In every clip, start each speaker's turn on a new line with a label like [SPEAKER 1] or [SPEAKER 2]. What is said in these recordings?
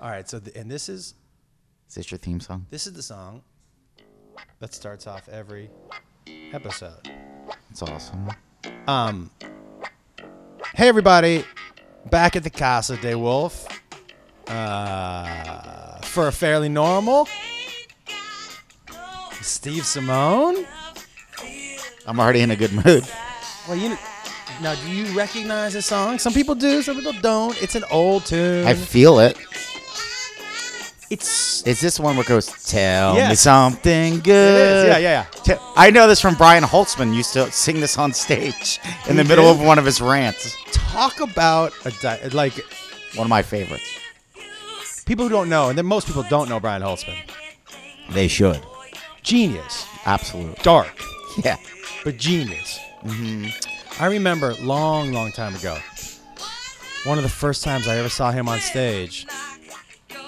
[SPEAKER 1] All right. So, th- and this is
[SPEAKER 2] Is this your theme song?
[SPEAKER 1] this is the song that starts off every episode.
[SPEAKER 2] It's awesome.
[SPEAKER 1] Um. Hey, everybody! Back at the Casa de Wolf uh, for a fairly normal Steve Simone.
[SPEAKER 2] I'm already in a good mood.
[SPEAKER 1] Well, you now do you recognize this song? Some people do, some people don't. It's an old tune.
[SPEAKER 2] I feel it.
[SPEAKER 1] it's
[SPEAKER 2] Is this one where it goes, Tell me
[SPEAKER 1] Yes.
[SPEAKER 2] something
[SPEAKER 1] it
[SPEAKER 2] good?
[SPEAKER 1] is. Yeah, yeah, yeah.
[SPEAKER 2] Te- I know this from Brian Holtzman. Used to sing this on stage in the
[SPEAKER 1] He
[SPEAKER 2] middle
[SPEAKER 1] did?
[SPEAKER 2] of one of his rants.
[SPEAKER 1] Talk about a di- like
[SPEAKER 2] One of my favorites.
[SPEAKER 1] people who don't know, and then most people don't know Brian Holtzman.
[SPEAKER 2] They should.
[SPEAKER 1] Genius,
[SPEAKER 2] Absolute.
[SPEAKER 1] dark,
[SPEAKER 2] Yeah.
[SPEAKER 1] but genius. Mm-hmm. I remember long, long time ago, one of the first times I ever saw him on stage.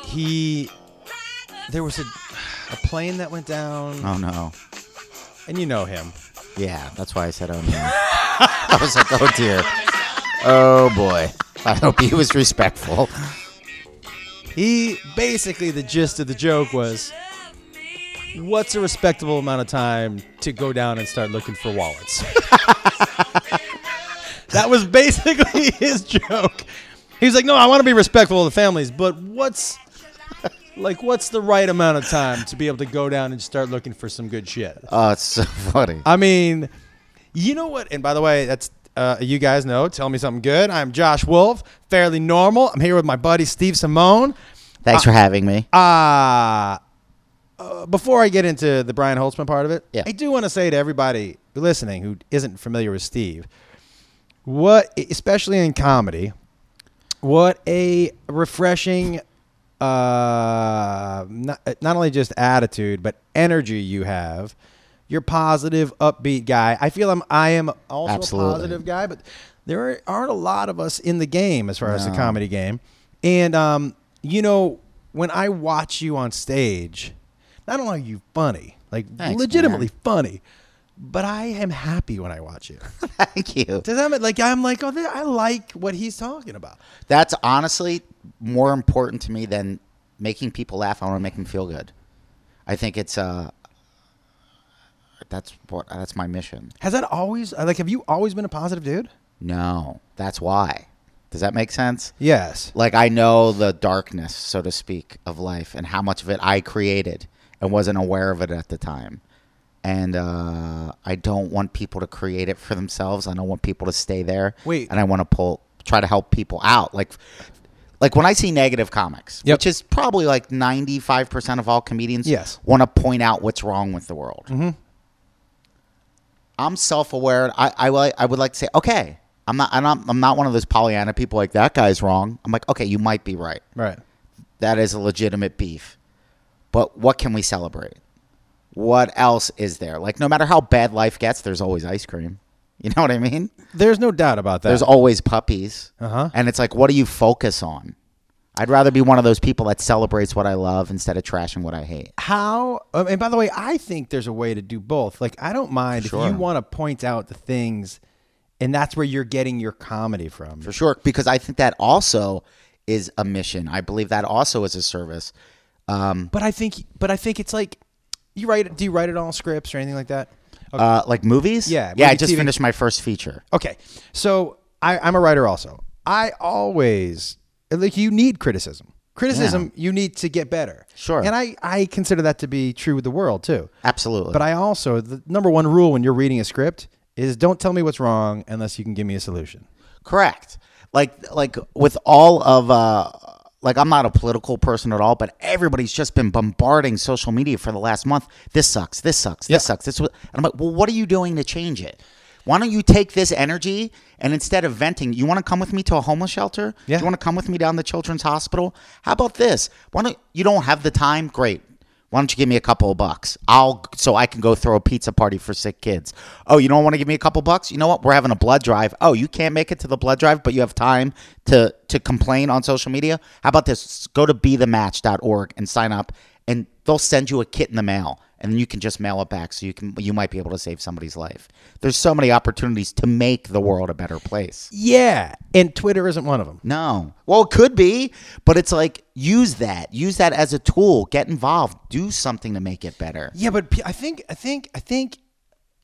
[SPEAKER 1] He, there was a, a plane that went down,
[SPEAKER 2] Oh no.
[SPEAKER 1] and you know him.
[SPEAKER 2] Yeah, that's why I said oh no. I was like, oh dear. Oh boy. I hope he was respectful.
[SPEAKER 1] He basically the gist of the joke was, what's a respectable amount of time to go down and start looking for wallets? that was basically his joke. He was like, no, I want to be respectful of the families, but what's like what's the right amount of time to be able to go down and start looking for some good shit?
[SPEAKER 2] Oh, it's so funny.
[SPEAKER 1] I mean, you know what? And by the way, that's uh, you guys know. Tell me something good. I'm Josh Wolf, fairly normal. I'm here with my buddy Steve Simone.
[SPEAKER 2] Thanks for having me.
[SPEAKER 1] Uh, uh, before I get into the Brian Holtzman part of it,
[SPEAKER 2] Yeah.
[SPEAKER 1] I do want to say to everybody listening who isn't familiar with Steve, what, e, especially in comedy, what a refreshing, uh, not, not only just attitude but energy you have. You're positive, upbeat guy. I feel I'm. I am also
[SPEAKER 2] Absolutely.
[SPEAKER 1] a positive guy, but there are- aren't a lot of us in the game as far as the
[SPEAKER 2] No.
[SPEAKER 1] comedy game. And um, you know, when I watch you on stage, not only are you funny, like
[SPEAKER 2] Thanks,
[SPEAKER 1] legitimately
[SPEAKER 2] man.
[SPEAKER 1] funny, but I am happy when I watch you.
[SPEAKER 2] Thank you.
[SPEAKER 1] Does that mean like I'm like oh th- I like what he's talking about?
[SPEAKER 2] That's honestly more important to me than making people laugh. I want to make them feel good. I think it's uh that's what that's my mission.
[SPEAKER 1] Has that always like have you always been a positive dude?
[SPEAKER 2] No, that's why. Does that make sense?
[SPEAKER 1] Yes.
[SPEAKER 2] Like I know the darkness, so to speak, of life and how much of it I created and wasn't aware of it at the time. And uh, I don't want people to create it for themselves. I don't want people to stay there.
[SPEAKER 1] Wait.
[SPEAKER 2] And I want to pull, try to help people out. Like, like when I see negative comics,
[SPEAKER 1] Yep.
[SPEAKER 2] which is probably like ninety five percent of all comedians,
[SPEAKER 1] Yes. Mm-hmm.
[SPEAKER 2] want to point out what's wrong with the world. I'm self aware. I, I li- I would like to say, okay, I'm not I'm not I'm not one of those Pollyanna people like that guy's wrong. I'm like, okay, you might be right.
[SPEAKER 1] Right.
[SPEAKER 2] That is a legitimate beef. But what can we celebrate? What else is there? Like no matter how bad life gets, there's always ice cream. You know what I mean?
[SPEAKER 1] There's no doubt about that.
[SPEAKER 2] There's always puppies.
[SPEAKER 1] Uh-huh.
[SPEAKER 2] And it's like, what do you focus on? I'd rather be one of those people that celebrates what I love instead of trashing what I hate.
[SPEAKER 1] how um, and by the way i think there's a way to do both like i don't mind
[SPEAKER 2] Sure.
[SPEAKER 1] if you want to point out the things and that's where you're getting your comedy from
[SPEAKER 2] For sure, because I think that also is a mission. I believe that also is a service. Um,
[SPEAKER 1] but i think but i think it's like you write do you write it all scripts or anything like that okay,
[SPEAKER 2] Uh, like movies?
[SPEAKER 1] Yeah,
[SPEAKER 2] Yeah, I
[SPEAKER 1] movie,
[SPEAKER 2] just
[SPEAKER 1] TV.
[SPEAKER 2] finished my first feature.
[SPEAKER 1] okay. so I, i'm a writer also i always like you need criticism criticism you need to get better
[SPEAKER 2] Sure.
[SPEAKER 1] and i i consider that to be true with the world too
[SPEAKER 2] Absolutely.
[SPEAKER 1] But I also the number one rule when you're reading a script is don't tell me what's wrong unless you can give me a solution.
[SPEAKER 2] correct. Like like with all of uh like I'm not a political person at all, but everybody's just been bombarding social media for the last month. This sucks. This sucks. This
[SPEAKER 1] Yeah.
[SPEAKER 2] sucks. This was, and I'm like, well, what are you doing to change it? Why don't you take this energy and instead of venting, you want to come with me to a homeless shelter?
[SPEAKER 1] Yeah.
[SPEAKER 2] You want to come with me down to Children's Hospital? How about this? Why don't you don't have the time? Great. Why don't you give me a couple of bucks? I'll so I can go throw a pizza party for sick kids. Oh, you don't want to give me a couple bucks? You know what? We're having a blood drive. Oh, you can't make it to the blood drive, but you have time to to complain on social media. How about this? Go to be the match.org and sign up and they'll send you a kit in the mail and you can just mail it back. So you can you might be able to save somebody's life. There's so many opportunities to make the world a better place.
[SPEAKER 1] Yeah, and Twitter isn't one of them.
[SPEAKER 2] No, well, it could be, but it's like use that, use that as a tool. Get involved, do something to make it better.
[SPEAKER 1] Yeah, but pe- I think I think I think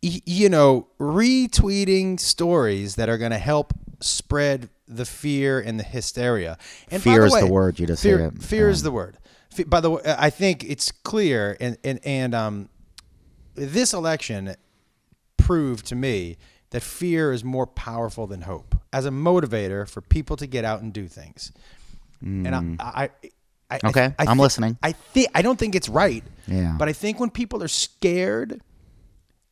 [SPEAKER 1] y- you know retweeting stories that are going to help spread the fear and the hysteria. And by
[SPEAKER 2] Fear is
[SPEAKER 1] way,
[SPEAKER 2] the word, you just
[SPEAKER 1] fear,
[SPEAKER 2] said it.
[SPEAKER 1] Fear is the word. Fe- By the way, uh, I think it's clear and and and um, this election proved to me that fear is more powerful than hope as a motivator for people to get out and do things. And I, I, I I-
[SPEAKER 2] Mm. Okay,
[SPEAKER 1] I
[SPEAKER 2] I'm
[SPEAKER 1] thi-
[SPEAKER 2] listening.
[SPEAKER 1] I think I don't think it's right.
[SPEAKER 2] Yeah.
[SPEAKER 1] But I think when people are scared,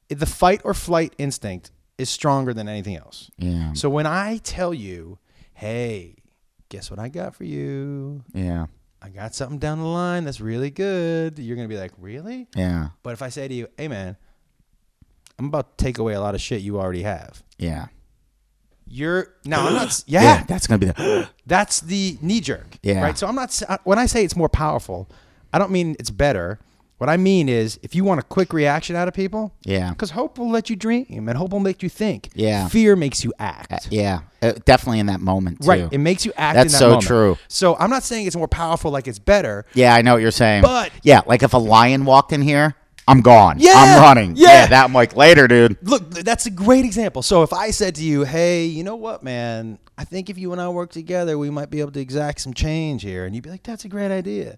[SPEAKER 1] the fight or flight instinct is stronger than anything else.
[SPEAKER 2] Yeah.
[SPEAKER 1] So when I tell you, "Hey, guess what I got for you?
[SPEAKER 2] Yeah,
[SPEAKER 1] I got something down the line that's really good," you're gonna be like, "Really?"
[SPEAKER 2] yeah,
[SPEAKER 1] But if I say to you, "Hey, man, I'm about to take away a lot of shit you already have,"
[SPEAKER 2] yeah.
[SPEAKER 1] you're now I'm not. s- Yeah,
[SPEAKER 2] Yeah, that's gonna be the.
[SPEAKER 1] that's the knee jerk.
[SPEAKER 2] Yeah.
[SPEAKER 1] Right. So I'm not s- when I say it's more powerful, I don't mean it's better. What I mean is if you want a quick reaction out of people,
[SPEAKER 2] Yeah.
[SPEAKER 1] because hope will let you dream and hope will make you think.
[SPEAKER 2] Yeah.
[SPEAKER 1] Fear makes you act.
[SPEAKER 2] Yeah, uh, definitely in that moment too.
[SPEAKER 1] Right. It makes you act.
[SPEAKER 2] That's
[SPEAKER 1] in that
[SPEAKER 2] so
[SPEAKER 1] moment.
[SPEAKER 2] true.
[SPEAKER 1] So I'm not saying it's more powerful, like it's better.
[SPEAKER 2] Yeah, I know what you're saying.
[SPEAKER 1] But-
[SPEAKER 2] yeah, like if a lion walked in here, I'm gone.
[SPEAKER 1] Yeah,
[SPEAKER 2] I'm running.
[SPEAKER 1] yeah.
[SPEAKER 2] that I'm like later, dude.
[SPEAKER 1] Look, th- that's a great example. So if I said to you, "Hey, you know what, man? I think if you and I work together, we might be able to exact some change here," and you'd be like, "That's a great idea.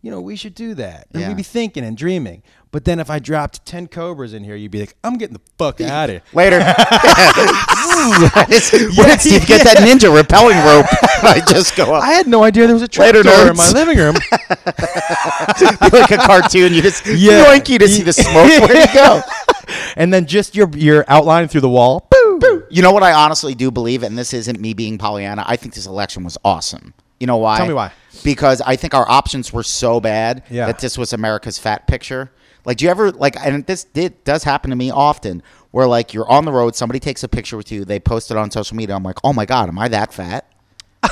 [SPEAKER 1] You know, we should do that." And
[SPEAKER 2] Yeah.
[SPEAKER 1] we'd be thinking and dreaming. But then if I dropped ten cobras in here, you'd be like, "I'm getting the fuck out of here."
[SPEAKER 2] Later. Where did Steve get that ninja repelling rope? I just go up
[SPEAKER 1] I had no idea there was a
[SPEAKER 2] Later,
[SPEAKER 1] trapdoor in
[SPEAKER 2] nerds.
[SPEAKER 1] my living room.
[SPEAKER 2] like a cartoon. You just
[SPEAKER 1] Yeah.
[SPEAKER 2] yoink, you to see the smoke. Where'd you go?
[SPEAKER 1] and then just your your outline through the wall. Boo.
[SPEAKER 2] You know what I honestly do believe, and this isn't me being Pollyanna. I think this election was awesome. You know why?
[SPEAKER 1] Tell me why.
[SPEAKER 2] Because I think our options were so bad
[SPEAKER 1] Yeah.
[SPEAKER 2] that this was America's fat picture. Like, do you ever like? And this did does happen to me often, where like you're on the road, somebody takes a picture with you, they post it on social media. I'm like, oh my god, am I that fat?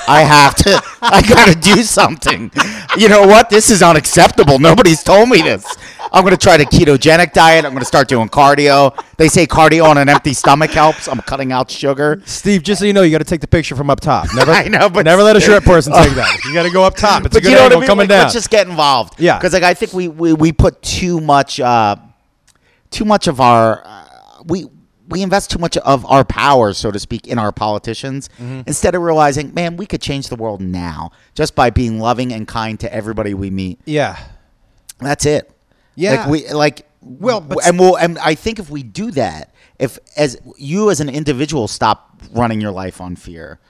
[SPEAKER 2] I have to. I gotta do something. You know what? This is unacceptable. Nobody's told me this. I'm gonna try the ketogenic diet. I'm gonna start doing cardio. They say cardio on an empty stomach helps. I'm cutting out sugar.
[SPEAKER 1] Steve, just so you know, you got to take the picture from up top. Never,
[SPEAKER 2] I know, but-
[SPEAKER 1] never let a short person take that. You got to go up top. It's a good angle coming
[SPEAKER 2] Like,
[SPEAKER 1] down.
[SPEAKER 2] Let's just get involved.
[SPEAKER 1] Yeah.
[SPEAKER 2] Because like I think we we, we put too much uh, too much of our uh, we. We invest too much of our power, so to speak, in our politicians
[SPEAKER 1] Mm-hmm.
[SPEAKER 2] instead of realizing, man, we could change the world now just by being loving and kind to everybody we meet.
[SPEAKER 1] yeah.
[SPEAKER 2] That's it.
[SPEAKER 1] Yeah.
[SPEAKER 2] Like we like
[SPEAKER 1] Well, but-
[SPEAKER 2] and we'll and I think if we do that, if as you as an individual stop running your life on fear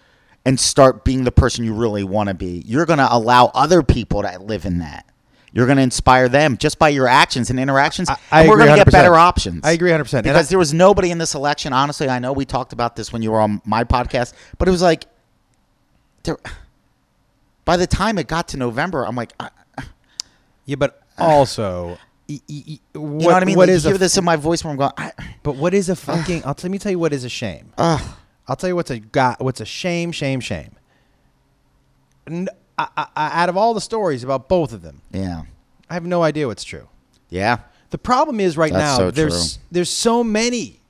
[SPEAKER 2] and start being the person you really want to be, you're going to allow other people to live in that. You're going to inspire them just by your actions and interactions.
[SPEAKER 1] I
[SPEAKER 2] and we're
[SPEAKER 1] agree
[SPEAKER 2] gonna get
[SPEAKER 1] 100%.
[SPEAKER 2] better options.
[SPEAKER 1] I agree 100%. And I-
[SPEAKER 2] Because there was nobody in this election, honestly. I know we talked about this when you were on my podcast, but it was like there, by the time it got to November, I'm like, I,
[SPEAKER 1] Yeah, but also, e- e- e- what,
[SPEAKER 2] You know what I mean?
[SPEAKER 1] What
[SPEAKER 2] Like,
[SPEAKER 1] is
[SPEAKER 2] you
[SPEAKER 1] a,
[SPEAKER 2] hear this in my voice when I'm going, I,
[SPEAKER 1] But what is a fucking? I'll let me tell you what is a shame.
[SPEAKER 2] ugh.
[SPEAKER 1] I'll tell you what's a got. What's a shame? Shame? Shame. N I I I out of all the stories about both of them,
[SPEAKER 2] yeah,
[SPEAKER 1] I have no idea what's true.
[SPEAKER 2] yeah,
[SPEAKER 1] The problem is right now
[SPEAKER 2] That's so
[SPEAKER 1] there's there's so many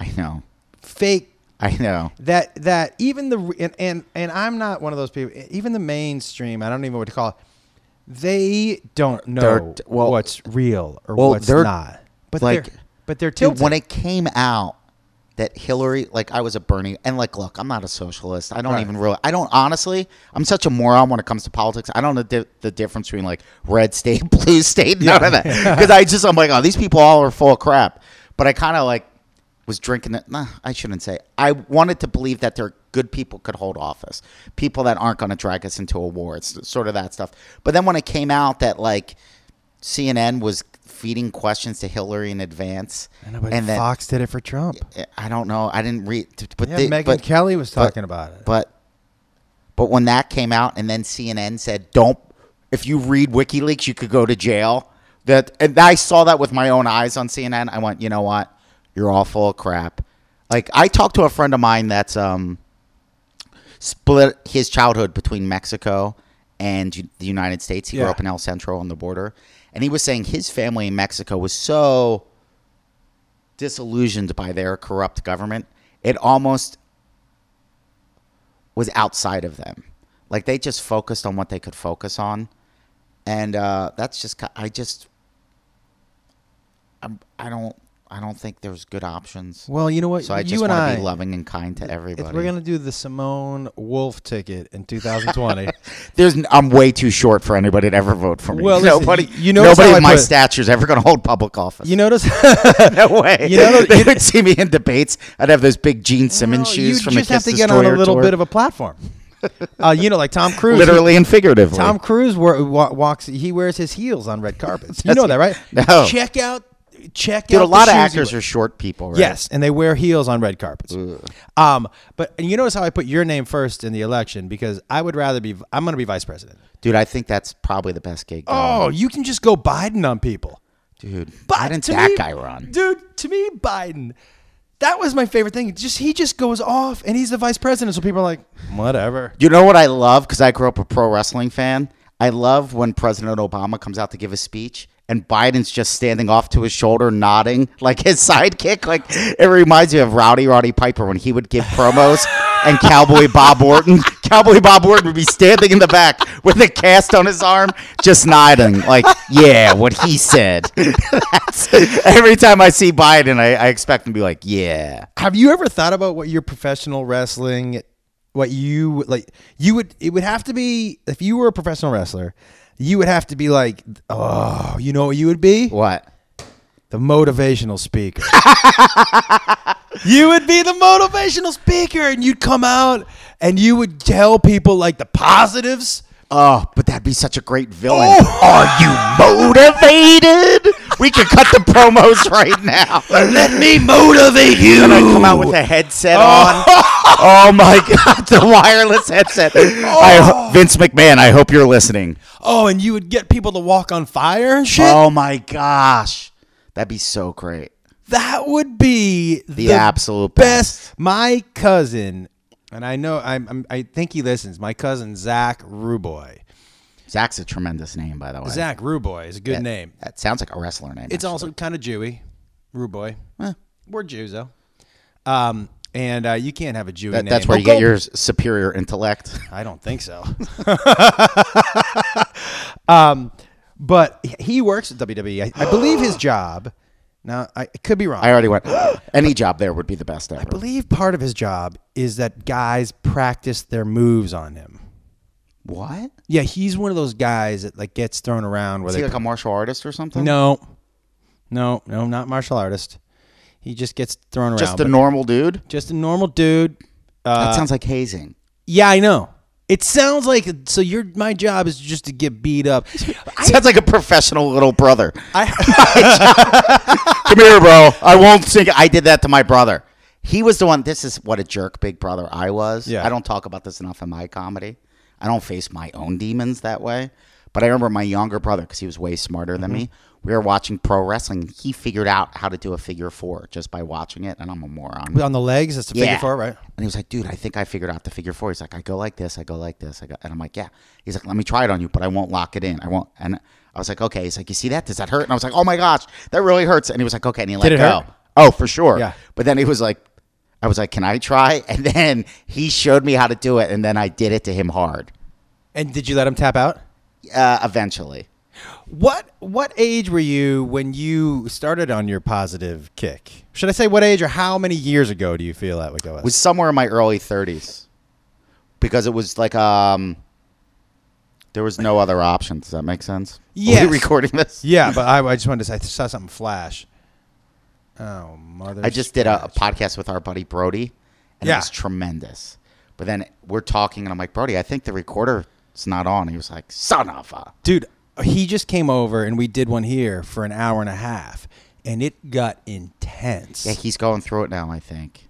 [SPEAKER 2] I know,
[SPEAKER 1] fake
[SPEAKER 2] I know.
[SPEAKER 1] that that even the re- and, and and I'm not one of those people. e, Even the mainstream, I don't even know what to call it. They don't know
[SPEAKER 2] They're- well-
[SPEAKER 1] what's real or
[SPEAKER 2] well,
[SPEAKER 1] what's
[SPEAKER 2] they're,
[SPEAKER 1] not. But
[SPEAKER 2] like-
[SPEAKER 1] they're but they're
[SPEAKER 2] Dude,
[SPEAKER 1] tilted.
[SPEAKER 2] when it came out that Hillary, like I was a Bernie, and like, look, I'm not a socialist. I don't
[SPEAKER 1] Right.
[SPEAKER 2] even really, I don't honestly, I'm such a moron when it comes to politics. I don't know di- the difference between like red state, blue state, none of that. Because I just, I'm like, oh, these people all are full of crap. But I kind of like was drinking it. Nah, I shouldn't say. I wanted to believe that they're good people could hold office, people that aren't going to drag us into a war. It's sort of that stuff. But then when it came out that like CNN was feeding questions to Hillary in advance,
[SPEAKER 1] I know, but
[SPEAKER 2] and then
[SPEAKER 1] Fox did it for Trump.
[SPEAKER 2] I don't know. I didn't read, t- but
[SPEAKER 1] Yeah,
[SPEAKER 2] they-
[SPEAKER 1] Megyn
[SPEAKER 2] but-
[SPEAKER 1] Kelly was
[SPEAKER 2] but-
[SPEAKER 1] talking about it.
[SPEAKER 2] But but when that came out, and then CNN said, "Don't." If you read WikiLeaks, you could go to jail. That and I saw that with my own eyes on CNN. I went, you know what? You're all full of crap. Like I talked to a friend of mine that's um split his childhood between Mexico and U- the United States. He grew
[SPEAKER 1] Yeah.
[SPEAKER 2] up in El Centro on the border, and and he was saying his family in Mexico was so disillusioned by their corrupt government, it almost was outside of them. Like they just focused on what they could focus on, and uh, that's just ki- I just I'm, I don't I don't think there's good options.
[SPEAKER 1] Well, you know what?
[SPEAKER 2] so I
[SPEAKER 1] you
[SPEAKER 2] just
[SPEAKER 1] and
[SPEAKER 2] want
[SPEAKER 1] I,
[SPEAKER 2] to be loving and kind to
[SPEAKER 1] if
[SPEAKER 2] everybody.
[SPEAKER 1] we're gonna do the Simone Wolf ticket in 2020,
[SPEAKER 2] There's, n- I'm way too short for anybody to ever vote for me.
[SPEAKER 1] Well, listen,
[SPEAKER 2] nobody,
[SPEAKER 1] you- you notice
[SPEAKER 2] nobody
[SPEAKER 1] how I
[SPEAKER 2] of my
[SPEAKER 1] put-
[SPEAKER 2] stature's ever going to hold public office.
[SPEAKER 1] you notice
[SPEAKER 2] no way.
[SPEAKER 1] You know-
[SPEAKER 2] they would see me in debates. I'd have those big Gene Simmons
[SPEAKER 1] Well,
[SPEAKER 2] shoes
[SPEAKER 1] you
[SPEAKER 2] from
[SPEAKER 1] just
[SPEAKER 2] the
[SPEAKER 1] have
[SPEAKER 2] Kiss
[SPEAKER 1] to get on a
[SPEAKER 2] Destroyer
[SPEAKER 1] little
[SPEAKER 2] tour.
[SPEAKER 1] bit of a platform. uh, you know, like Tom Cruise.
[SPEAKER 2] literally and figuratively.
[SPEAKER 1] Tom Cruise wa- wa- walks. He wears his heels on red carpets. You know that, right?
[SPEAKER 2] No.
[SPEAKER 1] Check out. Check
[SPEAKER 2] Dude,
[SPEAKER 1] out.
[SPEAKER 2] a lot
[SPEAKER 1] the shoes
[SPEAKER 2] of
[SPEAKER 1] he
[SPEAKER 2] actors
[SPEAKER 1] wears.
[SPEAKER 2] are short people, right?
[SPEAKER 1] Yes, and they wear heels on red carpets. Um, but and you notice how I put your name first in the election because I would rather be. I'm going to be vice president.
[SPEAKER 2] Dude, I think that's probably the best gig. going.
[SPEAKER 1] Oh, you can just go Biden on people.
[SPEAKER 2] dude.
[SPEAKER 1] But
[SPEAKER 2] Why didn't
[SPEAKER 1] to
[SPEAKER 2] that
[SPEAKER 1] me-
[SPEAKER 2] guy run?
[SPEAKER 1] dude? To me, Biden. That was my favorite thing. Just he just goes off, and he's the vice president. So people are like, whatever.
[SPEAKER 2] You know what I love? Because I grew up a pro wrestling fan. I love when President Obama comes out to give a speech and Biden's just standing off to his shoulder, nodding like his sidekick. Like it reminds me of Rowdy Roddy Piper when he would give promos and Cowboy Bob Orton. Cowboy Bob Orton would be standing in the back with a cast on his arm, just nodding like, yeah, what he said. That's, every time I see Biden, I, I expect him to be like, yeah.
[SPEAKER 1] Have you ever thought about what your professional wrestling, what you like? You would it would have to be if you were a professional wrestler, you would have to be like, oh, you know what you would be
[SPEAKER 2] What?
[SPEAKER 1] the motivational speaker. you would be the motivational speaker, and you'd come out and you would tell people like the positives.
[SPEAKER 2] Oh, but that'd be such a great villain. Are Oh, you motivated? We could cut the promos right now.
[SPEAKER 1] Let me motivate you.
[SPEAKER 2] And I come out with a headset on. Oh my god, the wireless headset. I ho- Vince McMahon, I hope you're listening.
[SPEAKER 1] oh, and you would get people to walk on fire and shit.
[SPEAKER 2] Oh my gosh. That'd be so great.
[SPEAKER 1] That would be the,
[SPEAKER 2] absolute
[SPEAKER 1] best. My cousin, and I know I'm, I'm, I think he listens. My cousin Zach Ruboy.
[SPEAKER 2] Zach's a tremendous name, by the way.
[SPEAKER 1] Zach Ruboy is a good name.
[SPEAKER 2] That sounds like a wrestler name.
[SPEAKER 1] It's also kind of Jewy, Ruboy.
[SPEAKER 2] Eh.
[SPEAKER 1] We're Jews though, um, and uh, you can't have a Jewy
[SPEAKER 2] That-
[SPEAKER 1] name.
[SPEAKER 2] that's where
[SPEAKER 1] Oh,
[SPEAKER 2] you get
[SPEAKER 1] go-
[SPEAKER 2] your s- superior intellect.
[SPEAKER 1] I don't think so. um, but he works at WWE. I, I believe his job. Now I I could be wrong.
[SPEAKER 2] I already went. Any job there would be the best ever.
[SPEAKER 1] believe part of his job is that guys practice their moves on him.
[SPEAKER 2] what?
[SPEAKER 1] Yeah, he's one of those guys that like gets thrown around where
[SPEAKER 2] Is he
[SPEAKER 1] they
[SPEAKER 2] like a martial artist or something?
[SPEAKER 1] no, no, no, not martial artist. He just gets thrown around.
[SPEAKER 2] Just a
[SPEAKER 1] but-
[SPEAKER 2] normal dude?
[SPEAKER 1] just a normal dude.
[SPEAKER 2] That
[SPEAKER 1] Uh,
[SPEAKER 2] sounds like hazing.
[SPEAKER 1] yeah, I know. It sounds like so. Your my job is just to get beat up.
[SPEAKER 2] sounds like a professional little brother.
[SPEAKER 1] I,
[SPEAKER 2] Come here, bro. I won't sing. I did that to my brother. He was the one. This is what a jerk big brother I was.
[SPEAKER 1] Yeah.
[SPEAKER 2] I don't talk about this enough in my comedy. I don't face my own demons that way. But I remember my younger brother, because he was way smarter than me, we were watching pro wrestling. He figured out how to do a figure four just by watching it, and I'm a moron.
[SPEAKER 1] on the legs, that's the figure four, right?
[SPEAKER 2] And he was like, dude, I think I figured out the figure four. He's like, I go like this, I go like this, I go, and I'm like, yeah. He's like, let me try it on you, but I won't lock it in. I won't. And I was like, okay. He's like, you see that? Does that hurt? And I was like, oh my gosh, that really hurts. And he was like, okay. And he let
[SPEAKER 1] Did it
[SPEAKER 2] go.
[SPEAKER 1] hurt?
[SPEAKER 2] Oh, for sure.
[SPEAKER 1] Yeah.
[SPEAKER 2] But then he was like, I was like, can I try? And then he showed me how to do it, and then I did it to him hard.
[SPEAKER 1] And did you let him tap out?
[SPEAKER 2] Uh, eventually,
[SPEAKER 1] What what age were you when you started on your positive kick? Should I say what age or how many years ago do you feel that would go?
[SPEAKER 2] it was somewhere in my early 30s because it was like um. There was no other option. Does that make sense? Yeah. Are
[SPEAKER 1] Yes.
[SPEAKER 2] we recording this?
[SPEAKER 1] yeah, but I, I just wanted to. say- I saw something flash. Oh mother!
[SPEAKER 2] I just did a, a podcast with our buddy Brody, and
[SPEAKER 1] Yeah.
[SPEAKER 2] it was tremendous. But then we're talking, and I'm like, Brody, I think the recorder's not on. He was like, son of a.
[SPEAKER 1] dude. He just came over and we did one here for an hour and a half, and it got intense.
[SPEAKER 2] Yeah, he's going through it now, I think.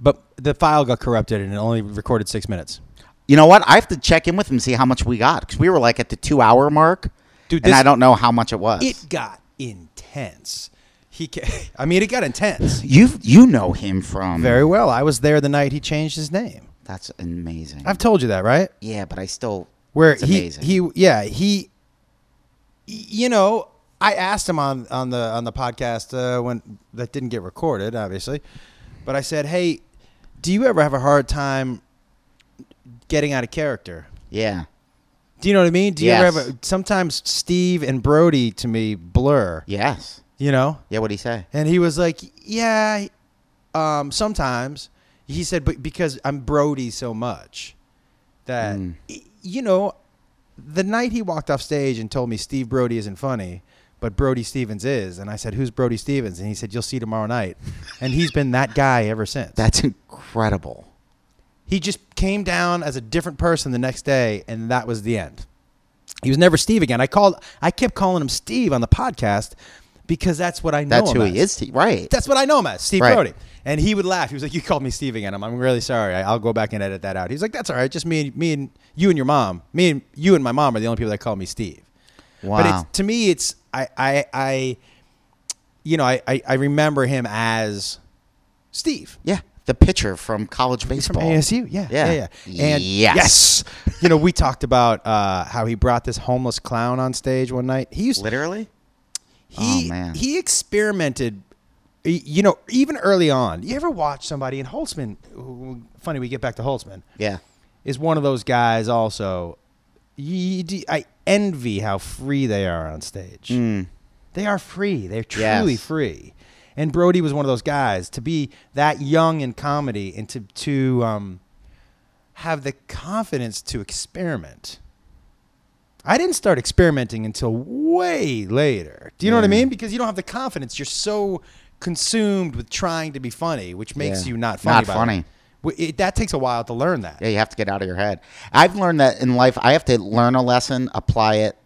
[SPEAKER 1] but the file got corrupted and it only recorded six minutes.
[SPEAKER 2] You know what? I have to check in with him, see how much we got, because we were like at the two hour mark,
[SPEAKER 1] Dude,
[SPEAKER 2] and
[SPEAKER 1] this-
[SPEAKER 2] I don't know how much it was.
[SPEAKER 1] It got intense. He, ca- I mean, it got intense.
[SPEAKER 2] you you know him from.
[SPEAKER 1] Very well. I was there the night he changed his name.
[SPEAKER 2] That's amazing.
[SPEAKER 1] I've told you that, right?
[SPEAKER 2] yeah, but I still.
[SPEAKER 1] where
[SPEAKER 2] it's
[SPEAKER 1] he
[SPEAKER 2] amazing.
[SPEAKER 1] he yeah he y- you know I asked him on on the on the podcast uh, when that didn't get recorded, obviously, but I said, "Hey, do you ever have a hard time getting out of character?"
[SPEAKER 2] Yeah.
[SPEAKER 1] Do you know what I mean? Do
[SPEAKER 2] Yes.
[SPEAKER 1] you ever? Sometimes Steve and Brody to me blur.
[SPEAKER 2] Yes.
[SPEAKER 1] You know,
[SPEAKER 2] Yeah. What would he say?
[SPEAKER 1] and he was like, "Yeah, um, sometimes." He said, "But because I'm Brody so much that
[SPEAKER 2] Hmm.
[SPEAKER 1] y- you know, the night he walked off stage and told me Steve Brody isn't funny, but Brody Stevens is." And I said, "Who's Brody Stevens?" And he said, "You'll see tomorrow night." and he's been that guy ever since.
[SPEAKER 2] That's incredible.
[SPEAKER 1] he just came down as a different person the next day, and that was the end. He was never Steve again. I called. I kept calling him Steve on the podcast because that's what I know.
[SPEAKER 2] That's
[SPEAKER 1] him
[SPEAKER 2] who he
[SPEAKER 1] as.
[SPEAKER 2] is. To, right.
[SPEAKER 1] That's what I know him as, Steve
[SPEAKER 2] Right.
[SPEAKER 1] Brody. And he would laugh. He was like, "You called me Steve again. I'm, I'm really sorry. I, I'll go back and edit that out." He's like, "That's all right. Just me and me and you and your mom. Me and you and my mom are the only people that call me Steve." But
[SPEAKER 2] Wow.
[SPEAKER 1] it's, to me, it's I I, I you know I, I I remember him as Steve
[SPEAKER 2] yeah. The pitcher from college
[SPEAKER 1] from
[SPEAKER 2] baseball.
[SPEAKER 1] ASU. Yeah,
[SPEAKER 2] Yeah.
[SPEAKER 1] yeah, yeah. And
[SPEAKER 2] Yes.
[SPEAKER 1] yes. you know, we talked about uh, how he brought this homeless clown on stage one night. He used
[SPEAKER 2] Literally.
[SPEAKER 1] he
[SPEAKER 2] Oh, man.
[SPEAKER 1] he experimented y- you know even early on you ever watch somebody and holtzman who- funny we get back to holtzman
[SPEAKER 2] Yeah.
[SPEAKER 1] is one of those guys also you, you- i envy how free they are on stage they are free they're truly
[SPEAKER 2] Mm. Yes.
[SPEAKER 1] free and brody was one of those guys to be that young in comedy and to to um, have the confidence to experiment I didn't start experimenting until way later. Do you
[SPEAKER 2] Mm.
[SPEAKER 1] know what I mean? Because you don't have the confidence. You're so consumed with trying to be funny, which makes
[SPEAKER 2] Yeah.
[SPEAKER 1] you not funny.
[SPEAKER 2] Not
[SPEAKER 1] by
[SPEAKER 2] funny.
[SPEAKER 1] the- W- It, that takes a while to learn that.
[SPEAKER 2] Yeah, you have to get out of your head. I've learned that in life, I have to learn a lesson, apply it,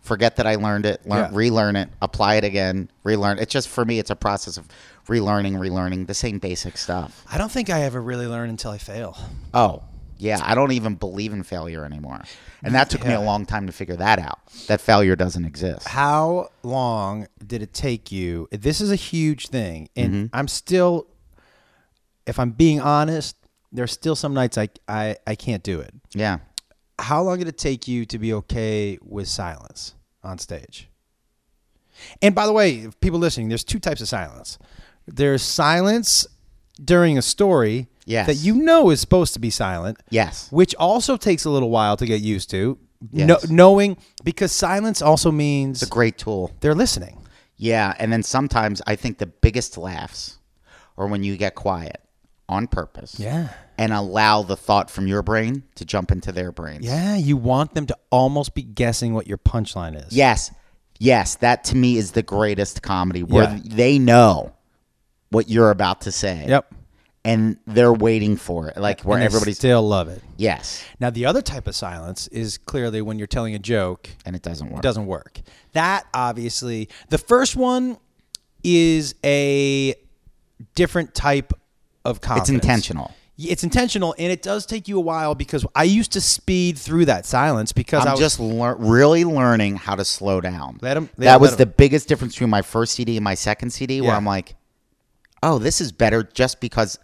[SPEAKER 2] forget that I learned it,
[SPEAKER 1] Yeah.
[SPEAKER 2] learn, relearn it, apply it again, relearn. It's just for me, it's a process of relearning, relearning the same basic stuff.
[SPEAKER 1] I don't think I ever really learn until I fail.
[SPEAKER 2] Oh, yeah, I don't even believe in failure anymore, and that took me a
[SPEAKER 1] Yeah.
[SPEAKER 2] long time to figure that out. That failure doesn't exist.
[SPEAKER 1] How long did it take you? This is a huge thing. And I'm still, if I'm being honest, there's still some nights I, I, I can't do it.
[SPEAKER 2] Yeah,
[SPEAKER 1] how long did it take you to be okay with silence on stage? And by the way, if people listening, there's two types of silence. There's silence during a story
[SPEAKER 2] Yes.
[SPEAKER 1] that you know is supposed to be silent,
[SPEAKER 2] yes,
[SPEAKER 1] which also takes a little while to get used to.
[SPEAKER 2] Yes.
[SPEAKER 1] Kno- knowing because silence also means
[SPEAKER 2] it's a great tool.
[SPEAKER 1] they're listening.
[SPEAKER 2] Yeah, and then sometimes I think the biggest laughs are when you get quiet on purpose.
[SPEAKER 1] Yeah.
[SPEAKER 2] and allow the thought from your brain to jump into their brains.
[SPEAKER 1] Yeah, you want them to almost be guessing what your punchline is.
[SPEAKER 2] Yes. Yes, that to me is the greatest comedy where
[SPEAKER 1] Yeah.
[SPEAKER 2] they know what you're about to say.
[SPEAKER 1] Yep.
[SPEAKER 2] And they're waiting for it. Like where
[SPEAKER 1] And they
[SPEAKER 2] everybody's
[SPEAKER 1] still love it.
[SPEAKER 2] Yes.
[SPEAKER 1] Now the other type of silence is clearly when you're telling a joke
[SPEAKER 2] And it doesn't work.
[SPEAKER 1] It doesn't work. That obviously, the first one is a different type of confidence.
[SPEAKER 2] it's intentional.
[SPEAKER 1] Y- It's intentional, and it does take you a while because I used to speed through that silence because
[SPEAKER 2] I'm
[SPEAKER 1] I was
[SPEAKER 2] just lear- really learning how to slow down.
[SPEAKER 1] Let 'em- let
[SPEAKER 2] that
[SPEAKER 1] 'em-
[SPEAKER 2] was
[SPEAKER 1] let
[SPEAKER 2] the biggest difference between my first CD and my second CD, where
[SPEAKER 1] Yeah.
[SPEAKER 2] I'm like, oh, this is better just because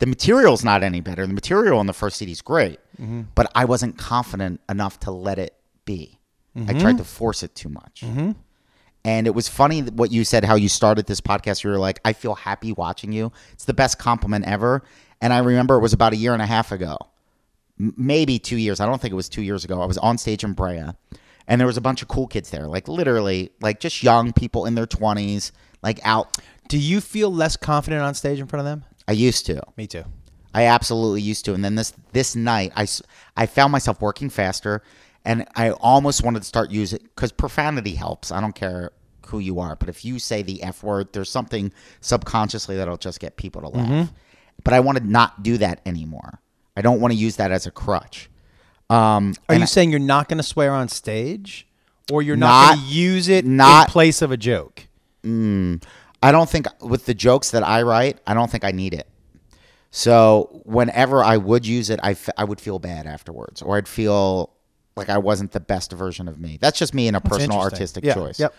[SPEAKER 2] the material's not any better. The material on the first CD is great,
[SPEAKER 1] Mm-hmm.
[SPEAKER 2] but I wasn't confident enough to let it be. I
[SPEAKER 1] Mm-hmm.
[SPEAKER 2] tried to force it too much. And it was funny that what you said, how you started this podcast. You were like, I feel happy watching you. It's the best compliment ever. And I remember it was about a year and a half ago, M- maybe two years. I don't think it was two years ago. I was on stage in Brea, and there was a bunch of cool kids there, like literally, like just young people in their 20s, like out.
[SPEAKER 1] Do you feel less confident on stage in front of them?
[SPEAKER 2] I used to.
[SPEAKER 1] Me too.
[SPEAKER 2] I absolutely used to. And then this this night, I, s- I found myself working faster, and I almost wanted to start using because profanity helps. I don't care who you are, but if you say the f word, there's something subconsciously that'll just get people to laugh. But I want to not do that anymore. I don't want to use that as a crutch. Um,
[SPEAKER 1] Are
[SPEAKER 2] and
[SPEAKER 1] you
[SPEAKER 2] I-
[SPEAKER 1] saying you're not going to swear on stage, or you're not,
[SPEAKER 2] Not-
[SPEAKER 1] going to use it
[SPEAKER 2] not-
[SPEAKER 1] in place of a joke?
[SPEAKER 2] I don't think with the jokes that I write, I don't think I need it. So whenever I would use it, I, f- I would feel bad afterwards, or I'd feel like I wasn't the best version of me. That's just me in a personal
[SPEAKER 1] interesting.
[SPEAKER 2] artistic
[SPEAKER 1] Yeah,
[SPEAKER 2] choice.
[SPEAKER 1] yep.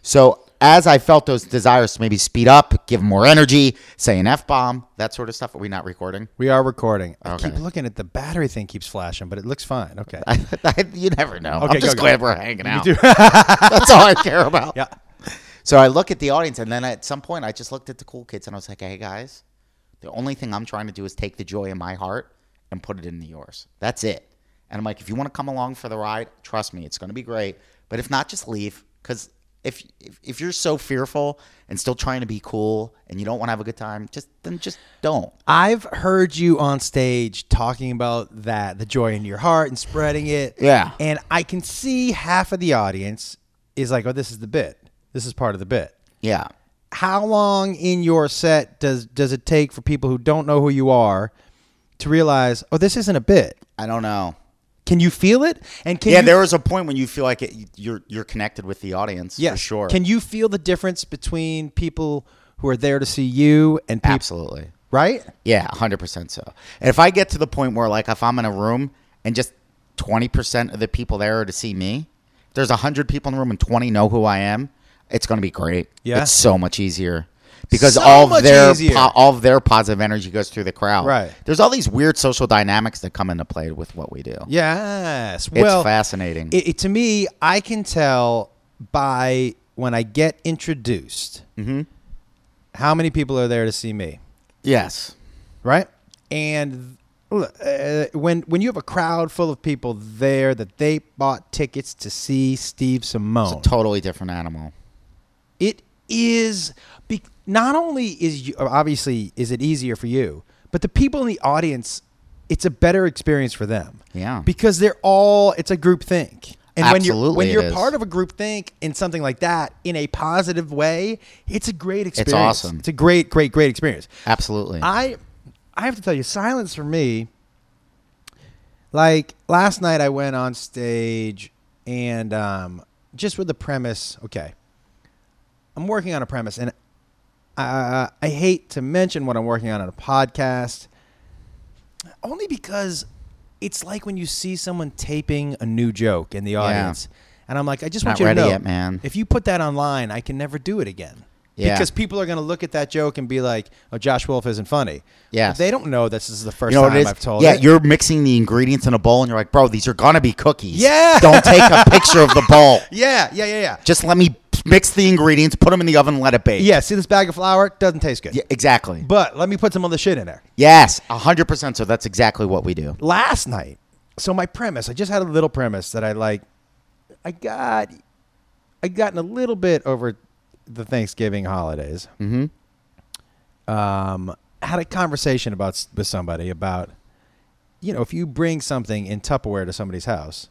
[SPEAKER 2] So as I felt those desires to maybe speed up, give more energy, say an F bomb, that sort of stuff. Are we not recording?
[SPEAKER 1] We are recording. I
[SPEAKER 2] Okay.
[SPEAKER 1] keep looking at the battery thing keeps flashing, but it looks fine. Okay.
[SPEAKER 2] you never know.
[SPEAKER 1] Okay,
[SPEAKER 2] I'm just
[SPEAKER 1] go, go.
[SPEAKER 2] glad we're hanging out. That's all I care about.
[SPEAKER 1] yeah.
[SPEAKER 2] So I look at the audience, and then at some point, I just looked at the cool kids, and I was like, "Hey guys, the only thing I'm trying to do is take the joy in my heart and put it into yours. That's it." And I'm like, "If you want to come along for the ride, trust me, it's going to be great. But if not, just leave because if, if if you're so fearful and still trying to be cool and you don't want to have a good time, just then just don't.
[SPEAKER 1] I've heard you on stage talking about that, the joy in your heart and spreading it.
[SPEAKER 2] Yeah.
[SPEAKER 1] And I can see half of the audience is like, oh, this is the bit. This is part of the bit.
[SPEAKER 2] Yeah,
[SPEAKER 1] How long in your set does does it take for people who don't know who you are to realize, oh, this isn't a bit?
[SPEAKER 2] I don't know.
[SPEAKER 1] Can you feel it? And can
[SPEAKER 2] yeah,
[SPEAKER 1] you,
[SPEAKER 2] there was a point when you feel like it, you're you're connected with the audience.
[SPEAKER 1] yes,
[SPEAKER 2] for sure.
[SPEAKER 1] Can you feel the difference between people who are there to see you and people,
[SPEAKER 2] absolutely.
[SPEAKER 1] right?
[SPEAKER 2] Yeah, hundred percent so. And if I get to the point where like if I'm in a room and just twenty percent of the people there are to see me, there's hundred people in the room and twenty know who I am, it's gonna be great.
[SPEAKER 1] Yeah.
[SPEAKER 2] It's so much easier. Because
[SPEAKER 1] So
[SPEAKER 2] all
[SPEAKER 1] much
[SPEAKER 2] of their
[SPEAKER 1] easier.
[SPEAKER 2] po- all of their positive energy goes through the crowd.
[SPEAKER 1] Right.
[SPEAKER 2] There's all these weird social dynamics that come into play with what we do.
[SPEAKER 1] Yes.
[SPEAKER 2] It's
[SPEAKER 1] well,
[SPEAKER 2] fascinating.
[SPEAKER 1] It, it- to me, I can tell by when I get introduced
[SPEAKER 2] Mm-hmm.
[SPEAKER 1] how many people are there to see me,
[SPEAKER 2] yes.
[SPEAKER 1] right? And uh, when when you have a crowd full of people there that they bought tickets to see Steve Simone,
[SPEAKER 2] Totally different animal.
[SPEAKER 1] it is be, not only is you, uh, obviously is it easier for you, but the people in the audience, it's a better experience for them.
[SPEAKER 2] Yeah.
[SPEAKER 1] because they're all it's a group think, and
[SPEAKER 2] Absolutely
[SPEAKER 1] when
[SPEAKER 2] it
[SPEAKER 1] you're when
[SPEAKER 2] is.
[SPEAKER 1] you're part of a group think in something like that in a positive way, it's a great experience.
[SPEAKER 2] awesome.
[SPEAKER 1] It's a great, great, great experience.
[SPEAKER 2] Absolutely.
[SPEAKER 1] I I have to tell you, silence for me. Like last night, I went on stage and um, just with the premise. Okay, I'm working on a premise, and I, I hate to mention what I'm working on on a podcast, only because it's like when you see someone taping a new joke in the audience, and I'm like, I just want
[SPEAKER 2] Not
[SPEAKER 1] you
[SPEAKER 2] ready
[SPEAKER 1] to know,
[SPEAKER 2] yet, man.
[SPEAKER 1] If you put that online, I can never do it again.
[SPEAKER 2] Yeah.
[SPEAKER 1] Because people are going to look at that joke and be like, "Oh, Josh Wolf isn't funny."
[SPEAKER 2] Yes.
[SPEAKER 1] But they don't know this is the first
[SPEAKER 2] You know what
[SPEAKER 1] time
[SPEAKER 2] it is?
[SPEAKER 1] I've told.
[SPEAKER 2] yeah,
[SPEAKER 1] it.
[SPEAKER 2] you're mixing the ingredients in a bowl, and you're like, bro, these are gonna be cookies.
[SPEAKER 1] Yeah.
[SPEAKER 2] don't take a picture of the bowl.
[SPEAKER 1] yeah, yeah, yeah, yeah.
[SPEAKER 2] Just let me mix the ingredients, put them in the oven, and let it bake.
[SPEAKER 1] Yeah. See this bag of flour doesn't taste good,
[SPEAKER 2] Yeah, exactly.
[SPEAKER 1] but let me put some other shit in there.
[SPEAKER 2] Yes, hundred percent. So that's exactly what we do.
[SPEAKER 1] last night. So my premise, I just had a little premise that I like. I got, I gotten a little bit over the Thanksgiving holidays. Mm-hmm. Um, had a conversation about s- with somebody about, you know, if you bring something in Tupperware to somebody's house,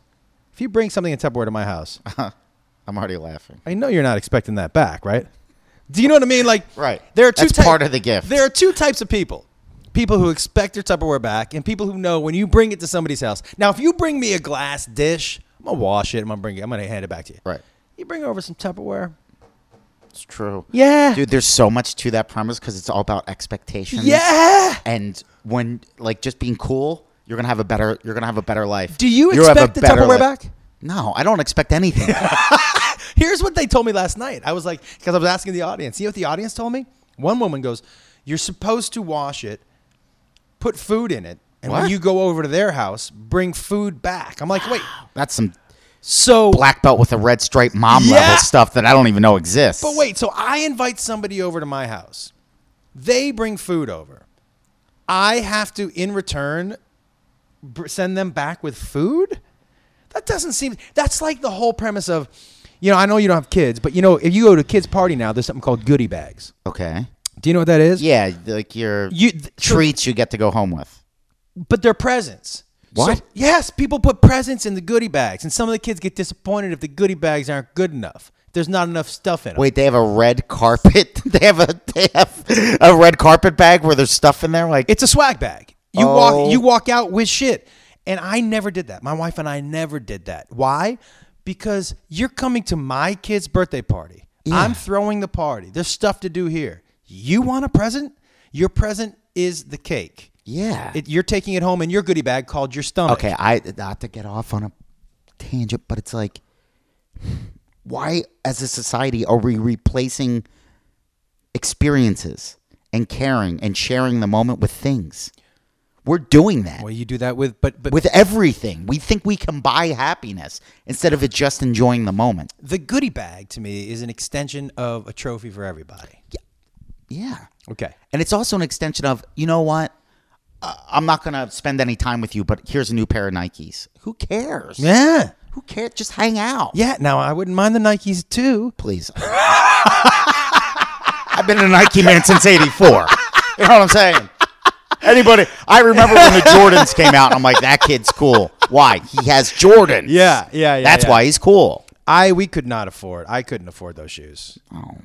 [SPEAKER 1] if you bring something in Tupperware to my house,
[SPEAKER 2] I'm already laughing.
[SPEAKER 1] I know you're not expecting that back, right? Do you know what I mean? Like,
[SPEAKER 2] Right.
[SPEAKER 1] There are two
[SPEAKER 2] That's
[SPEAKER 1] types.
[SPEAKER 2] part of the gift.
[SPEAKER 1] There are two types of people: people who expect their Tupperware back, and people who know when you bring it to somebody's house. Now, if you bring me a glass dish, I'm gonna wash it. I'm gonna bring it. I'm gonna hand it back to you.
[SPEAKER 2] Right.
[SPEAKER 1] You bring over some Tupperware.
[SPEAKER 2] It's true.
[SPEAKER 1] Yeah.
[SPEAKER 2] dude. There's so much to that premise because it's all about expectations.
[SPEAKER 1] Yeah.
[SPEAKER 2] and when like just being cool, you're gonna have a better. You're gonna have a better life.
[SPEAKER 1] Do you
[SPEAKER 2] have a
[SPEAKER 1] expect the
[SPEAKER 2] better
[SPEAKER 1] Tupperware
[SPEAKER 2] life.
[SPEAKER 1] back?
[SPEAKER 2] No, I don't expect anything.
[SPEAKER 1] Here's what they told me last night. I was like, because I was asking the audience. You know what the audience told me? One woman goes, "You're supposed to wash it, put food in it, and
[SPEAKER 2] What?
[SPEAKER 1] when you go over to their house, bring food back." I'm like, wait.
[SPEAKER 2] that's some
[SPEAKER 1] So
[SPEAKER 2] black belt with a red stripe mom
[SPEAKER 1] Yeah.
[SPEAKER 2] level stuff that I don't even know exists.
[SPEAKER 1] But wait, so I invite somebody over to my house. They bring food over. I have to, in return, br- send them back with food? That doesn't seem. That's like the whole premise of, you know, I know you don't have kids, but you know, if you go to a kids' party now, there's something called goodie bags.
[SPEAKER 2] Okay.
[SPEAKER 1] Do you know what that is?
[SPEAKER 2] Yeah, like your
[SPEAKER 1] You, th- so-
[SPEAKER 2] treats you get to go home with.
[SPEAKER 1] but they're presents.
[SPEAKER 2] What?
[SPEAKER 1] So, yes, people put presents in the goodie bags, and some of the kids get disappointed if the goodie bags aren't good enough. There's not enough stuff in them.
[SPEAKER 2] Wait, they have a red carpet. they have a they have a red carpet bag where there's stuff in there. Like
[SPEAKER 1] It's a swag bag. You
[SPEAKER 2] Oh.
[SPEAKER 1] walk you walk out with shit. And I never did that. My wife and I never did that. Why? Because you're coming to my kid's birthday party. I'm throwing the party. There's stuff to do here. You want a present? Your present is the cake.
[SPEAKER 2] yeah.
[SPEAKER 1] It, you're taking it home in your goodie bag called your stomach.
[SPEAKER 2] okay, I not to get off on a tangent, but it's like why, as a society, are we replacing experiences and caring and sharing the moment with things? We're doing that
[SPEAKER 1] Well, you do that with, but but
[SPEAKER 2] with everything. We think we can buy happiness instead of it just enjoying the moment.
[SPEAKER 1] the goodie bag to me is an extension of a trophy for everybody.
[SPEAKER 2] Yeah.
[SPEAKER 1] Okay.
[SPEAKER 2] And it's also an extension of, you know what? Uh, I'm not going to spend any time with you, but here's a new pair of Nikes. Who cares?
[SPEAKER 1] Yeah.
[SPEAKER 2] Who cares? Just hang out.
[SPEAKER 1] Yeah. Now I wouldn't mind the Nikes too.
[SPEAKER 2] Please. I've been a Nike man since 84. You know what I'm saying? Anybody, I remember when the Jordans came out, and I'm like, that kid's cool. Why? He has Jordans.
[SPEAKER 1] Yeah, yeah, yeah,
[SPEAKER 2] That's
[SPEAKER 1] yeah.
[SPEAKER 2] why he's cool.
[SPEAKER 1] I we could not afford. I couldn't afford those shoes.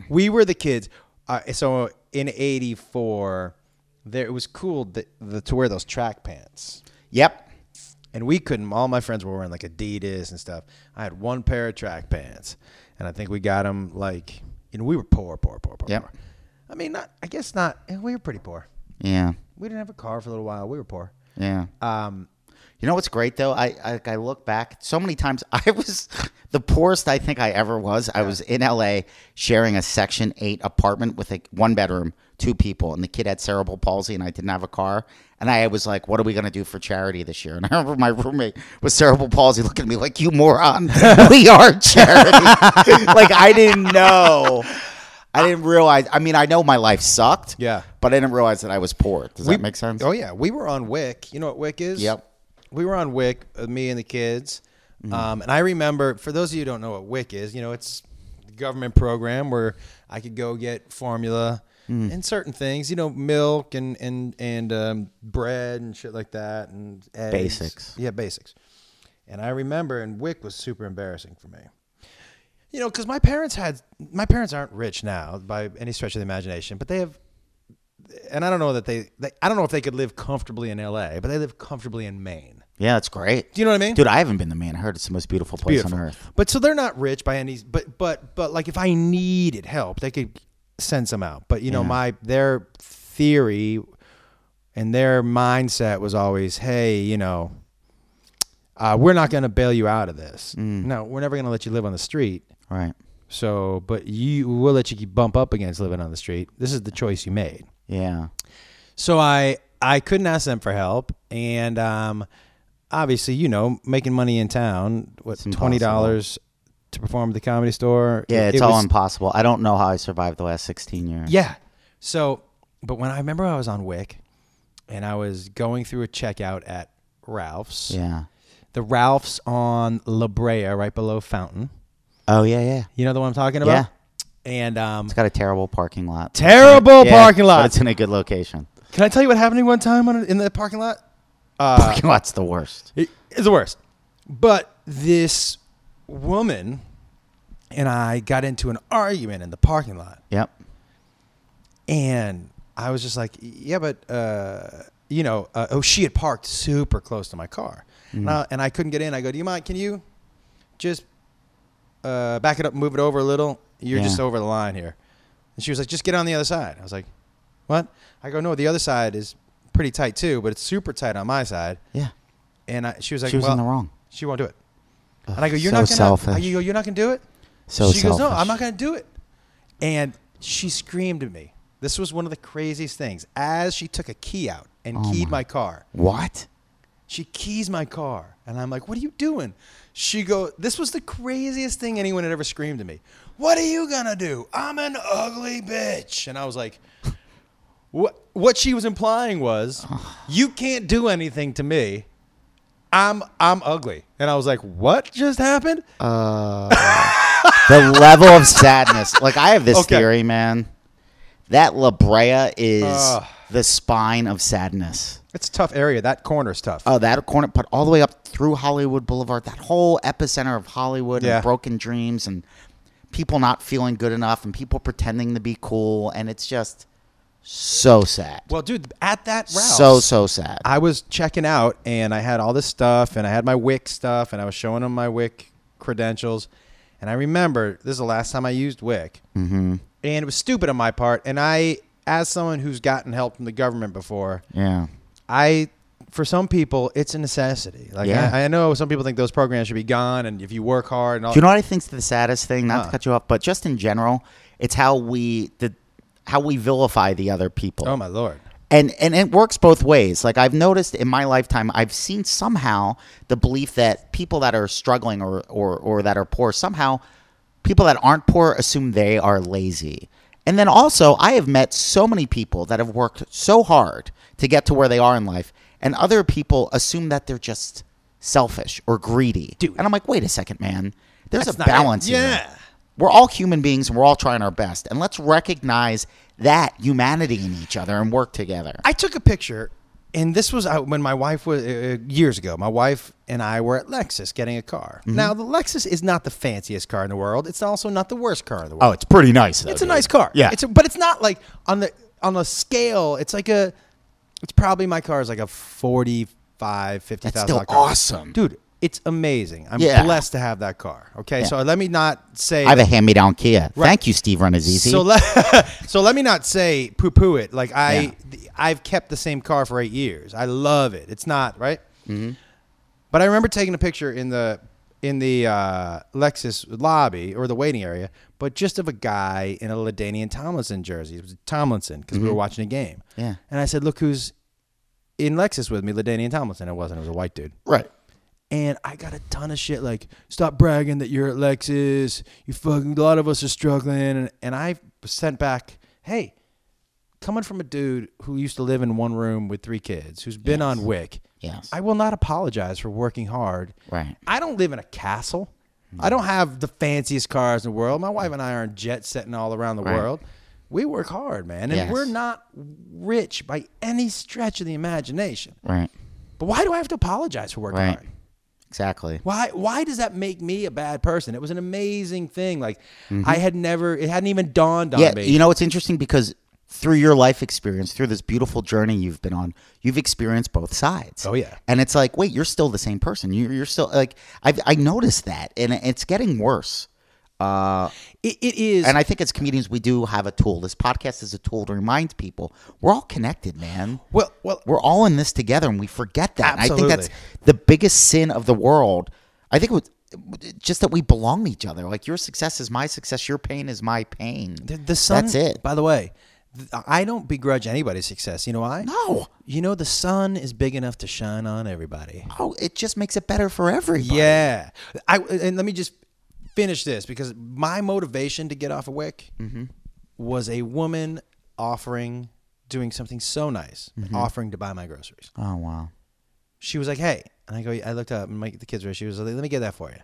[SPEAKER 1] We were the kids. Uh, so in '84, there it was cool that, the, to wear those track pants,
[SPEAKER 2] Yep.
[SPEAKER 1] and we couldn't. All my friends were wearing like Adidas and stuff. I had one pair of track pants, and I think we got them like, and we were poor, poor, poor, poor.
[SPEAKER 2] Yep.
[SPEAKER 1] poor. I mean, not. I guess not. eh, We were pretty poor.
[SPEAKER 2] Yeah.
[SPEAKER 1] We didn't have a car for a little while. We were poor.
[SPEAKER 2] Yeah.
[SPEAKER 1] Um,
[SPEAKER 2] You know what's great though? I, I I look back so many times. I was the poorest I think I ever was. I was in L.A. sharing a Section Eight apartment with a one bedroom, two people, and the kid had cerebral palsy, and I didn't have a car. And I was like, "What are we gonna do for charity this year?" And I remember my roommate with cerebral palsy looking at me like, "You moron, we are charity." like I didn't know. I didn't realize. I mean, I know my life sucked.
[SPEAKER 1] Yeah.
[SPEAKER 2] but I didn't realize that I was poor. Does
[SPEAKER 1] We-
[SPEAKER 2] that make sense?
[SPEAKER 1] Oh yeah, we were on Wick. You know what Wick is?
[SPEAKER 2] Yep. Mm-hmm.
[SPEAKER 1] We were on Wick, uh, me and the kids. Um, and I remember, for those of you who don't know what Wick is, you know it's the government program where I could go get formula
[SPEAKER 2] Mm.
[SPEAKER 1] and certain things, you know, milk and and and um, bread and shit like that, and eggs.
[SPEAKER 2] Basics.
[SPEAKER 1] Yeah, basics. And I remember, and Wick was super embarrassing for me. You know, because my parents had my parents aren't rich now by any stretch of the imagination, but they have and I don't know that they, they I don't know if they could live comfortably in LA, but they live comfortably in Maine.
[SPEAKER 2] Yeah, that's great.
[SPEAKER 1] Do you know what I mean?
[SPEAKER 2] Dude, I haven't been to Maine. I heard it's the most beautiful place on earth.
[SPEAKER 1] But so they're not rich by any but but but like if I needed help, they could send some out. But you know, my their theory and their mindset was always, hey, you know, uh, we're not going to bail you out of this.
[SPEAKER 2] Mm.
[SPEAKER 1] No, we're never going to let you live on the street.
[SPEAKER 2] Right.
[SPEAKER 1] So, but you we'll let you keep bump up against living on the street. This is the choice you made.
[SPEAKER 2] Yeah.
[SPEAKER 1] So I I couldn't ask them for help, and um, obviously, you know, making money in town, what twenty dollars to perform at the comedy store.
[SPEAKER 2] Yeah,
[SPEAKER 1] it-
[SPEAKER 2] it's
[SPEAKER 1] it
[SPEAKER 2] all
[SPEAKER 1] was-
[SPEAKER 2] impossible. I don't know how I survived the last 16 years.
[SPEAKER 1] Yeah. So, but when I remember I was on Wick, and I was going through a checkout at Ralph's.
[SPEAKER 2] Yeah.
[SPEAKER 1] The Ralph's on La Brea, right below Fountain.
[SPEAKER 2] Oh, yeah, yeah.
[SPEAKER 1] You know the one I'm talking
[SPEAKER 2] Yeah.
[SPEAKER 1] about. And um,
[SPEAKER 2] It's got a terrible parking lot.
[SPEAKER 1] terrible
[SPEAKER 2] Yeah,
[SPEAKER 1] parking lot.
[SPEAKER 2] But it's in a good location.
[SPEAKER 1] Can I tell you what happened to me one time on, in the parking lot? Uh,
[SPEAKER 2] parking lot's the worst.
[SPEAKER 1] It- It's the worst. But this woman and I got into an argument in the parking lot,
[SPEAKER 2] Yep.
[SPEAKER 1] and I was just like, "Yeah, but uh, you know, uh, oh, she had parked super close to my car,
[SPEAKER 2] Mm-hmm.
[SPEAKER 1] and, I, and I couldn't get in." I go, "Do you mind? Can you just uh, back it up, move it over a little? You're
[SPEAKER 2] Yeah.
[SPEAKER 1] just over the line here." And she was like, "Just get on the other side." I was like, "What?" I go, "No, the other side is pretty tight too, but it's super tight on my side."
[SPEAKER 2] Yeah.
[SPEAKER 1] And I, she was like,
[SPEAKER 2] She was
[SPEAKER 1] well,
[SPEAKER 2] in the wrong.
[SPEAKER 1] She won't do it. And I go, you're
[SPEAKER 2] so
[SPEAKER 1] not gonna,
[SPEAKER 2] selfish.
[SPEAKER 1] I go, you're not gonna do it.
[SPEAKER 2] So
[SPEAKER 1] she goes, no,
[SPEAKER 2] selfish.
[SPEAKER 1] I'm not gonna do it. And she screamed at me. This was one of the craziest things. As she took a key out and
[SPEAKER 2] Oh
[SPEAKER 1] keyed my. car,
[SPEAKER 2] What?
[SPEAKER 1] she keys my car, and I'm like, what are you doing? She go, this was the craziest thing anyone had ever screamed at me. What are you gonna do? I'm an ugly bitch. And I was like, what? What she was implying was, you can't do anything to me. I'm I'm ugly. And I was like, what just happened?
[SPEAKER 2] the level of sadness. Like, I have this
[SPEAKER 1] Okay.
[SPEAKER 2] theory, man. That La Brea is
[SPEAKER 1] Ugh.
[SPEAKER 2] the spine of sadness.
[SPEAKER 1] It's a tough area. That corner's tough.
[SPEAKER 2] Oh, that corner, but all the way up through Hollywood Boulevard, that whole epicenter of Hollywood
[SPEAKER 1] Yeah.
[SPEAKER 2] and broken dreams and people not feeling good enough and people pretending to be cool. And it's just so sad.
[SPEAKER 1] well, dude, at that route,
[SPEAKER 2] so, so sad.
[SPEAKER 1] I was checking out, and I had all this stuff, and I had my Wick stuff, and I was showing them my Wick credentials, and I remember this is the last time I used Wick, mm-hmm. and it was stupid on my part, and I, as someone who's gotten help from the government before,
[SPEAKER 2] yeah.
[SPEAKER 1] I for some people, it's a necessity. Like
[SPEAKER 2] Yeah.
[SPEAKER 1] I, I know some people think those programs should be gone, and if you work hard and all,
[SPEAKER 2] Do you know what I think's the saddest thing? Not
[SPEAKER 1] Huh.
[SPEAKER 2] to cut you off, but just in general, it's how we the how we vilify the other people.
[SPEAKER 1] oh my lord,
[SPEAKER 2] and and it works both ways like i've noticed in my lifetime i've seen somehow the belief that people that are struggling or or, or that are poor somehow people that aren't poor assume they are lazy and then also i have met so many people that have worked so hard to get to where they are in life and other people assume that they're just selfish or greedy
[SPEAKER 1] Dude.
[SPEAKER 2] and i'm like wait a second man there's
[SPEAKER 1] That's
[SPEAKER 2] a
[SPEAKER 1] not it.
[SPEAKER 2] balance here.
[SPEAKER 1] Yeah.
[SPEAKER 2] we're all human beings and we're all trying our best and let's recognize that humanity in each other and work together
[SPEAKER 1] I took a picture, and this was uh, when my wife was uh, years ago. My wife and I were at Lexus getting a car.
[SPEAKER 2] Mm-hmm.
[SPEAKER 1] Now the Lexus is not the fanciest car in the world. It's also not the worst car in the world.
[SPEAKER 2] Oh, it's pretty nice. Though,
[SPEAKER 1] it's a
[SPEAKER 2] dude.
[SPEAKER 1] nice car.
[SPEAKER 2] Yeah,
[SPEAKER 1] It's a, but it's not like on the on a scale. It's like a. It's probably my car is like a forty five fifty
[SPEAKER 2] That's
[SPEAKER 1] thousand.
[SPEAKER 2] still
[SPEAKER 1] car.
[SPEAKER 2] awesome.
[SPEAKER 1] dude. It's amazing. I'm
[SPEAKER 2] Yeah.
[SPEAKER 1] blessed to have that car. Okay,
[SPEAKER 2] Yeah.
[SPEAKER 1] so let me not say.
[SPEAKER 2] I have a hand-me-down Kia.
[SPEAKER 1] Right.
[SPEAKER 2] Thank you, Steve Renazizi.
[SPEAKER 1] so let so let me not say poo poo it. Like I
[SPEAKER 2] Yeah.
[SPEAKER 1] th- I've kept the same car for eight years. I love it. It's not right.
[SPEAKER 2] Mm-hmm.
[SPEAKER 1] But I remember taking a picture in the in the uh, Lexus lobby or the waiting area, but just of a guy in a Ladanian Tomlinson jersey. It was Tomlinson because we were watching a game.
[SPEAKER 2] Mm-hmm. Yeah.
[SPEAKER 1] And I said, "Look who's in Lexus with me, Ladanian Tomlinson." It wasn't. It was a white dude.
[SPEAKER 2] right.
[SPEAKER 1] And I got a ton of shit like, stop bragging that you're at Lexus. You fucking, a lot of us are struggling. And, and I was sent back, hey, coming from a dude who used to live in one room with three kids, who's been on WIC,
[SPEAKER 2] Yes.
[SPEAKER 1] I will not apologize for working hard.
[SPEAKER 2] Right.
[SPEAKER 1] I don't live in a castle. I don't have the fanciest cars in the world. My wife and I aren't jet setting all around the
[SPEAKER 2] Right.
[SPEAKER 1] world. We work hard, man. And
[SPEAKER 2] Yes.
[SPEAKER 1] we're not rich by any stretch of the imagination.
[SPEAKER 2] Right.
[SPEAKER 1] But why do I have to apologize for working
[SPEAKER 2] Right.
[SPEAKER 1] hard?
[SPEAKER 2] Exactly.
[SPEAKER 1] Why why does that make me a bad person? It was an amazing thing. Like I had never it hadn't even dawned on
[SPEAKER 2] Mm-hmm. Yeah.
[SPEAKER 1] me.
[SPEAKER 2] You know, it's interesting because through your life experience, through this beautiful journey you've been on, you've experienced both sides.
[SPEAKER 1] Oh, yeah.
[SPEAKER 2] And it's like, wait, you're still the same person. You're, you're still like, I've, I noticed that, and it's getting worse. Uh,
[SPEAKER 1] it, it is
[SPEAKER 2] and I think as comedians, we do have a tool. This podcast is a tool to remind people we're all connected, man.
[SPEAKER 1] well well
[SPEAKER 2] we're all in this together and we forget that. And I think
[SPEAKER 1] Absolutely.
[SPEAKER 2] that's the biggest sin of the world. I think it was just that we belong to each other. Like your success is my success, your pain is my pain.
[SPEAKER 1] the, the sun
[SPEAKER 2] That's it.
[SPEAKER 1] By the way, th- I don't begrudge anybody's success. You know why?
[SPEAKER 2] No.
[SPEAKER 1] You know the sun is big enough to shine on everybody.
[SPEAKER 2] Oh, it just makes it better for everybody.
[SPEAKER 1] Yeah. I and let me just finish this because my motivation to get off of Wick
[SPEAKER 2] Mm-hmm.
[SPEAKER 1] was a woman offering doing something so nice,
[SPEAKER 2] Mm-hmm.
[SPEAKER 1] offering to buy my groceries.
[SPEAKER 2] Oh wow.
[SPEAKER 1] she was like, "Hey," and I go, "I looked up, and my, the kids were." She was like, "Let me get that for you,"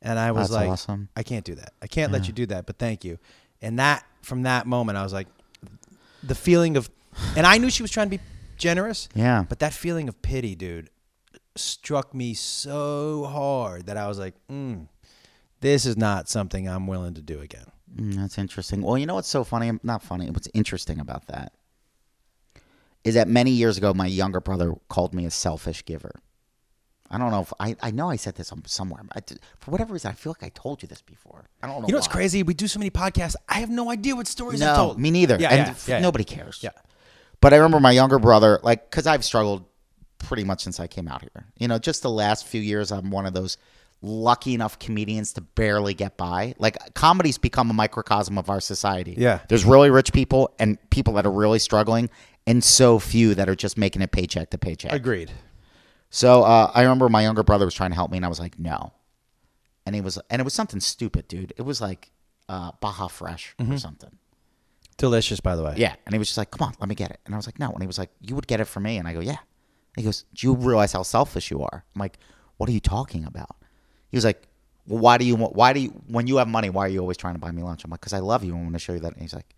[SPEAKER 1] and I was
[SPEAKER 2] That's
[SPEAKER 1] like,
[SPEAKER 2] awesome.
[SPEAKER 1] "I can't do that. I can't let you do that." But thank you. And that from that moment, I was like, the feeling of, and I knew she was trying to be generous.
[SPEAKER 2] Yeah.
[SPEAKER 1] But that feeling of pity, dude, struck me so hard that I was like, mm, "This is not something I'm willing to do again."
[SPEAKER 2] Mm, that's interesting. Well, you know what's so funny? Not funny. What's interesting about that is that many years ago, my younger brother called me a selfish giver. I don't know if I, I know I said this on- somewhere. I d for whatever reason, I feel like I told you this before. I don't know.
[SPEAKER 1] You know what's
[SPEAKER 2] why.
[SPEAKER 1] crazy? We do so many podcasts. I have no idea what stories
[SPEAKER 2] no,
[SPEAKER 1] I told.
[SPEAKER 2] me neither.
[SPEAKER 1] Yeah,
[SPEAKER 2] and
[SPEAKER 1] yeah,
[SPEAKER 2] f-
[SPEAKER 1] yeah, yeah.
[SPEAKER 2] nobody cares.
[SPEAKER 1] Yeah.
[SPEAKER 2] But I remember my younger brother, like, because I've struggled pretty much since I came out here. You know, just the last few years, I'm one of those lucky enough comedians to barely get by. Like, comedy's become a microcosm of our society.
[SPEAKER 1] Yeah.
[SPEAKER 2] There's really rich people and people that are really struggling, and so few that are just making it paycheck to paycheck.
[SPEAKER 1] Agreed.
[SPEAKER 2] So uh, I remember my younger brother was trying to help me, and I was like, no. And he was, and it was something stupid, dude. It was like uh, Baja Fresh
[SPEAKER 1] Mm-hmm.
[SPEAKER 2] or something.
[SPEAKER 1] Delicious, by the way.
[SPEAKER 2] Yeah. And he was just like, come on, let me get it. And I was like, no. And he was like, you would get it for me. And I go, yeah. And he goes, do you realize how selfish you are? I'm like, what are you talking about? He was like, well, why do you want, why do you, when you have money, why are you always trying to buy me lunch? I'm like, because I love you. and I want to show you that. And he's like,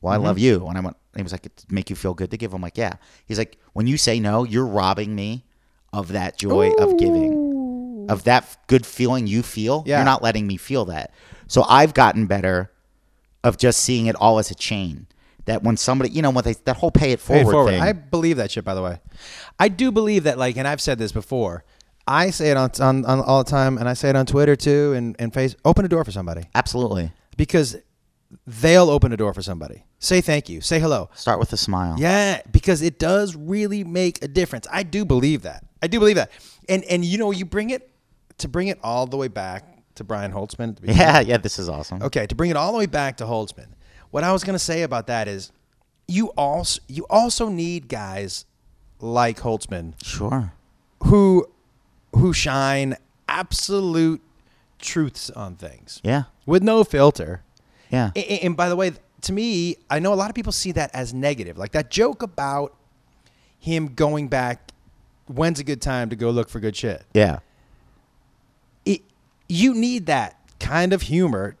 [SPEAKER 2] well, I
[SPEAKER 1] Mm-hmm.
[SPEAKER 2] love you. And I went, and he was like, it make you feel good to give. I'm like, yeah. He's like, when you say no, you're robbing me of that joy of giving, of that f- good feeling you feel.
[SPEAKER 1] Yeah.
[SPEAKER 2] You're not letting me feel that. So I've gotten better of just seeing it all as a chain. That when somebody, you know, when they, that whole pay it forward,
[SPEAKER 1] Pay it forward.
[SPEAKER 2] thing.
[SPEAKER 1] I believe that shit. By the way, I do believe that. Like, and I've said this before. I say it on, on, on all the time, and I say it on Twitter too, and and face. Open a door for somebody
[SPEAKER 2] absolutely.
[SPEAKER 1] because they'll open a door for somebody. Say thank you. Say hello.
[SPEAKER 2] Start with a smile.
[SPEAKER 1] Yeah, because it does really make a difference. I do believe that. I do believe that. And and you know, you bring it to bring it all the way back to Brian Holtzman at the beginning.
[SPEAKER 2] Yeah, yeah, this is awesome.
[SPEAKER 1] Okay, to bring it all the way back to Holtzman. What I was going to say about that is you also you also need guys like Holtzman
[SPEAKER 2] Sure.
[SPEAKER 1] who who shine absolute truths on things.
[SPEAKER 2] Yeah.
[SPEAKER 1] With no filter.
[SPEAKER 2] Yeah.
[SPEAKER 1] A- a- And, by the way, to me, I know a lot of people see that as negative. Like that joke about him going back, when's a good time to go look for good shit?
[SPEAKER 2] yeah.
[SPEAKER 1] It, you need that kind of humor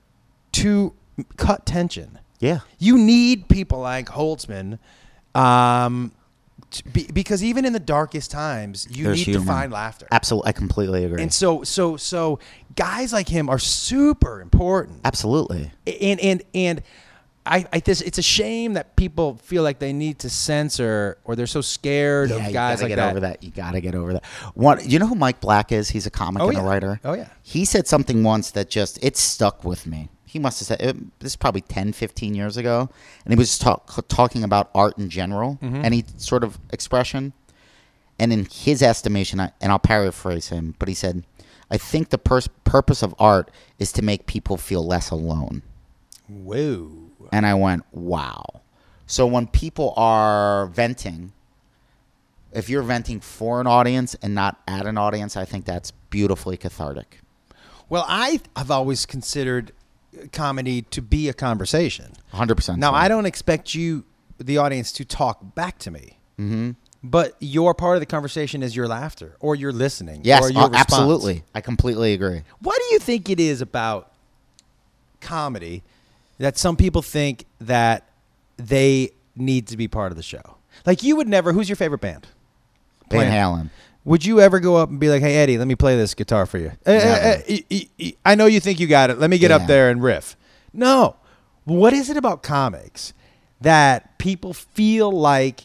[SPEAKER 1] to m- cut tension.
[SPEAKER 2] Yeah.
[SPEAKER 1] You need people like Holtzman um, to be, because even in the darkest times, you
[SPEAKER 2] There's
[SPEAKER 1] need
[SPEAKER 2] humor.
[SPEAKER 1] to find laughter.
[SPEAKER 2] Absolutely. I completely agree.
[SPEAKER 1] And so, so, so guys like him are super important.
[SPEAKER 2] Absolutely.
[SPEAKER 1] and and and I, I this it's a shame that people feel like they need to censor or they're so scared
[SPEAKER 2] Yeah,
[SPEAKER 1] of
[SPEAKER 2] you
[SPEAKER 1] guys
[SPEAKER 2] gotta
[SPEAKER 1] like
[SPEAKER 2] get
[SPEAKER 1] that.
[SPEAKER 2] over that. You gotta get over that. One, you know who Mike Black is? He's a comic
[SPEAKER 1] Oh,
[SPEAKER 2] and a
[SPEAKER 1] yeah.
[SPEAKER 2] writer.
[SPEAKER 1] Oh, yeah.
[SPEAKER 2] He said something once that just it stuck with me. He must have said it, this is probably 10, 15 years ago, and he was talk, talking about art in general,
[SPEAKER 1] Mm-hmm.
[SPEAKER 2] any sort of expression. And in his estimation, I, and I'll paraphrase him, but he said, "I think the pers- purpose of art is to make people feel less alone."
[SPEAKER 1] Whoa.
[SPEAKER 2] And I went, wow. So when people are venting, if you're venting for an audience and not at an audience, I think that's beautifully cathartic.
[SPEAKER 1] Well, I have always considered comedy to be a conversation.
[SPEAKER 2] 100%.
[SPEAKER 1] Now,
[SPEAKER 2] so.
[SPEAKER 1] I don't expect you, the audience, to talk back to me. Mm-hmm. But your part of the conversation is your laughter or your listening.
[SPEAKER 2] Yes,
[SPEAKER 1] or your
[SPEAKER 2] uh,
[SPEAKER 1] response.
[SPEAKER 2] absolutely. I completely agree.
[SPEAKER 1] What do you think it is about comedy that some people think that they need to be part of the show? Like you would never. Who's your favorite band?
[SPEAKER 2] Van
[SPEAKER 1] Plan.
[SPEAKER 2] Halen.
[SPEAKER 1] Would you ever go up and be like, "Hey Eddie, let me play this guitar for you"? Eh, eh,
[SPEAKER 2] Never.
[SPEAKER 1] eh, eh, eh, eh, I know you think you got it. Let me get
[SPEAKER 2] Yeah.
[SPEAKER 1] up there and riff. No. What is it about comics that people feel like?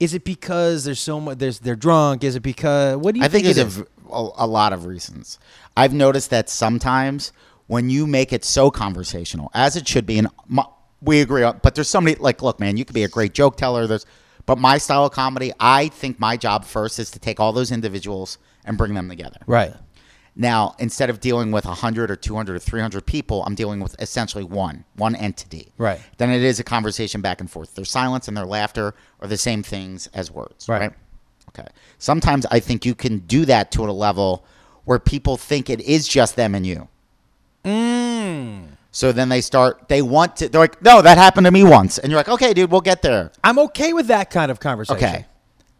[SPEAKER 1] Is it because there's so much? There's they're drunk. Is it because? What do you
[SPEAKER 2] I think
[SPEAKER 1] it
[SPEAKER 2] there's a,
[SPEAKER 1] is?
[SPEAKER 2] v- a, a lot of reasons. I've noticed that sometimes when you make it so conversational, as it should be, and my, we agree on, but there's somebody like, look, man, you could be a great joke teller. There's, but my style of comedy, I think my job first is to take all those individuals and bring them together.
[SPEAKER 1] right.
[SPEAKER 2] Now, instead of dealing with 100 or 200 or 300 people, I'm dealing with essentially one, one entity.
[SPEAKER 1] Right.
[SPEAKER 2] Then it is a conversation back and forth. Their silence and their laughter are the same things as words.
[SPEAKER 1] Right.
[SPEAKER 2] Right. Okay. Sometimes I think you can do that to a level where people think it is just them and you.
[SPEAKER 1] Mm.
[SPEAKER 2] So then they start, they want to, they're like, no, that happened to me once. And you're like, okay, dude, we'll get there.
[SPEAKER 1] I'm okay with that kind of conversation.
[SPEAKER 2] Okay.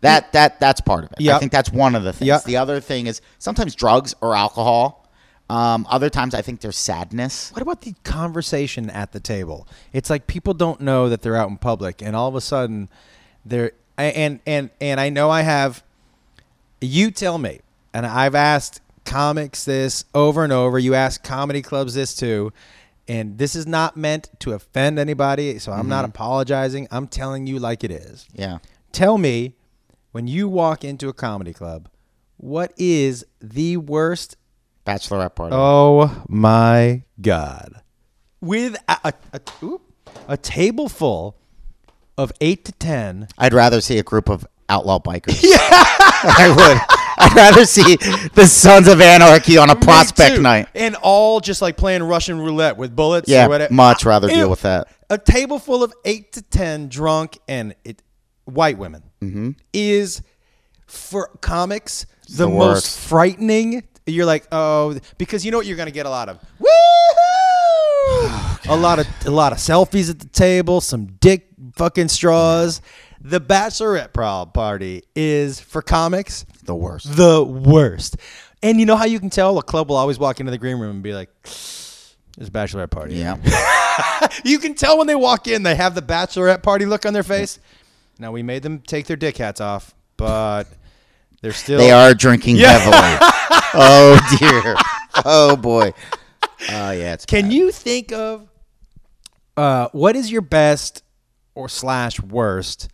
[SPEAKER 2] That that that's part of it. I
[SPEAKER 1] Yep.
[SPEAKER 2] think that's one of the things.
[SPEAKER 1] Yep.
[SPEAKER 2] The other thing is sometimes drugs or alcohol. Um, other times I think there's sadness.
[SPEAKER 1] What about the conversation at the table? It's like people don't know that they're out in public, and all of a sudden, they're a- and and and I know I have. You tell me, and I've asked comics this over and over. You ask comedy clubs this too, and this is not meant to offend anybody. So I'm not apologizing. I'm telling you like it is.
[SPEAKER 2] Yeah.
[SPEAKER 1] Tell me, when you walk into a comedy club, what is the worst
[SPEAKER 2] Bachelorette party.
[SPEAKER 1] Oh my God. With a, a, a, oop, a table full of eight to 10.
[SPEAKER 2] I'd rather see a group of outlaw bikers. Yeah. I would. I'd rather see the Sons of Anarchy on a prospect night.
[SPEAKER 1] And all just like playing Russian roulette with bullets.
[SPEAKER 2] Yeah,
[SPEAKER 1] or whatever.
[SPEAKER 2] much rather deal
[SPEAKER 1] Ew.
[SPEAKER 2] with that.
[SPEAKER 1] A table full of eight to 10 drunk and it, white women is for comics the,
[SPEAKER 2] Mm-hmm. the worst.
[SPEAKER 1] most frightening. You're like, oh, because you know what you're going to get a lot of. Woo! a lot of a lot of selfies at the table, some dick fucking straws. The bachelorette prom party is for comics
[SPEAKER 2] The worst.
[SPEAKER 1] the worst. And you know how you can tell a club will always walk into the green room and be like, "There's a bachelorette party."
[SPEAKER 2] Yeah.
[SPEAKER 1] you can tell when they walk in, they have the bachelorette party look on their face. Now we made them take their dick hats off, but they're still
[SPEAKER 2] They are drinking heavily. oh dear. Oh boy. Oh yeah. It's
[SPEAKER 1] Can you think of uh, what is your best or slash worst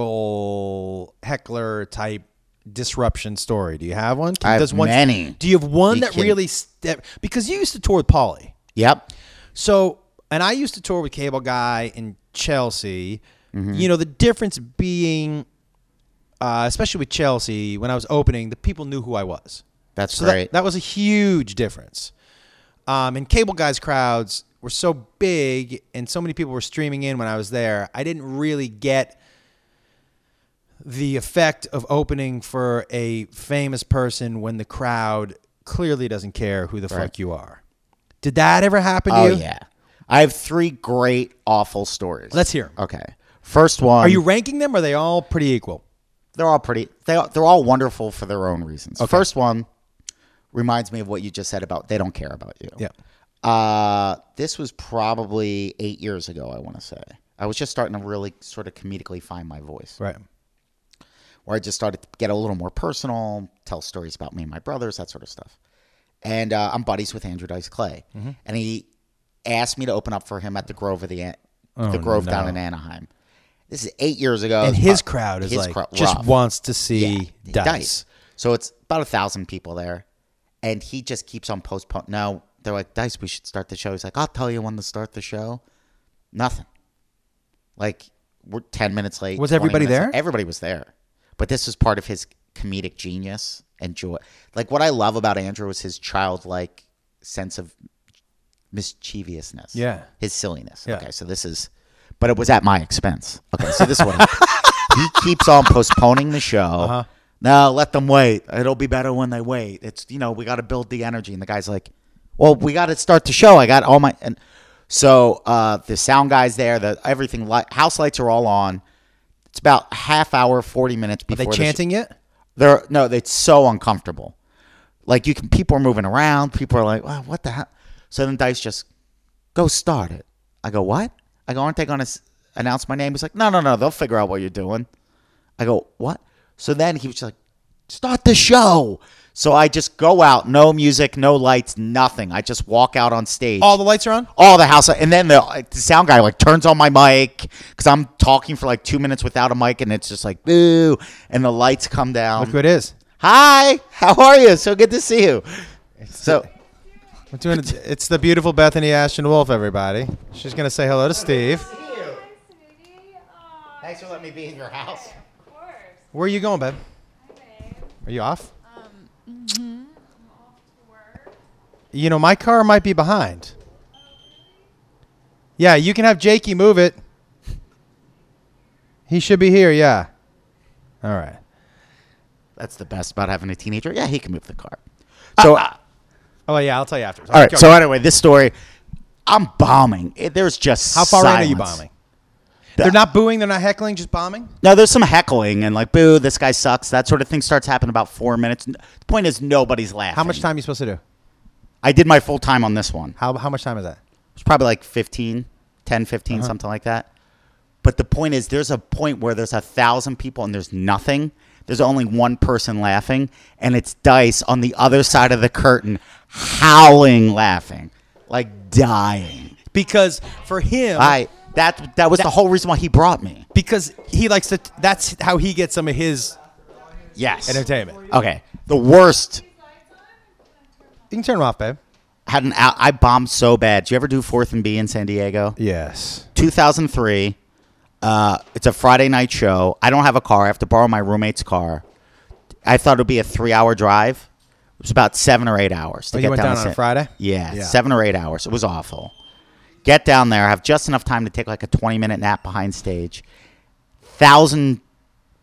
[SPEAKER 1] heckle heckler type disruption story? Do you have one? Can,
[SPEAKER 2] I have
[SPEAKER 1] does one,
[SPEAKER 2] many.
[SPEAKER 1] Do you have one
[SPEAKER 2] You
[SPEAKER 1] that
[SPEAKER 2] kidding?
[SPEAKER 1] really step because you used to tour with Polly?
[SPEAKER 2] Yep.
[SPEAKER 1] So and I used to tour with Cable Guy in Chelsea.
[SPEAKER 2] Mm-hmm.
[SPEAKER 1] You know, the difference being, uh, especially with Chelsea, when I was opening, the people knew who I was.
[SPEAKER 2] That's
[SPEAKER 1] So
[SPEAKER 2] great.
[SPEAKER 1] that, that was a huge difference. Um, and Cable Guy's crowds were so big, and so many people were streaming in when I was there. I didn't really get the effect of opening for a famous person when the crowd clearly doesn't care who the fuck you are. Did that ever happen to
[SPEAKER 2] oh
[SPEAKER 1] you?
[SPEAKER 2] yeah. I have three great awful stories.
[SPEAKER 1] Let's hear 'em.
[SPEAKER 2] Okay. First one.
[SPEAKER 1] Are you ranking them? Or are they all pretty equal?
[SPEAKER 2] they're all pretty they are, they're all wonderful for their own reasons. First one reminds me of what you just said about they don't care about you.
[SPEAKER 1] Yeah.
[SPEAKER 2] Uh this was probably 8 years ago, I want to say. I was just starting to really sort of comedically find my voice.
[SPEAKER 1] Right.
[SPEAKER 2] Where I just started to get a little more personal, tell stories about me and my brothers, that sort of stuff. And uh, I'm buddies with Andrew Dice Clay.
[SPEAKER 1] Mm-hmm.
[SPEAKER 2] And he asked me to open up for him at the Grove of the An- the Grove down in Anaheim. This is 8 years ago.
[SPEAKER 1] Oh, And
[SPEAKER 2] It's
[SPEAKER 1] his
[SPEAKER 2] about-
[SPEAKER 1] crowd is
[SPEAKER 2] his
[SPEAKER 1] like
[SPEAKER 2] crowd-
[SPEAKER 1] just
[SPEAKER 2] rough.
[SPEAKER 1] wants to see
[SPEAKER 2] Yeah,
[SPEAKER 1] dice.
[SPEAKER 2] So it's about a thousand people there, and he just keeps on postponing. Now they're like, Dice, we should start the show. He's like, I'll tell you when to start the show. Nothing. Like we're ten minutes late.
[SPEAKER 1] Was
[SPEAKER 2] 20
[SPEAKER 1] everybody
[SPEAKER 2] minutes late.
[SPEAKER 1] there?
[SPEAKER 2] Everybody was there, but this was part of his comedic genius and joy. Like what I love about Andrew is his childlike sense of mischievousness.
[SPEAKER 1] Yeah.
[SPEAKER 2] His silliness.
[SPEAKER 1] Yeah.
[SPEAKER 2] Okay, so this is, but it was at my expense. Okay, so this is what happened. he keeps on postponing the show. No, let them wait. It'll be better when they wait. It's you know we got to build the energy, and the guy's like, "Well, we got to start the show. I got all my and so uh, the sound guys there, the everything li- house lights are all on. It's about a half hour, forty minutes
[SPEAKER 1] Are they
[SPEAKER 2] before the show-
[SPEAKER 1] chanting yet?
[SPEAKER 2] they're no, it's so uncomfortable. Like you can, people are moving around. People are like, wow, what the hell? So then Dice just go start it. I go, what? I go, aren't they going to announce my name? He's like, no, no, no, they'll figure out what you're doing. I go, what? So then he was just like, start the show. So I just go out, no music, no lights, nothing. I just walk out on stage
[SPEAKER 1] All the lights are on?
[SPEAKER 2] all the house and then the, like, the sound guy like turns on my mic because i'm talking for like two minutes without a mic and it's just like boo and the lights come
[SPEAKER 1] Look
[SPEAKER 2] down
[SPEAKER 1] who it is.
[SPEAKER 2] hi how are you so good to see you so
[SPEAKER 1] We're doing it. It's the beautiful Bethany Ashton Wolf, everybody. She's going to say hello to Steve.
[SPEAKER 3] Sweetie, aw,
[SPEAKER 2] thanks for letting me be in your house
[SPEAKER 3] of course.
[SPEAKER 1] Where are you going, babe?
[SPEAKER 3] Babe,
[SPEAKER 1] Are you off?
[SPEAKER 3] off to work.
[SPEAKER 1] You know, my car might be behind. Yeah, you can have Jakey move it. He should be here, yeah. All right.
[SPEAKER 2] that's the best about having a teenager yeah he can move the car Uh, so
[SPEAKER 1] Oh, yeah, I'll tell you after.
[SPEAKER 2] all right so anyway this story i'm bombing It- there's just
[SPEAKER 1] how far in are you
[SPEAKER 2] silence.
[SPEAKER 1] bombing? They're not booing, they're not heckling, just bombing?
[SPEAKER 2] Now there's some heckling and like boo this guy sucks that sort of thing starts happening about four minutes the point is nobody's laughing
[SPEAKER 1] How much time are you supposed to do?
[SPEAKER 2] i did my full time on this one
[SPEAKER 1] How, how much time is that?
[SPEAKER 2] It's probably like 15, 10, 15, something like that. But the point is, there's a point where there's a thousand people and there's nothing. There's only one person laughing, and it's Dice on the other side of the curtain, howling, laughing, like dying.
[SPEAKER 1] Because for him,
[SPEAKER 2] I that that was the whole reason why he brought me.
[SPEAKER 1] because he likes to, that's how he gets some of his
[SPEAKER 2] Yes.
[SPEAKER 1] entertainment. You
[SPEAKER 2] Okay. The worst
[SPEAKER 1] can turn them off, babe.
[SPEAKER 2] had an out. I bombed so bad. Did you ever do Fourth and B in San Diego?
[SPEAKER 1] Yes.
[SPEAKER 2] 2003. Uh, it's a Friday night show. I don't have a car. I have to borrow my roommate's car. I thought it would be a three hour drive. It was about seven or eight hours. To
[SPEAKER 1] Oh, you
[SPEAKER 2] get
[SPEAKER 1] went
[SPEAKER 2] down,
[SPEAKER 1] down
[SPEAKER 2] to
[SPEAKER 1] on a
[SPEAKER 2] San-
[SPEAKER 1] Friday?
[SPEAKER 2] Yeah,
[SPEAKER 1] Yeah.
[SPEAKER 2] seven or eight hours. It was awful. Get down there. Have just enough time to take like a 20 minute nap behind stage. Thousand,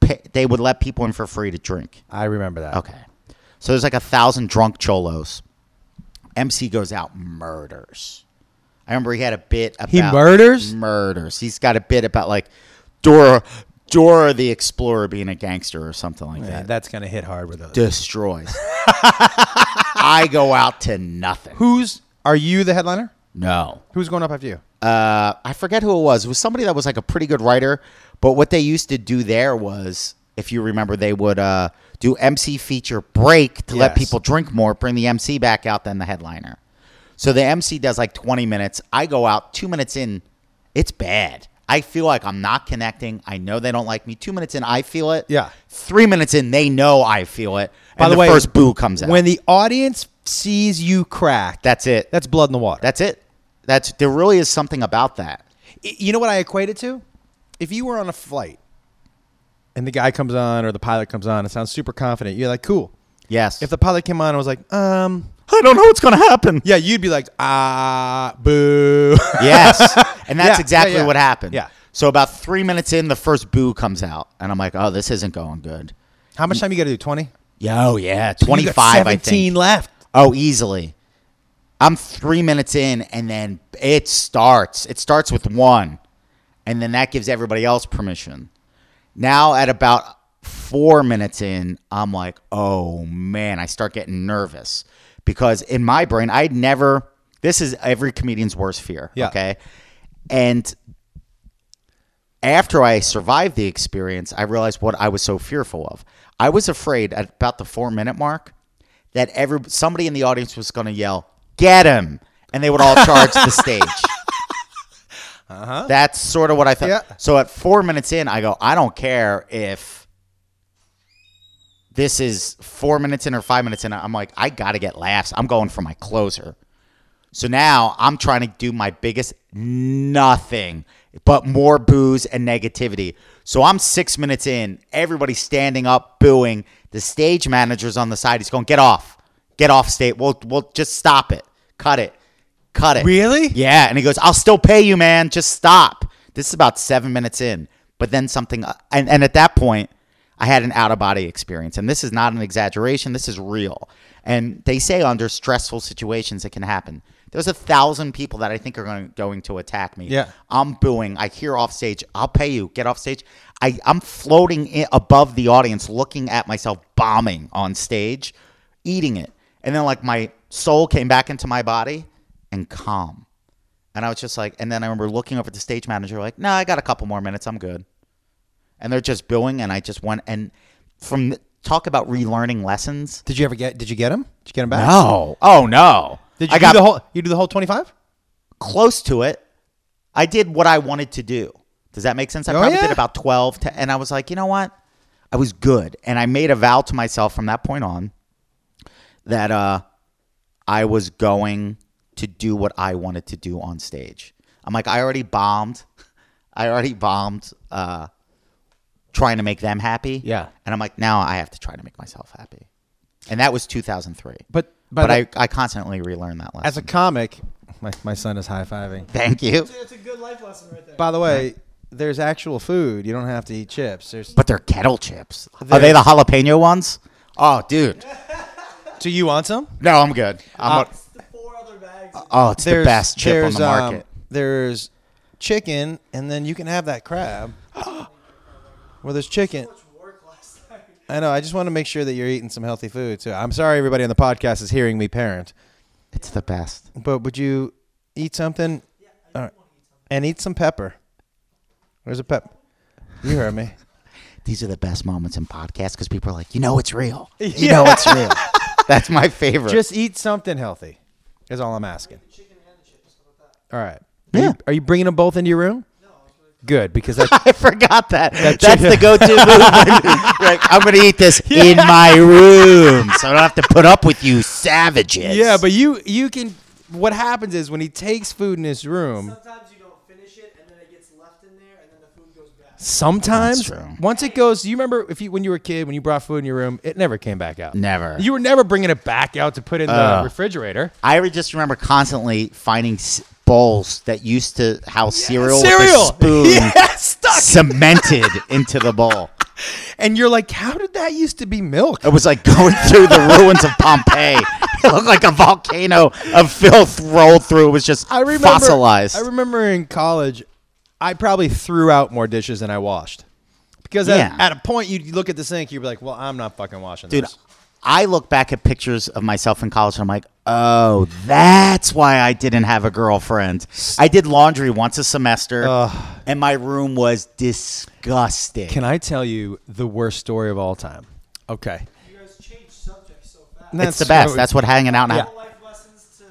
[SPEAKER 2] pa- they would let people in for free to drink.
[SPEAKER 1] I remember that.
[SPEAKER 2] Okay. So there's like a thousand drunk cholos. MC goes out, murders. I remember he had a bit about
[SPEAKER 1] He murders?
[SPEAKER 2] murders. He's got a bit about like Dora Dora the Explorer being a gangster or something like
[SPEAKER 1] Yeah,
[SPEAKER 2] that.
[SPEAKER 1] that's gonna hit hard with us.
[SPEAKER 2] Destroys. I go out to nothing.
[SPEAKER 1] Who's are you the headliner?
[SPEAKER 2] No.
[SPEAKER 1] Who's going up after you?
[SPEAKER 2] uh, I forget who it was. It was somebody that was like a pretty good writer. But what they used to do there was, if you remember, they would uh, do MC feature break to let
[SPEAKER 1] Yes.
[SPEAKER 2] people drink more, bring the MC back out, then the headliner. So the MC does like 20 minutes. I go out two minutes in. It's bad. I feel like I'm not connecting. I know they don't like me. Two minutes in, I feel it.
[SPEAKER 1] Yeah.
[SPEAKER 2] Three minutes in, they know I feel it.
[SPEAKER 1] By
[SPEAKER 2] and
[SPEAKER 1] the, way,
[SPEAKER 2] first boo comes out.
[SPEAKER 1] When the audience sees you crack,
[SPEAKER 2] that's it.
[SPEAKER 1] that's blood in the water.
[SPEAKER 2] That's it. That's there really is something about that.
[SPEAKER 1] I- You know what I equate it to? If you were on a flight and the guy comes on or the pilot comes on and sounds super confident, you're like, cool.
[SPEAKER 2] Yes.
[SPEAKER 1] If the pilot came on and was like, um,
[SPEAKER 2] I don't know what's gonna happen.
[SPEAKER 1] yeah, you'd be like, ah, boo.
[SPEAKER 2] Yes. And that's
[SPEAKER 1] Yeah,
[SPEAKER 2] exactly
[SPEAKER 1] yeah, yeah.
[SPEAKER 2] what happened.
[SPEAKER 1] Yeah.
[SPEAKER 2] So about three minutes in, the first boo comes out, and I'm like, oh, this isn't going good.
[SPEAKER 1] How much time you got to do? 20?
[SPEAKER 2] Yeah, oh yeah, twenty five. I think.
[SPEAKER 1] left.
[SPEAKER 2] Oh, easily. I'm three minutes in, and then it starts. It starts with one, and then that gives everybody else permission. Now, at about four minutes in, I'm like, oh man, I start getting nervous because in my brain, I'd never. This is every comedian's worst fear.
[SPEAKER 1] Yeah.
[SPEAKER 2] Okay. And after I survived the experience, I realized what I was so fearful of. I was afraid at about the four minute mark that every somebody in the audience was going to yell, "Get him!" and they would all charge the stage. Uh-huh. That's sort of what I thought.
[SPEAKER 1] Yeah.
[SPEAKER 2] So at four minutes in, I go, I don't care if this is four minutes in or five minutes in. I'm like, I got to get laughs. I'm going for my closer. So now I'm trying to do my biggest nothing but more booze and negativity. So I'm six minutes in, everybody's standing up, booing. The stage manager's on the side. He's going, get off. Get off stage. We'll we'll just stop it. Cut it. Cut it.
[SPEAKER 1] Really?
[SPEAKER 2] Yeah. And he goes, I'll still pay you, man. Just stop. This is about seven minutes in. But then something uh, and, and at that point, I had an out of body experience. And this is not an exaggeration. This is real. And they say under stressful situations, it can happen. There's a thousand people that I think are going, going to attack me.
[SPEAKER 1] Yeah.
[SPEAKER 2] I'm booing. I hear off stage. I'll pay you. Get off stage. I, I'm floating in, above the audience, looking at myself bombing on stage, eating it. And then, like, my soul came back into my body and calm. And I was just like, and then I remember looking over at the stage manager, like, no, I got a couple more minutes. I'm good and they're just booing and i just went and from th- talk about relearning lessons
[SPEAKER 1] Did you ever get? Did you get him? Did you get him back?
[SPEAKER 2] no oh no
[SPEAKER 1] Did you
[SPEAKER 2] i
[SPEAKER 1] do
[SPEAKER 2] got
[SPEAKER 1] the whole? You do the whole twenty-five?
[SPEAKER 2] close to it i did what i wanted to do does that make sense i
[SPEAKER 1] Oh,
[SPEAKER 2] probably
[SPEAKER 1] yeah.
[SPEAKER 2] did about 12 to, and i was like you know what i was good and i made a vow to myself from that point on that uh i was going to do what i wanted to do on stage i'm like i already bombed i already bombed uh trying to make them happy
[SPEAKER 1] Yeah.
[SPEAKER 2] and i'm like now i have to try to make myself happy and that was 2003
[SPEAKER 1] But
[SPEAKER 2] but,
[SPEAKER 1] but,
[SPEAKER 2] I, I constantly relearn that lesson
[SPEAKER 1] as a comic, my, my son is high-fiving.
[SPEAKER 2] thank you
[SPEAKER 4] That's a good life lesson right there.
[SPEAKER 1] By the way, there's actual food. You don't have to eat chips. There's
[SPEAKER 2] But they're kettle chips. Are they
[SPEAKER 1] They're-
[SPEAKER 2] the jalapeno ones? Oh, dude.
[SPEAKER 1] Do you want some?
[SPEAKER 2] No, I'm good. I'm
[SPEAKER 1] Uh,
[SPEAKER 2] a-
[SPEAKER 4] It's the four other bags.
[SPEAKER 2] oh, it's the
[SPEAKER 1] There's-
[SPEAKER 2] best chip on
[SPEAKER 1] there's,
[SPEAKER 2] the
[SPEAKER 1] um,
[SPEAKER 2] market.
[SPEAKER 1] there's chicken, and then you can have that crab. Well, there's chicken.
[SPEAKER 4] Much work last night.
[SPEAKER 1] I know. I just want to make sure that you're eating some healthy food too. I'm sorry everybody on the podcast is hearing me parent,
[SPEAKER 2] it's the best.
[SPEAKER 1] but would you eat something? All right. And eat some pepper. Where's the pep? You heard me.
[SPEAKER 2] These are the best moments in podcasts because people are like, you know, it's real. You know, it's real. That's my favorite.
[SPEAKER 1] Just eat something healthy. Is all I'm asking.
[SPEAKER 4] Chicken and the chips. How about that?
[SPEAKER 1] All right.
[SPEAKER 2] Yeah.
[SPEAKER 1] Are you, are you bringing them both into your room? Good because that's
[SPEAKER 2] I forgot that. That's
[SPEAKER 1] chicken-
[SPEAKER 2] the go-to movement. like, I'm gonna eat this in my room, so I don't have to put up with you savages.
[SPEAKER 1] yeah. But you you can. What happens is when he takes food in his room,
[SPEAKER 4] Sometimes you don't finish it, and then it gets left in there, and then the food goes back.
[SPEAKER 1] sometimes
[SPEAKER 2] That's true.
[SPEAKER 1] once it goes. Do you remember if you when you were a kid when you brought food in your room, it never came back out.
[SPEAKER 2] never.
[SPEAKER 1] You were never bringing it back out to put in the
[SPEAKER 2] Ugh.
[SPEAKER 1] refrigerator.
[SPEAKER 2] I would just remember constantly finding s- bowls that used to house cereal, with a
[SPEAKER 1] Cereal.
[SPEAKER 2] spoon
[SPEAKER 1] Yeah, stuck.
[SPEAKER 2] cemented into the bowl.
[SPEAKER 1] And you're like, how did that used to be milk?
[SPEAKER 2] It was like going through the ruins of Pompeii. It looked like a volcano of filth rolled through. It was just
[SPEAKER 1] I remember.
[SPEAKER 2] fossilized.
[SPEAKER 1] I remember in college, I probably threw out more dishes than I washed. Because at,
[SPEAKER 2] Yeah.
[SPEAKER 1] at a point, you'd look at the sink, you'd be like, well, I'm not fucking washing
[SPEAKER 2] Dude,
[SPEAKER 1] this.
[SPEAKER 2] I look back at pictures of myself in college and I'm like, oh, that's why I didn't have a girlfriend. I did laundry once a semester, and my room was disgusting.
[SPEAKER 1] Can I tell you the worst story of all time? Okay.
[SPEAKER 4] You guys change subjects so fast.
[SPEAKER 2] it's the best. That's what hanging out now.
[SPEAKER 4] All life lessons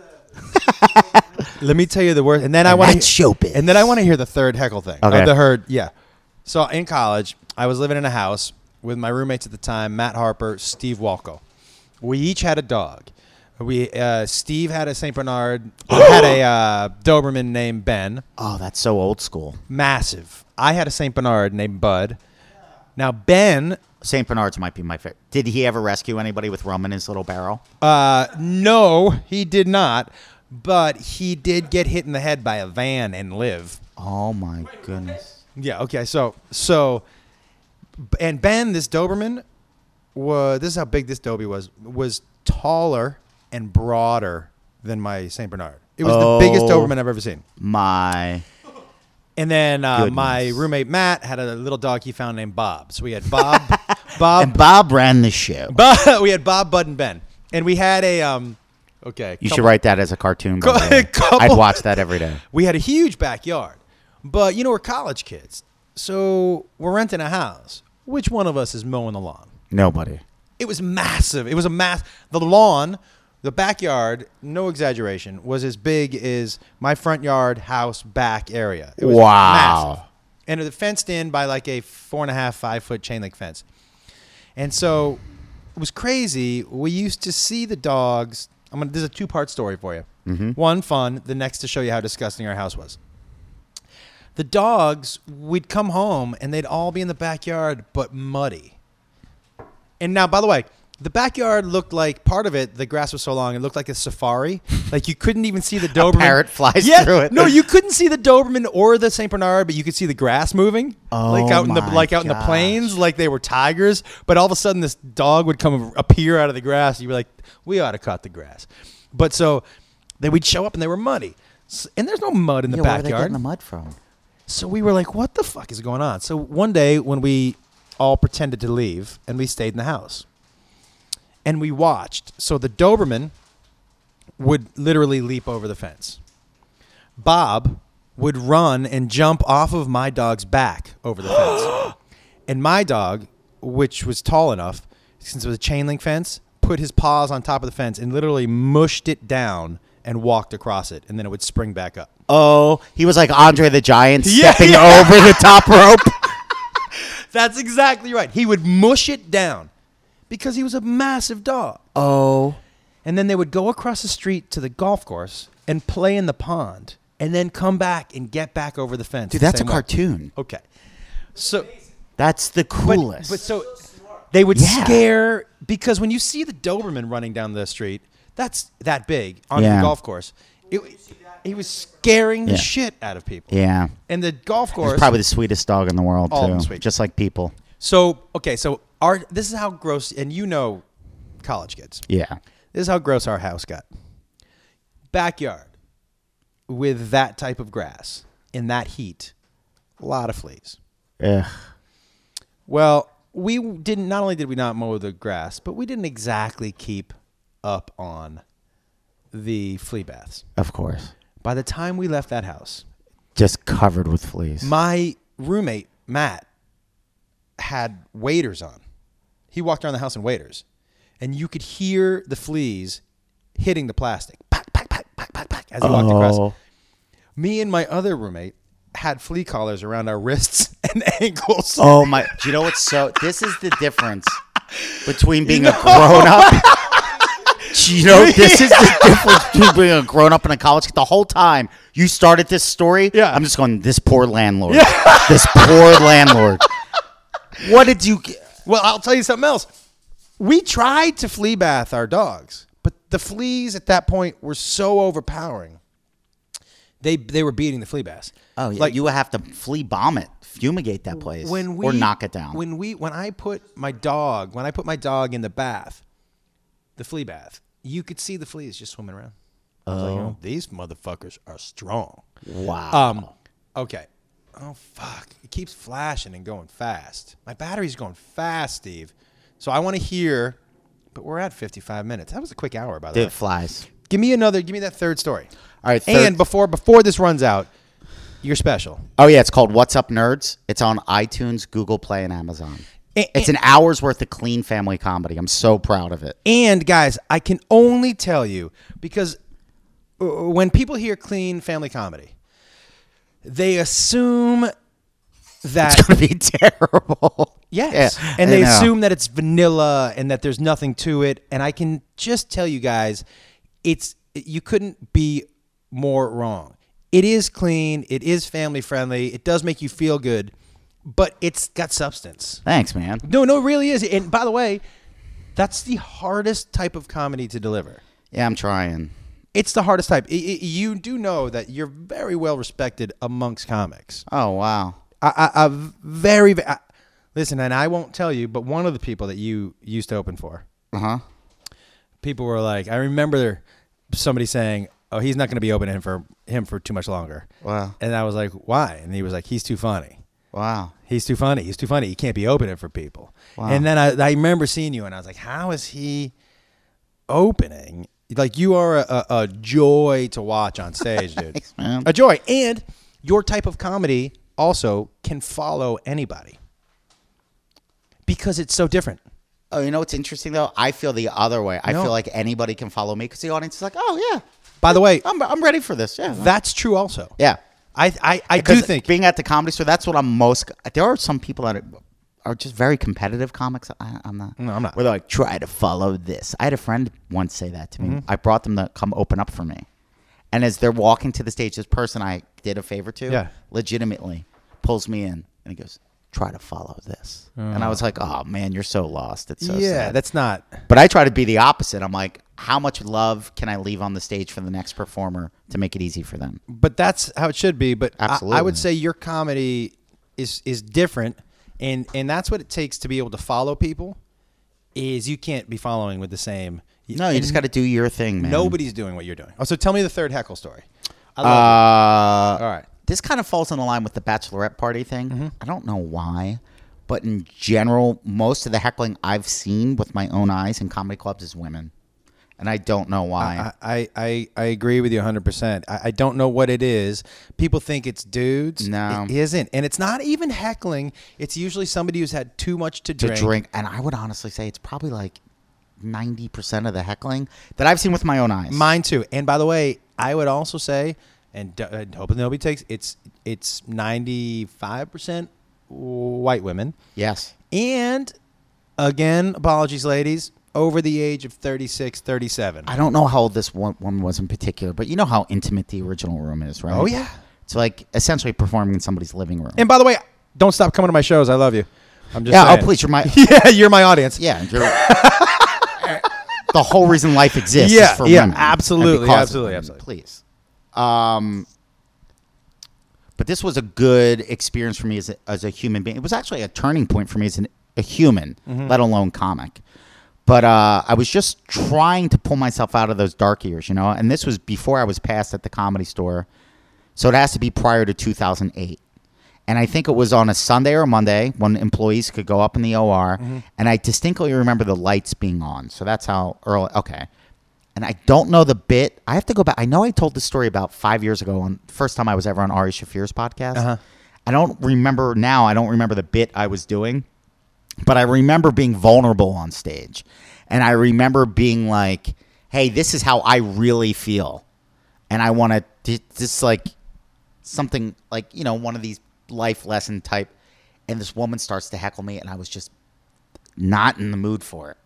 [SPEAKER 4] to
[SPEAKER 1] Let me tell you the worst. And then I want to
[SPEAKER 2] that's showbiz.
[SPEAKER 1] And then I want to hear the third heckle thing.
[SPEAKER 2] Okay.
[SPEAKER 1] Uh, the herd. Yeah. So in college, I was living in a house with my roommates at the time, Matt Harper, Steve Walko. We each had a dog. We uh, Steve had a Saint Bernard. I had a uh, Doberman named Ben.
[SPEAKER 2] Oh, that's so old school.
[SPEAKER 1] Massive. I had a Saint Bernard named Bud. Now Ben,
[SPEAKER 2] St. Bernard's might be my favorite. Did he ever rescue anybody with rum in his little barrel?
[SPEAKER 1] uh, no, he did not, but he did get hit in the head by a van and live.
[SPEAKER 2] Oh my goodness.
[SPEAKER 1] Yeah. Okay. So so, and Ben, this Doberman, was this is how big this Dobie was was taller and broader than my Saint Bernard. It was the biggest
[SPEAKER 2] Oh.
[SPEAKER 1] Doberman I've ever seen.
[SPEAKER 2] My
[SPEAKER 1] And then uh, my
[SPEAKER 2] Goodness.
[SPEAKER 1] roommate Matt had a little dog he found named Bob. So we had Bob, Bob,
[SPEAKER 2] and Bob ran the show.
[SPEAKER 1] Bob, we had Bob, Bud, and Ben, and we had a um. Okay,
[SPEAKER 2] You
[SPEAKER 1] couple-
[SPEAKER 2] should write that as a cartoon.
[SPEAKER 1] Cou-
[SPEAKER 2] one day.
[SPEAKER 1] couple-
[SPEAKER 2] I'd watch that every day.
[SPEAKER 1] We had a huge backyard, but you know we're college kids, so we're renting a house. Which one of us is mowing the lawn?
[SPEAKER 2] Nobody.
[SPEAKER 1] It was massive. It was a mass. The lawn, the backyard, no exaggeration, was as big as my front yard, house, back area. It was
[SPEAKER 2] Wow.
[SPEAKER 1] massive. And it was fenced in by like a four and a half, five foot chain link fence. And so it was crazy. We used to see the dogs. I'm gonna. This is a two part story for you. One fun. The next to show you how disgusting our house was. The dogs, we'd come home and they'd all be in the backyard, but muddy. And now, by the way, the backyard looked like part of it. The grass was so long; it looked like a safari. Like you couldn't even see the Doberman.
[SPEAKER 2] parrot flies
[SPEAKER 1] Yeah,
[SPEAKER 2] through it.
[SPEAKER 1] No, you couldn't see the Doberman or the Saint Bernard, but you could see the grass moving, like
[SPEAKER 2] Oh
[SPEAKER 1] out in the
[SPEAKER 2] my
[SPEAKER 1] like out in the
[SPEAKER 2] gosh.
[SPEAKER 1] plains, like they were tigers. But all of a sudden, this dog would come appear out of the grass. You'd be like, "We ought to cut the grass." But so they would show up and they were muddy, S- and there's no mud in the
[SPEAKER 2] Yeah, where are they
[SPEAKER 1] backyard.
[SPEAKER 2] getting the mud from?
[SPEAKER 1] So we were like, what the fuck is going on? So one day when we all pretended to leave and we stayed in the house and we watched. So the Doberman would literally leap over the fence. Bob would run and jump off of my dog's back over the fence. And my dog, which was tall enough, since it was a chain link fence, put his paws on top of the fence and literally mushed it down and walked across it. And then it would spring back up.
[SPEAKER 2] Oh, he was like Andre the Giant
[SPEAKER 1] Yeah,
[SPEAKER 2] stepping
[SPEAKER 1] yeah.
[SPEAKER 2] over the top rope.
[SPEAKER 1] That's exactly right. He would mush it down because he was a massive dog.
[SPEAKER 2] Oh,
[SPEAKER 1] And then they would go across the street to the golf course and play in the pond and then come back and get back over the fence.
[SPEAKER 2] dude,
[SPEAKER 1] the
[SPEAKER 2] that's a
[SPEAKER 1] same way.
[SPEAKER 2] cartoon.
[SPEAKER 1] Okay. So
[SPEAKER 2] That's the
[SPEAKER 1] but,
[SPEAKER 2] coolest.
[SPEAKER 1] but so they would
[SPEAKER 2] Yeah.
[SPEAKER 1] scare because when you see the Doberman running down the street, that's that big on the
[SPEAKER 2] Yeah.
[SPEAKER 1] golf course. It, he was scaring the
[SPEAKER 2] Yeah.
[SPEAKER 1] shit out of people.
[SPEAKER 2] yeah,
[SPEAKER 1] And the golf
[SPEAKER 2] he's
[SPEAKER 1] course
[SPEAKER 2] probably the sweetest dog in the world
[SPEAKER 1] All of
[SPEAKER 2] too.
[SPEAKER 1] them sweet.
[SPEAKER 2] Just like people.
[SPEAKER 1] So okay, so our this is how gross, and you know, college kids.
[SPEAKER 2] Yeah.
[SPEAKER 1] This is how gross our house got. Backyard with that type of grass in that heat, a lot of fleas.
[SPEAKER 2] Ugh.
[SPEAKER 1] Well, we didn't. Not only did we not mow the grass, but we didn't exactly keep up on the flea baths.
[SPEAKER 2] Of course.
[SPEAKER 1] By the time we left that house,
[SPEAKER 2] Just covered with fleas.
[SPEAKER 1] my roommate Matt had waiters on. He walked around the house in waiters, and you could hear the fleas hitting the plastic, pack, pack, pack, pack, pack, pack, as he walked across.
[SPEAKER 2] Oh.
[SPEAKER 1] Me and my other roommate had flea collars around our wrists and ankles.
[SPEAKER 2] Oh my! Do you know what's so? This is the difference between being a grown up. Do you know this is the difference between being a grown up and a college. The whole time you started this story,
[SPEAKER 1] Yeah.
[SPEAKER 2] I'm just going. This poor landlord. This poor landlord. What did you? g-
[SPEAKER 1] Well, I'll tell you something else. We tried to flea bath our dogs, but the fleas at that point were so overpowering. They they were beating the flea baths.
[SPEAKER 2] Oh, yeah,
[SPEAKER 1] Like-
[SPEAKER 2] you would have to flea bomb it, fumigate that place,
[SPEAKER 1] when we
[SPEAKER 2] or knock it down.
[SPEAKER 1] When we when I put my dog when I put my dog in the bath, the flea bath, you could see the fleas just swimming around. I was like, you know, these motherfuckers are strong.
[SPEAKER 2] Oh. wow.
[SPEAKER 1] Um, okay. Oh fuck! It keeps flashing and going fast. My battery's going fast, Steve. So I want to hear, but we're at 55 minutes. That was a quick hour, by the
[SPEAKER 2] Dude, it
[SPEAKER 1] way.
[SPEAKER 2] flies.
[SPEAKER 1] Give me another. Give me that third story.
[SPEAKER 2] All right, third-
[SPEAKER 1] And before before this runs out, you're special.
[SPEAKER 2] Oh yeah, it's called What's Up Nerds. It's on iTunes, Google Play, and Amazon.
[SPEAKER 1] Eh,
[SPEAKER 2] It's an hour's worth of clean family comedy. I'm so proud of it.
[SPEAKER 1] And guys, I can only tell you because uh, when people hear clean family comedy, they assume that
[SPEAKER 2] It's gonna be terrible.
[SPEAKER 1] Yes.
[SPEAKER 2] Yeah,
[SPEAKER 1] and
[SPEAKER 2] I
[SPEAKER 1] they
[SPEAKER 2] know.
[SPEAKER 1] assume that it's vanilla and that there's nothing to it. And I can just tell you guys, it's you couldn't be more wrong. It is clean, it is family friendly, it does make you feel good, but it's got substance.
[SPEAKER 2] Thanks, man.
[SPEAKER 1] No, no, it really is. And by the way, that's the hardest type of comedy to deliver.
[SPEAKER 2] Yeah, I'm trying.
[SPEAKER 1] It's the hardest type. I- I- you do know that you're very well respected amongst comics.
[SPEAKER 2] Oh wow.
[SPEAKER 1] I, I, I very, ve- I, listen, and I won't tell you, but one of the people that you used to open for,
[SPEAKER 2] Uh huh.
[SPEAKER 1] people were like, I remember somebody saying, "Oh, he's not going to be opening him for him for too much longer."
[SPEAKER 2] Wow.
[SPEAKER 1] And I was like, "Why?" And he was like, "He's too funny.
[SPEAKER 2] Wow.
[SPEAKER 1] He's too funny. He's too funny. He can't be opening for people."
[SPEAKER 2] Wow.
[SPEAKER 1] And then I, I remember seeing you, and I was like, "How is he opening?" Like you are a, a, a joy to watch on stage, dude.
[SPEAKER 2] Thanks, man.
[SPEAKER 1] A joy, and your type of comedy also can follow anybody because it's so different.
[SPEAKER 2] Oh, you know what's interesting though? I feel the other way. I
[SPEAKER 1] No.
[SPEAKER 2] feel like anybody can follow me because the audience is like, oh yeah,
[SPEAKER 1] By the way,
[SPEAKER 2] I'm, I'm ready for this. Yeah.
[SPEAKER 1] that's true also.
[SPEAKER 2] yeah.
[SPEAKER 1] I I, I do
[SPEAKER 2] 'Cause
[SPEAKER 1] think
[SPEAKER 2] being at the comedy store, that's what I'm most. There are some people that are just very competitive comics. I, I'm not.
[SPEAKER 1] No, I'm not.
[SPEAKER 2] Where they're like, try to follow this. I had a friend once say that to me.
[SPEAKER 1] Mm-hmm.
[SPEAKER 2] I brought them to come open up for me, and as they're walking to the stage, this person I did a favor to,
[SPEAKER 1] Yeah.
[SPEAKER 2] legitimately pulls me in and he goes, try to follow this, and I was like, oh man, you're so lost. It's so
[SPEAKER 1] yeah,
[SPEAKER 2] sad.
[SPEAKER 1] that's not.
[SPEAKER 2] But I try to be the opposite. I'm like, how much love can I leave on the stage for the next performer to make it easy for them?
[SPEAKER 1] But that's how it should be. But I, I
[SPEAKER 2] Absolutely.
[SPEAKER 1] would say your comedy is is different, and and that's what it takes to be able to follow people. Is you can't be following with the same.
[SPEAKER 2] No, you
[SPEAKER 1] and
[SPEAKER 2] just got to do your thing, man.
[SPEAKER 1] Nobody's doing what you're doing. Oh, so tell me the third heckle story. I
[SPEAKER 2] Uh,
[SPEAKER 1] love Mm-hmm. it. All right.
[SPEAKER 2] This kind of falls in the line with the bachelorette party thing. I don't know why, but in general, most of the heckling I've seen with my own eyes in comedy clubs is women, and I don't know why.
[SPEAKER 1] I, I, I, I agree with you 100%. I, I don't know what it is. People think it's dudes.
[SPEAKER 2] No.
[SPEAKER 1] It isn't. And it's not even heckling. It's usually somebody who's had too much to
[SPEAKER 2] to
[SPEAKER 1] drink.
[SPEAKER 2] drink. and I would honestly say it's probably like ninety percent of the heckling that I've seen with my own eyes.
[SPEAKER 1] Mine too. And by the way, I would also say, and, d- and hoping nobody takes it's it's 95% white women.
[SPEAKER 2] yes,
[SPEAKER 1] And again, apologies, ladies, over the age of 36, 37.
[SPEAKER 2] I don't know how old this one, one was in particular, but you know how intimate the original room is, right?
[SPEAKER 1] Oh, yeah.
[SPEAKER 2] It's like essentially performing in somebody's living room.
[SPEAKER 1] and by the way, don't stop coming to my shows. I love you. I'm just
[SPEAKER 2] yeah,
[SPEAKER 1] saying.
[SPEAKER 2] oh please, you're my
[SPEAKER 1] yeah, you're my audience.
[SPEAKER 2] yeah. You're, the whole reason life exists. is
[SPEAKER 1] Yeah,
[SPEAKER 2] for
[SPEAKER 1] yeah,
[SPEAKER 2] women and
[SPEAKER 1] absolutely,
[SPEAKER 2] because of
[SPEAKER 1] absolutely,
[SPEAKER 2] women,
[SPEAKER 1] absolutely.
[SPEAKER 2] Please. Um, but this was a good experience for me as a, as a human being. It was actually a turning point for me as an, a human,
[SPEAKER 1] Mm-hmm.
[SPEAKER 2] let alone comic. But uh, I was just trying to pull myself out of those dark years, you know. And this was before I was passed at the comedy store, so it has to be prior to 2008. And I think it was on a Sunday or Monday when employees could go up in the OR. And I distinctly remember the lights being on. So that's how early. Okay and I don't know the bit. I have to go back. I know I told this story about five years ago on the first time I was ever on Ari Shafir's podcast.
[SPEAKER 1] Uh-huh.
[SPEAKER 2] I don't remember now. I don't remember the bit I was doing, but I remember being vulnerable on stage, and I remember being like, "Hey, this is how I really feel," and I want to just like something like you know one of these life lesson type. And this woman starts to heckle me, and I was just not in the mood for it,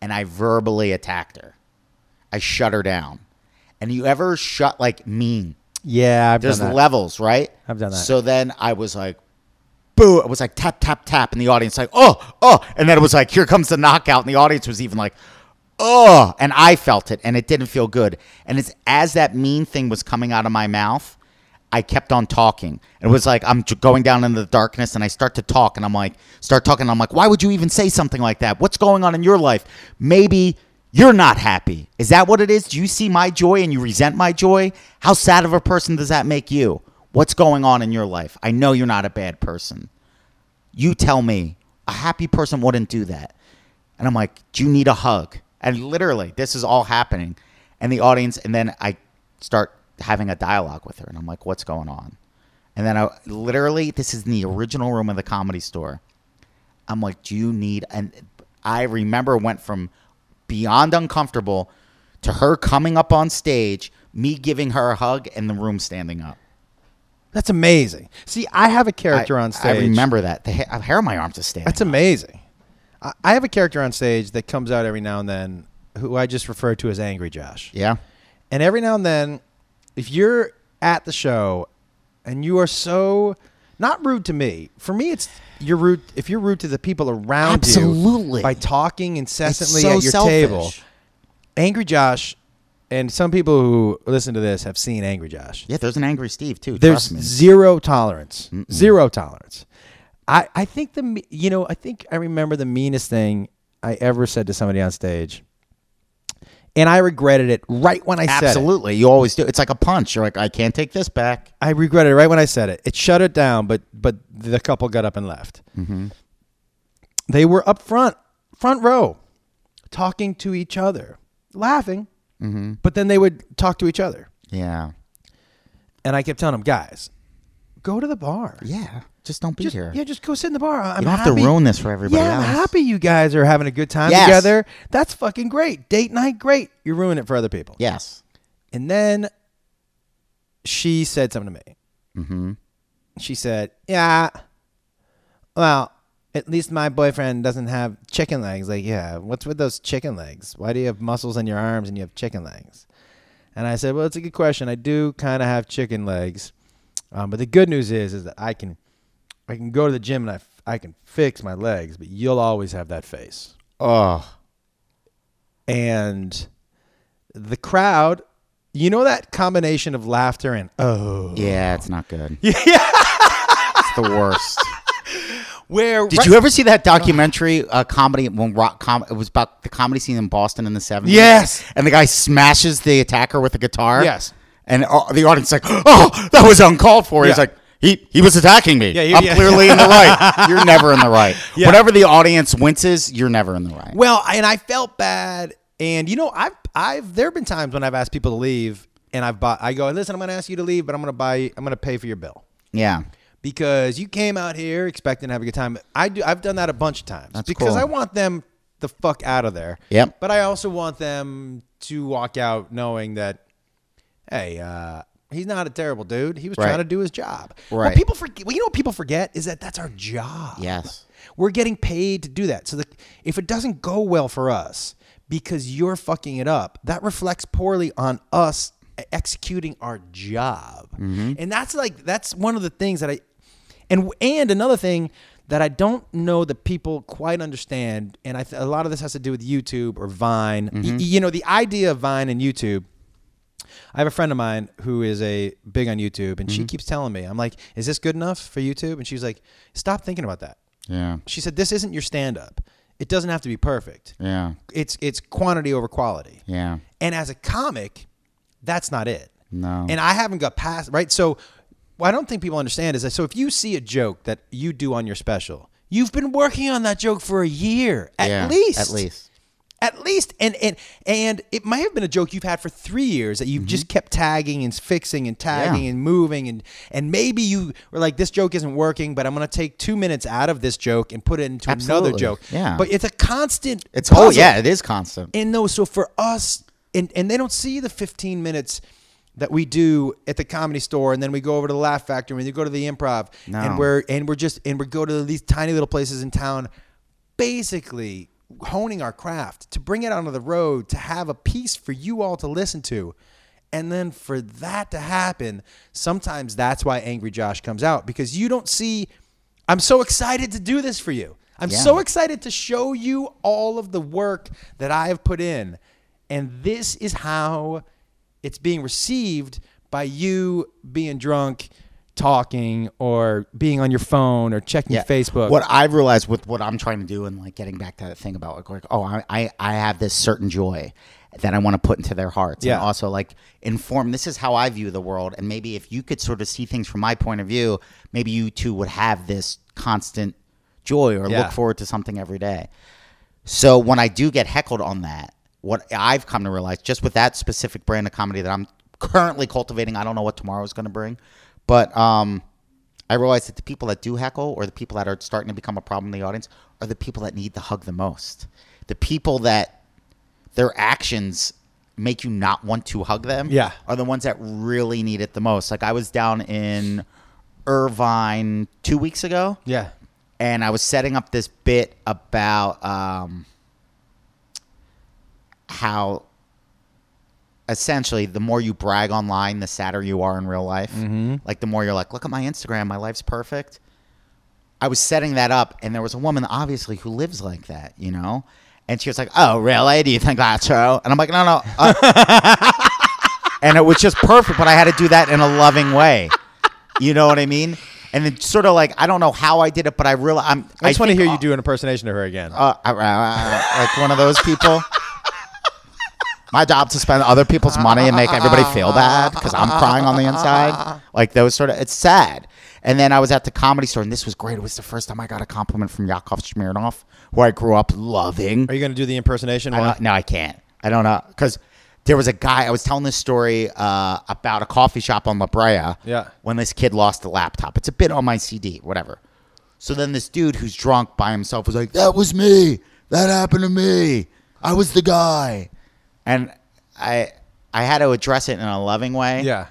[SPEAKER 2] and I verbally attacked her. I shut her down. And you ever shut like mean?
[SPEAKER 1] Yeah, I've
[SPEAKER 2] There's
[SPEAKER 1] done that.
[SPEAKER 2] levels, right?
[SPEAKER 1] I've done that.
[SPEAKER 2] So then I was like, boo! I was like tap tap tap, and the audience like oh oh, and then it was like here comes the knockout, and the audience was even like oh, and I felt it, and it didn't feel good. And it's as that mean thing was coming out of my mouth, I kept on talking. It was like I'm j- going down into the darkness, and I start to talk, and I'm like start talking. And I'm like, why would you even say something like that? What's going on in your life? Maybe. You're not happy. Is that what it is? Do you see my joy and you resent my joy? How sad of a person does that make you? What's going on in your life? I know you're not a bad person you tell me a happy person wouldn't do that and i'm like do you need a hug and literally this is all happening and the audience and then i start having a dialogue with her and i'm like what's going on and then i literally this is in the original room of the comedy store i'm like do you need and i remember it went from beyond uncomfortable to her coming up on stage me giving her a hug and the room standing up
[SPEAKER 1] That's amazing. See, I have a character on stage.
[SPEAKER 2] I remember that. The ha- hair on my arms is standing.
[SPEAKER 1] That's amazing. I, I have a character on stage that comes out every now and then who I just refer to as Angry Josh.
[SPEAKER 2] yeah.
[SPEAKER 1] And every now and then, if you're at the show and you are so not rude to me, for me it's you're rude if you're rude to the people around
[SPEAKER 2] Absolutely.
[SPEAKER 1] you by talking incessantly
[SPEAKER 2] so
[SPEAKER 1] at your
[SPEAKER 2] selfish.
[SPEAKER 1] table. Angry Josh and some people who listen to this have seen Angry Josh.
[SPEAKER 2] Yeah, there's an angry Steve too.
[SPEAKER 1] There's
[SPEAKER 2] trust me.
[SPEAKER 1] zero tolerance. Zero tolerance. I, I think the me- you know I think I remember the meanest thing I ever said to somebody on stage, and I regretted it right when I said it.
[SPEAKER 2] Absolutely. You always do. It's like a punch. You're like, I can't take this back.
[SPEAKER 1] I regretted it right when I said it. It shut it down, but but the couple got up and left.
[SPEAKER 2] Mm-hmm.
[SPEAKER 1] They were up front, front row, talking to each other, laughing,
[SPEAKER 2] Mm-hmm.
[SPEAKER 1] but then they would talk to each other,
[SPEAKER 2] Yeah.
[SPEAKER 1] and I kept telling them, guys, go to the bar.
[SPEAKER 2] Yeah. Just don't be
[SPEAKER 1] just,
[SPEAKER 2] here.
[SPEAKER 1] Yeah, just go sit in the bar. I'm
[SPEAKER 2] you don't
[SPEAKER 1] happy.
[SPEAKER 2] have to ruin this for everybody
[SPEAKER 1] Yeah, I'm
[SPEAKER 2] else.
[SPEAKER 1] happy you guys are having a good time
[SPEAKER 2] Yes.
[SPEAKER 1] together. That's fucking great. Date night, great. You ruin it for other people.
[SPEAKER 2] Yes.
[SPEAKER 1] And then she said something to me. Mm-hmm. She said, Yeah, well, at least my boyfriend doesn't have chicken legs. Like, yeah, what's with those chicken legs? Why do you have muscles in your arms and you have chicken legs? And I said, Well, it's a good question. I do kind of have chicken legs. Um, but the good news is, is that I can, I can go to the gym and I, f- I can fix my legs, but you'll always have that face
[SPEAKER 2] Oh.
[SPEAKER 1] and the crowd you know that combination of laughter and oh
[SPEAKER 2] Yeah, it's not good. Yeah. it's the worst.
[SPEAKER 1] where
[SPEAKER 2] Did you ever see that documentary uh, comedy when rock com- it was about the comedy scene in Boston in the 70s?
[SPEAKER 1] Yes.
[SPEAKER 2] And the guy smashes the attacker with a guitar?
[SPEAKER 1] Yes.
[SPEAKER 2] And uh, the audience is like, "Oh, that was uncalled for." He's
[SPEAKER 1] Yeah.
[SPEAKER 2] like, "He he was attacking me.
[SPEAKER 1] Yeah, you-
[SPEAKER 2] I'm
[SPEAKER 1] yeah.
[SPEAKER 2] clearly in the right. You're never in the right.
[SPEAKER 1] Yeah.
[SPEAKER 2] Whenever the audience winces, you're never in the right."
[SPEAKER 1] well and i felt bad and you know i've i've there have been times when i've asked people to leave and i've bought i go listen i'm gonna ask you to leave but i'm gonna buy i'm gonna pay for your bill
[SPEAKER 2] yeah.
[SPEAKER 1] because you came out here expecting to have a good time i do i've done that a bunch of times
[SPEAKER 2] That's
[SPEAKER 1] because
[SPEAKER 2] cool.
[SPEAKER 1] i want them the fuck out of there
[SPEAKER 2] Yep.
[SPEAKER 1] but i also want them to walk out knowing that hey, uh, he's not a terrible dude. He was
[SPEAKER 2] Right.
[SPEAKER 1] trying to do his job.
[SPEAKER 2] Right.
[SPEAKER 1] What people forget, well, you know what people forget is that that's our job.
[SPEAKER 2] Yes.
[SPEAKER 1] We're getting paid to do that. So the, if it doesn't go well for us because you're fucking it up, that reflects poorly on us executing our job. And that's like that's one of the things that I and and another thing that I don't know that people quite understand and I th- a lot of this has to do with YouTube or Vine. Y- you know, the idea of Vine and YouTube I have a friend of mine who is a big on YouTube, and she keeps telling me, "I'm like, is this good enough for YouTube?" And she's like, "Stop thinking about that."
[SPEAKER 2] Yeah.
[SPEAKER 1] She said, "This isn't your stand-up. It doesn't have to be perfect.
[SPEAKER 2] Yeah.
[SPEAKER 1] It's it's quantity over quality."
[SPEAKER 2] Yeah.
[SPEAKER 1] And as a comic, that's not it.
[SPEAKER 2] No.
[SPEAKER 1] And I haven't got past right. So what I don't think people understand is that so if you see a joke that you do on your special, you've been working on that joke for a year at
[SPEAKER 2] yeah.
[SPEAKER 1] least
[SPEAKER 2] At least.
[SPEAKER 1] at least and and and it might have been a joke you've had for three years that you've just kept tagging and fixing and tagging
[SPEAKER 2] Mm-hmm. Yeah.
[SPEAKER 1] and moving and and maybe you were like this joke isn't working but i'm going to take two minutes out of this joke and put it into
[SPEAKER 2] Absolutely.
[SPEAKER 1] another joke
[SPEAKER 2] Yeah.
[SPEAKER 1] but it's a constant
[SPEAKER 2] It's oh
[SPEAKER 1] puzzle.
[SPEAKER 2] yeah, it is constant.
[SPEAKER 1] and no so for us and and they don't see the 15 minutes that we do at the comedy store and then we go over to the laugh factory and we go to the improv
[SPEAKER 2] No.
[SPEAKER 1] and we're and we're just and we go to these tiny little places in town basically honing our craft to bring it onto the road to have a piece for you all to listen to and then for that to happen sometimes that's why angry josh comes out because you don't see i'm so excited to do this for you i'm
[SPEAKER 2] Yeah.
[SPEAKER 1] so excited to show you all of the work that I have put in. And this is how it's being received by you being drunk, talking, or being on your phone or checking
[SPEAKER 2] Yeah.
[SPEAKER 1] Facebook.
[SPEAKER 2] What I've realized with what I'm trying to do and like getting back to that thing about like, like, oh, I, I, I have this certain joy that I want to put into their hearts.
[SPEAKER 1] Yeah.
[SPEAKER 2] And also like inform this is how I view the world. And maybe if you could sort of see things from my point of view, maybe you too would have this constant joy or
[SPEAKER 1] Yeah.
[SPEAKER 2] look forward to something every day. So when I do get heckled on that, what I've come to realize just with that specific brand of comedy that I'm currently cultivating, I don't know what tomorrow is going to bring, but um, I realize that the people that do heckle or the people that are starting to become a problem in the audience are the people that need the hug the most. The people that their actions make you not want to hug them
[SPEAKER 1] Yeah.
[SPEAKER 2] are the ones that really need it the most. Like I was down in Irvine two weeks ago,
[SPEAKER 1] Yeah.
[SPEAKER 2] and I was setting up this bit about um, how essentially the more you brag online, the sadder you are in real life.
[SPEAKER 1] Mm-hmm.
[SPEAKER 2] Like the more you're like, look at my Instagram, my life's perfect. I was setting that up, and there was a woman obviously who lives like that, you know. And she was like, "Oh, really? Do you think that's true?" And I'm like, "No, no." uh." and it was just perfect, but I had to do that in a loving way. You know what I mean? And it's sort of like I don't know how I did it, but I real I'm.
[SPEAKER 1] I just want to
[SPEAKER 2] think-
[SPEAKER 1] hear you do an impersonation of her again.
[SPEAKER 2] uh, uh, uh, uh, like one of those people. My job to spend other people's money and make everybody feel bad because I'm crying on the inside. Like those sort of, it's sad. And then I was at the comedy store, and this was great. It was the first time I got a compliment from Yakov Smirnov, who I grew up loving.
[SPEAKER 1] Are you going to do the impersonation?
[SPEAKER 2] I
[SPEAKER 1] one?
[SPEAKER 2] don't- no, I can't. I don't know because there was a guy. I was telling this story uh, about a coffee shop on La Brea.
[SPEAKER 1] Yeah.
[SPEAKER 2] When this kid lost the laptop, it's a bit on my CD, whatever. So then this dude who's drunk by himself was like, "That was me. That happened to me. I was the guy." And I, I had to address it in a loving way.
[SPEAKER 1] Yeah.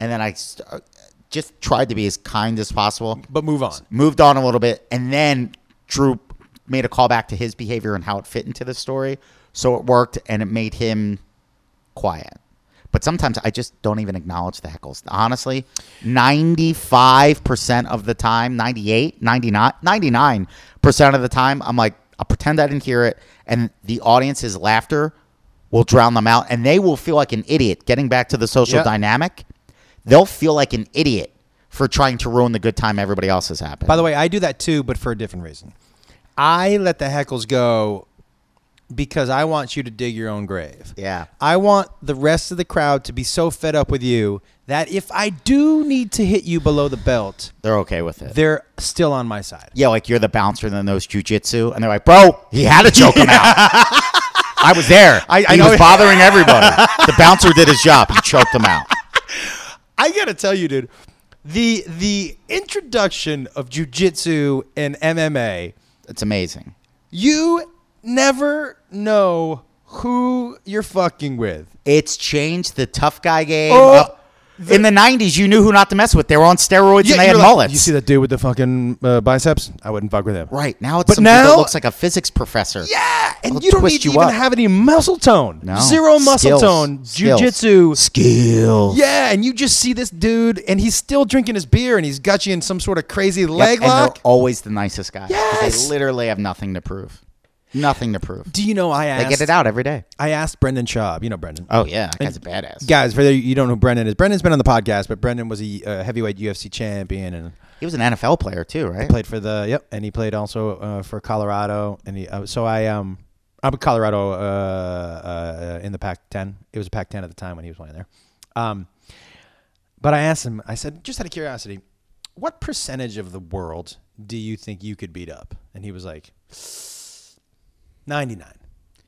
[SPEAKER 2] And then I st- uh, just tried to be as kind as possible
[SPEAKER 1] But move on.
[SPEAKER 2] moved on a little bit, and then Drew made a call back to his behavior and how it fit into the story. So it worked, and it made him quiet. But sometimes I just don't even acknowledge the heckles. Honestly, 95% of the time, 98, 99, 99% of the time, I'm like, I'll pretend I didn't hear it. And the audience's laughter will drown them out. And they will feel like an idiot. Getting back to the social
[SPEAKER 1] Yeah.
[SPEAKER 2] dynamic, they'll feel like an idiot for trying to ruin the good time everybody else has having.
[SPEAKER 1] By the way, I do that too, but for a different reason. I let the heckles go because I want you to dig your own grave.
[SPEAKER 2] Yeah.
[SPEAKER 1] I want the rest of the crowd to be so fed up with you that if I do need to hit you below the belt,
[SPEAKER 2] they're okay with it.
[SPEAKER 1] they're still on my side.
[SPEAKER 2] yeah, like you're the bouncer that knows jujitsu, and they're like, "Bro, he had to choke him out." I was there.
[SPEAKER 1] I- I
[SPEAKER 2] he
[SPEAKER 1] know
[SPEAKER 2] was
[SPEAKER 1] it-
[SPEAKER 2] bothering everybody. the bouncer did his job. He choked him out.
[SPEAKER 1] I gotta tell you, dude, the the introduction of jujitsu and MMA,
[SPEAKER 2] It's amazing.
[SPEAKER 1] you never know who you're fucking with.
[SPEAKER 2] It's changed the tough guy game.
[SPEAKER 1] Oh,
[SPEAKER 2] up. In the '90s, you knew who not to mess with. They were on steroids and they
[SPEAKER 1] you're
[SPEAKER 2] had
[SPEAKER 1] like,
[SPEAKER 2] mullets.
[SPEAKER 1] You see that dude with the fucking uh, biceps? I wouldn't fuck with him.
[SPEAKER 2] Right now, it's
[SPEAKER 1] But
[SPEAKER 2] some dude that
[SPEAKER 1] now-
[SPEAKER 2] looks like a physics professor.
[SPEAKER 1] Yeah, and
[SPEAKER 2] They'll
[SPEAKER 1] you don't
[SPEAKER 2] twist
[SPEAKER 1] need
[SPEAKER 2] you
[SPEAKER 1] to even
[SPEAKER 2] up.
[SPEAKER 1] have any muscle tone.
[SPEAKER 2] No.
[SPEAKER 1] Zero muscle
[SPEAKER 2] Skills.
[SPEAKER 1] tone.
[SPEAKER 2] Skills.
[SPEAKER 1] Jujitsu.
[SPEAKER 2] skills.
[SPEAKER 1] Yeah, and you just see this dude, and he's still drinking his beer, and he's got you in some sort of crazy leg
[SPEAKER 2] Yep, And
[SPEAKER 1] lock.
[SPEAKER 2] they're always the nicest guys. 'cause
[SPEAKER 1] Yes.
[SPEAKER 2] They literally have nothing to prove. Nothing to prove.
[SPEAKER 1] Do you know I
[SPEAKER 2] They
[SPEAKER 1] asked?
[SPEAKER 2] get it out every day.
[SPEAKER 1] I asked Brendan Schaub. You know Brendan.
[SPEAKER 2] Oh yeah, that guy's a
[SPEAKER 1] And-
[SPEAKER 2] badass.
[SPEAKER 1] Guys, for the, you don't know who Brendan is. Brendan's been on the podcast, but Brendan was a uh, heavyweight UFC champion and
[SPEAKER 2] He was an NFL player too, right?
[SPEAKER 1] played for the yep, and he played also uh, for Colorado. And he, uh, so I um I'm a Colorado uh, uh, in the Pac-10. It was a Pac-10 at the time when he was playing there. Um, but I asked him. I said, just out of curiosity, what percentage of the world do you think you could beat up? And he was like, ninety nine.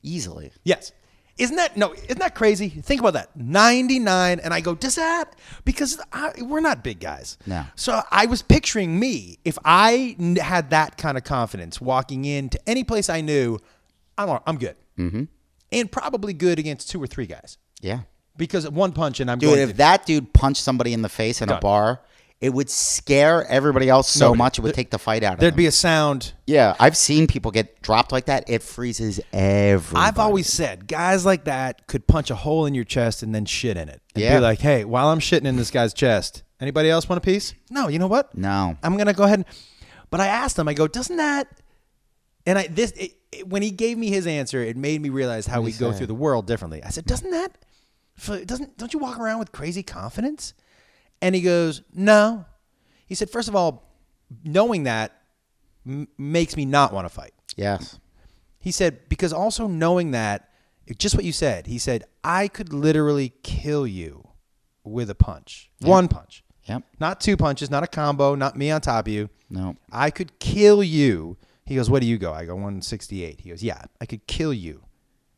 [SPEAKER 2] Easily.
[SPEAKER 1] Yes. Isn't that no? Isn't that crazy? Think about that. Ninety nine, and I go, does that? Because I, we're not big guys.
[SPEAKER 2] No.
[SPEAKER 1] So I was picturing me if I n- had that kind of confidence walking into any place I knew, I'm all- I'm good, mm-hmm. and probably good against two or three guys
[SPEAKER 2] Yeah.
[SPEAKER 1] because one punch and I'm
[SPEAKER 2] Dude,
[SPEAKER 1] going.
[SPEAKER 2] if
[SPEAKER 1] to,
[SPEAKER 2] that dude punched somebody in the face in a
[SPEAKER 1] Done.
[SPEAKER 2] bar, it would scare everybody else so
[SPEAKER 1] Nobody.
[SPEAKER 2] much it would
[SPEAKER 1] There-
[SPEAKER 2] take the fight out of
[SPEAKER 1] there'd
[SPEAKER 2] them.
[SPEAKER 1] be a sound.
[SPEAKER 2] yeah, I've seen people get dropped like that. It freezes everybody.
[SPEAKER 1] I've always said guys like that could punch a hole in your chest and then shit in it. And
[SPEAKER 2] Yeah.
[SPEAKER 1] Be like, hey, while I'm shitting in this guy's chest, anybody else want a piece? No. You know what?
[SPEAKER 2] No.
[SPEAKER 1] I'm gonna go ahead. And, but I asked him. I go, doesn't that? And I this it, it- when he gave me his answer, it made me realize how we go through the world differently. I said, doesn't that? f- Doesn't don't you walk around with crazy confidence? And he goes, no. He said, first of all, knowing that m- makes me not want to fight.
[SPEAKER 2] Yes.
[SPEAKER 1] He said, because also knowing that, just what you said, he said, I could literally kill you with a punch. One punch.
[SPEAKER 2] Yep.
[SPEAKER 1] Not two punches, not a combo, not me on top of you.
[SPEAKER 2] No.
[SPEAKER 1] I could kill you. He goes, What do you go? I go, 168. He goes, Yeah, I could kill you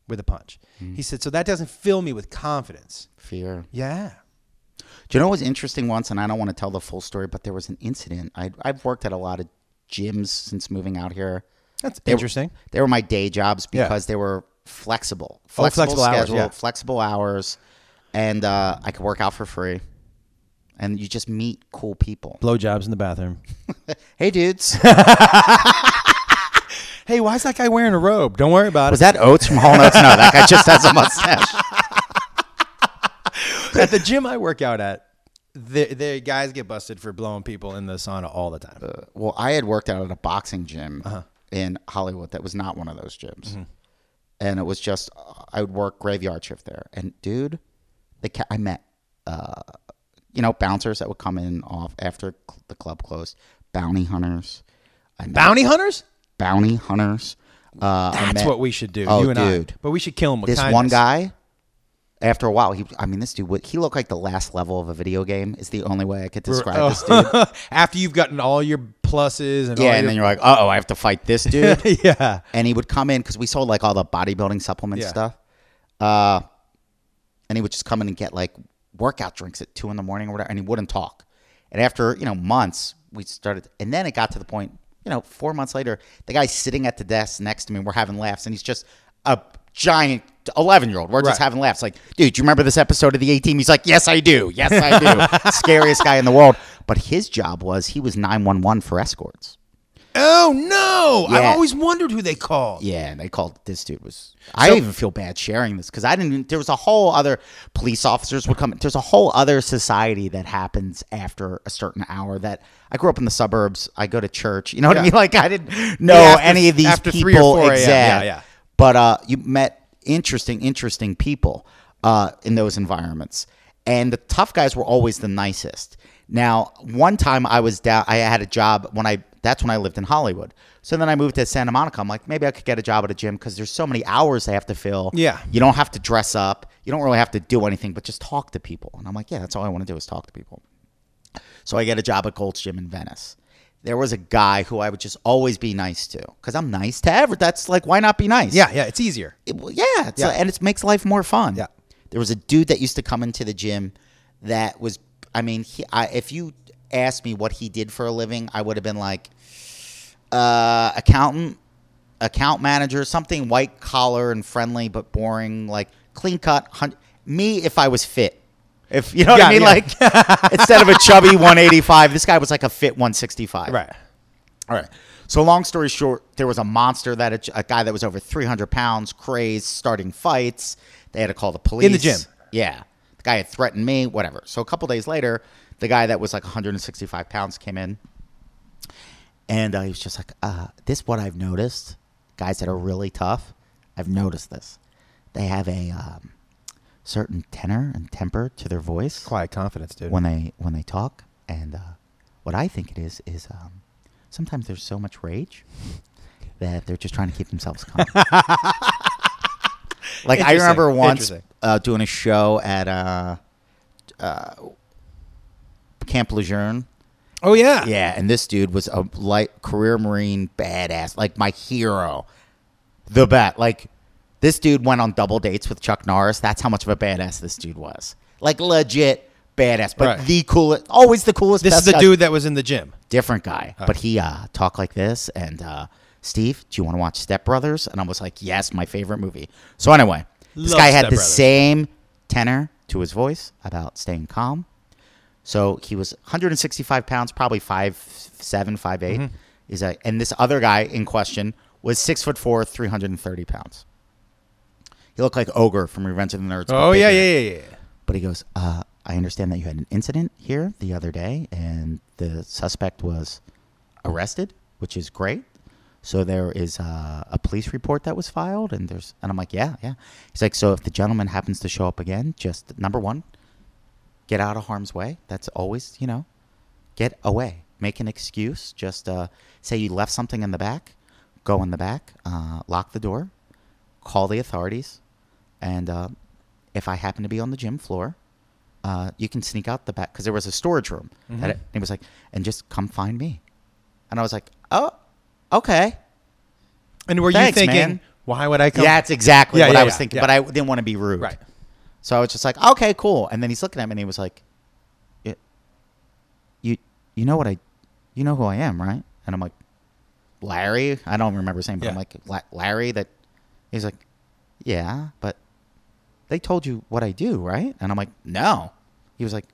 [SPEAKER 1] with a punch.
[SPEAKER 2] Mm-hmm.
[SPEAKER 1] He said, So that doesn't fill me with confidence.
[SPEAKER 2] Fear.
[SPEAKER 1] Yeah.
[SPEAKER 2] Do you know what was interesting once, and I don't want to tell the full story, but there was an incident. I, I've worked at a lot of gyms since moving out here.
[SPEAKER 1] That's
[SPEAKER 2] They were-
[SPEAKER 1] interesting.
[SPEAKER 2] They were my day jobs
[SPEAKER 1] Yeah.
[SPEAKER 2] because they were flexible,
[SPEAKER 1] Oh,
[SPEAKER 2] flexible,
[SPEAKER 1] flexible hours,
[SPEAKER 2] schedule,
[SPEAKER 1] yeah.
[SPEAKER 2] flexible hours, and uh, I could work out for free. And and you just meet cool people.
[SPEAKER 1] Blowjobs in the bathroom.
[SPEAKER 2] Hey, dudes.
[SPEAKER 1] Hey, why is that guy wearing a robe? Don't worry about
[SPEAKER 2] Was
[SPEAKER 1] it.
[SPEAKER 2] that Oates from Hall Notes? No, that guy just has a mustache.
[SPEAKER 1] At the gym I work out at, the, the guys get busted for blowing people in the sauna all the time.
[SPEAKER 2] well, I had worked out at a boxing gym
[SPEAKER 1] Uh-huh.
[SPEAKER 2] in Hollywood that was not one of those gyms.
[SPEAKER 1] Mm-hmm.
[SPEAKER 2] And it was just, uh, I would work graveyard shift there. And dude, the ca- I met, uh, you know, bouncers that would come in off after cl- the club closed, bounty hunters. I met
[SPEAKER 1] Bounty hunters?
[SPEAKER 2] bounty hunters. Uh, I
[SPEAKER 1] That's
[SPEAKER 2] met-
[SPEAKER 1] what we should do.
[SPEAKER 2] Oh,
[SPEAKER 1] you and
[SPEAKER 2] dude.
[SPEAKER 1] I. But we should kill him with
[SPEAKER 2] this
[SPEAKER 1] kindness.
[SPEAKER 2] one guy after a while he i mean this dude would- he looked like the last level of a video game is the only way i could describe this dude
[SPEAKER 1] Oh. After you've gotten all your pluses and all
[SPEAKER 2] yeah and
[SPEAKER 1] your-
[SPEAKER 2] then you're like oh i have to fight this dude
[SPEAKER 1] yeah.
[SPEAKER 2] and he would come in because we sold like all the bodybuilding supplement
[SPEAKER 1] Yeah.
[SPEAKER 2] stuff uh, and he would just come in and get like workout drinks at two in the morning or whatever and he wouldn't talk and after you know months we started and then it got to the point you know four months later the guy's sitting at the desk next to me and we're having laughs and he's just a giant 11 year old we're just
[SPEAKER 1] Right.
[SPEAKER 2] having laughs like dude do you remember this episode of the a team he's like yes i do yes i do scariest guy in the world but his job was he was 911 for escorts
[SPEAKER 1] Oh no!
[SPEAKER 2] Yeah.
[SPEAKER 1] I always wondered who they called.
[SPEAKER 2] Yeah, and they called this dude was. I even feel bad sharing this because I didn't. even- There was a whole other police officers would come. There's a whole other society that happens after a certain hour. That I grew up in the suburbs. I go to church. You know what I
[SPEAKER 1] Yeah.
[SPEAKER 2] mean? Like I didn't know
[SPEAKER 1] Yeah, after-
[SPEAKER 2] any of these
[SPEAKER 1] after
[SPEAKER 2] people
[SPEAKER 1] 3 or 4 a.m.
[SPEAKER 2] exist.
[SPEAKER 1] Yeah, yeah.
[SPEAKER 2] But uh, you met interesting, interesting people uh, in those environments, and the tough guys were always the nicest. Now, one time I was down. I had a job when I. That's when I lived in Hollywood. So then I moved to Santa Monica. I'm like, maybe I could get a job at a gym because there's so many hours they have to fill.
[SPEAKER 1] Yeah.
[SPEAKER 2] You don't have to dress up. You don't really have to do anything, but just talk to people. And I'm like, yeah, that's all I want to do is talk to people. So I get a job at Gold's Gym in Venice. There was a guy who I would just always be nice to because I'm nice to everyone. That's like, why not be nice?
[SPEAKER 1] Yeah, yeah, it's easier.
[SPEAKER 2] It- well, yeah, it's uh,
[SPEAKER 1] Yeah.
[SPEAKER 2] and it makes life more fun.
[SPEAKER 1] Yeah.
[SPEAKER 2] There was a dude that used to come into the gym that was, I mean, he, I, if you asked me what he did for a living, I would have been like, uh, accountant, account manager, something white collar and friendly but boring, like clean cut. Hun- me, if I was fit. If you know
[SPEAKER 1] Yeah,
[SPEAKER 2] what I mean,
[SPEAKER 1] yeah.
[SPEAKER 2] like instead of a chubby 185, this guy was like a fit 165.
[SPEAKER 1] Right.
[SPEAKER 2] All right. So long story short, there was a monster that a, a guy that was over 300 pounds, crazed, starting fights. They had to call the police
[SPEAKER 1] gym.
[SPEAKER 2] Yeah, the guy had threatened me. Whatever. So a couple days later, the guy that was like 165 pounds came in, and uh, he was just like, uh, "This is what I've noticed. Guys that are really tough, I've noticed this. They have a um, certain tenor and temper to their voice
[SPEAKER 1] Quiet confidence, dude.
[SPEAKER 2] when they when they talk. And uh, what I think it is is um, sometimes there's so much rage that they're just trying to keep themselves calm. like I
[SPEAKER 1] Interesting,
[SPEAKER 2] remember once
[SPEAKER 1] interesting.
[SPEAKER 2] uh, doing a show at uh, uh, Camp Lejeune.
[SPEAKER 1] oh yeah.
[SPEAKER 2] Yeah, and this dude was a light career marine badass, like my hero, the bat. Like this dude went on double dates with Chuck Norris. That's how much of a badass this dude was. Like legit badass, but
[SPEAKER 1] Right.
[SPEAKER 2] the coolest, always the coolest.
[SPEAKER 1] This
[SPEAKER 2] best
[SPEAKER 1] is the
[SPEAKER 2] guy.
[SPEAKER 1] dude that was in the gym.
[SPEAKER 2] different guy, but he uh, talked like this. And uh, Steve, do you want to watch Step Brothers? And I was like, yes, my favorite movie. So anyway, this
[SPEAKER 1] Love
[SPEAKER 2] guy had
[SPEAKER 1] Step
[SPEAKER 2] the
[SPEAKER 1] Brothers.
[SPEAKER 2] same tenor to his voice about staying calm. So he was 165 pounds, probably five seven, five eight.
[SPEAKER 1] Mm-hmm.
[SPEAKER 2] He's like, and this other guy in question was six foot four, 330 pounds. He looked like ogre from Revenge of the Nerds. but
[SPEAKER 1] Oh yeah,
[SPEAKER 2] bigger.
[SPEAKER 1] yeah, yeah, yeah.
[SPEAKER 2] But he goes, uh, I understand that you had an incident here the other day, and the suspect was arrested, which is great. So there is uh, a police report that was filed, and there's, and I'm like, yeah, yeah. He's like, so if the gentleman happens to show up again, just number one, get out of harm's way. That's always, you know, get away. Make an excuse. Just uh, say you left something in the back. Go in the back. Uh, lock the door. Call the authorities. And uh, if I happen to be on the gym floor, uh, you can sneak out the back because there was a storage room.
[SPEAKER 1] Mm-hmm.
[SPEAKER 2] That it, it was like, and just come find me. And I was like, oh, okay.
[SPEAKER 1] And were
[SPEAKER 2] Thanks,
[SPEAKER 1] you thinking,
[SPEAKER 2] man.
[SPEAKER 1] why would I come?
[SPEAKER 2] Yeah, that's exactly
[SPEAKER 1] Yeah,
[SPEAKER 2] what
[SPEAKER 1] yeah,
[SPEAKER 2] I was
[SPEAKER 1] yeah,
[SPEAKER 2] thinking,
[SPEAKER 1] yeah.
[SPEAKER 2] but I didn't want to be rude.
[SPEAKER 1] Right.
[SPEAKER 2] So I was just like, okay, cool. And then he's looking at me and he was like, "Y- you, you know what I, you know who I am, right? And I'm like, Larry. I don't remember his name, but I'm
[SPEAKER 1] Yeah.
[SPEAKER 2] like, La- Larry. That he's like, yeah, but they told you what I do, right? And I'm like, no. He was like,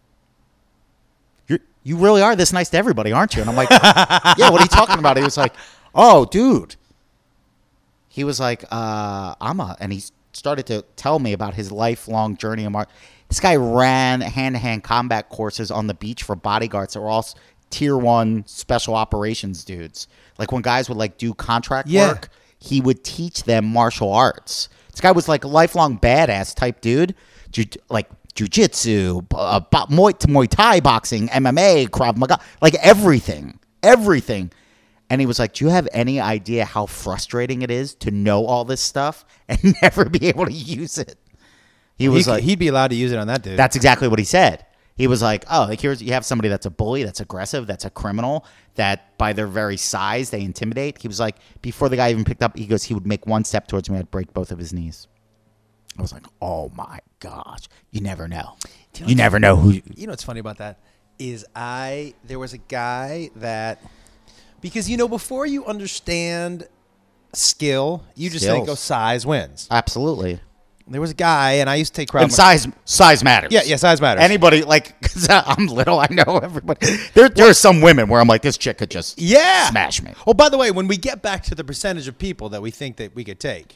[SPEAKER 2] you're, you really are this nice to everybody, aren't you? And I'm like, yeah, what are you talking about? He was like, oh, dude. He was like, uh, I'm a, and he started to tell me about his lifelong journey of mar- This guy ran hand-to-hand combat courses on the beach for bodyguards that were all s- tier one special operations dudes. Like when guys would like do contract
[SPEAKER 1] Yeah.
[SPEAKER 2] work, he would teach them martial arts. This guy was like a lifelong badass type dude, Ju- like jujitsu, b- uh, bo- Muay, Muay Thai boxing, MMA, Krav Maga, like everything, everything. And he was like, "Do you have any idea how frustrating it is to know all this stuff and never be able to use it?" He was
[SPEAKER 1] He could-
[SPEAKER 2] like,
[SPEAKER 1] he'd be allowed to use it on that dude.
[SPEAKER 2] that's exactly what he said. He was like, "Oh, like here's you have somebody that's a bully, that's aggressive, that's a criminal, that by their very size they intimidate." He was like, before the guy even picked up, he goes, he would make one step towards me, I'd break both of his knees. I was like, "Oh my gosh, you never know, you never know who." you-
[SPEAKER 1] you know what's funny about that is I there was a guy that because you know before you understand skill, you just think
[SPEAKER 2] Skills.
[SPEAKER 1] oh size wins.
[SPEAKER 2] Absolutely,
[SPEAKER 1] There was a guy and I used to take crowd.
[SPEAKER 2] and size size matters.
[SPEAKER 1] yeah, yeah, size matters.
[SPEAKER 2] Anybody like, cause I'm little, I know everybody. There, there are some women where I'm like, this chick could just
[SPEAKER 1] yeah,
[SPEAKER 2] smash me.
[SPEAKER 1] Oh, by the way, when we get back to the percentage of people that we think that we could take,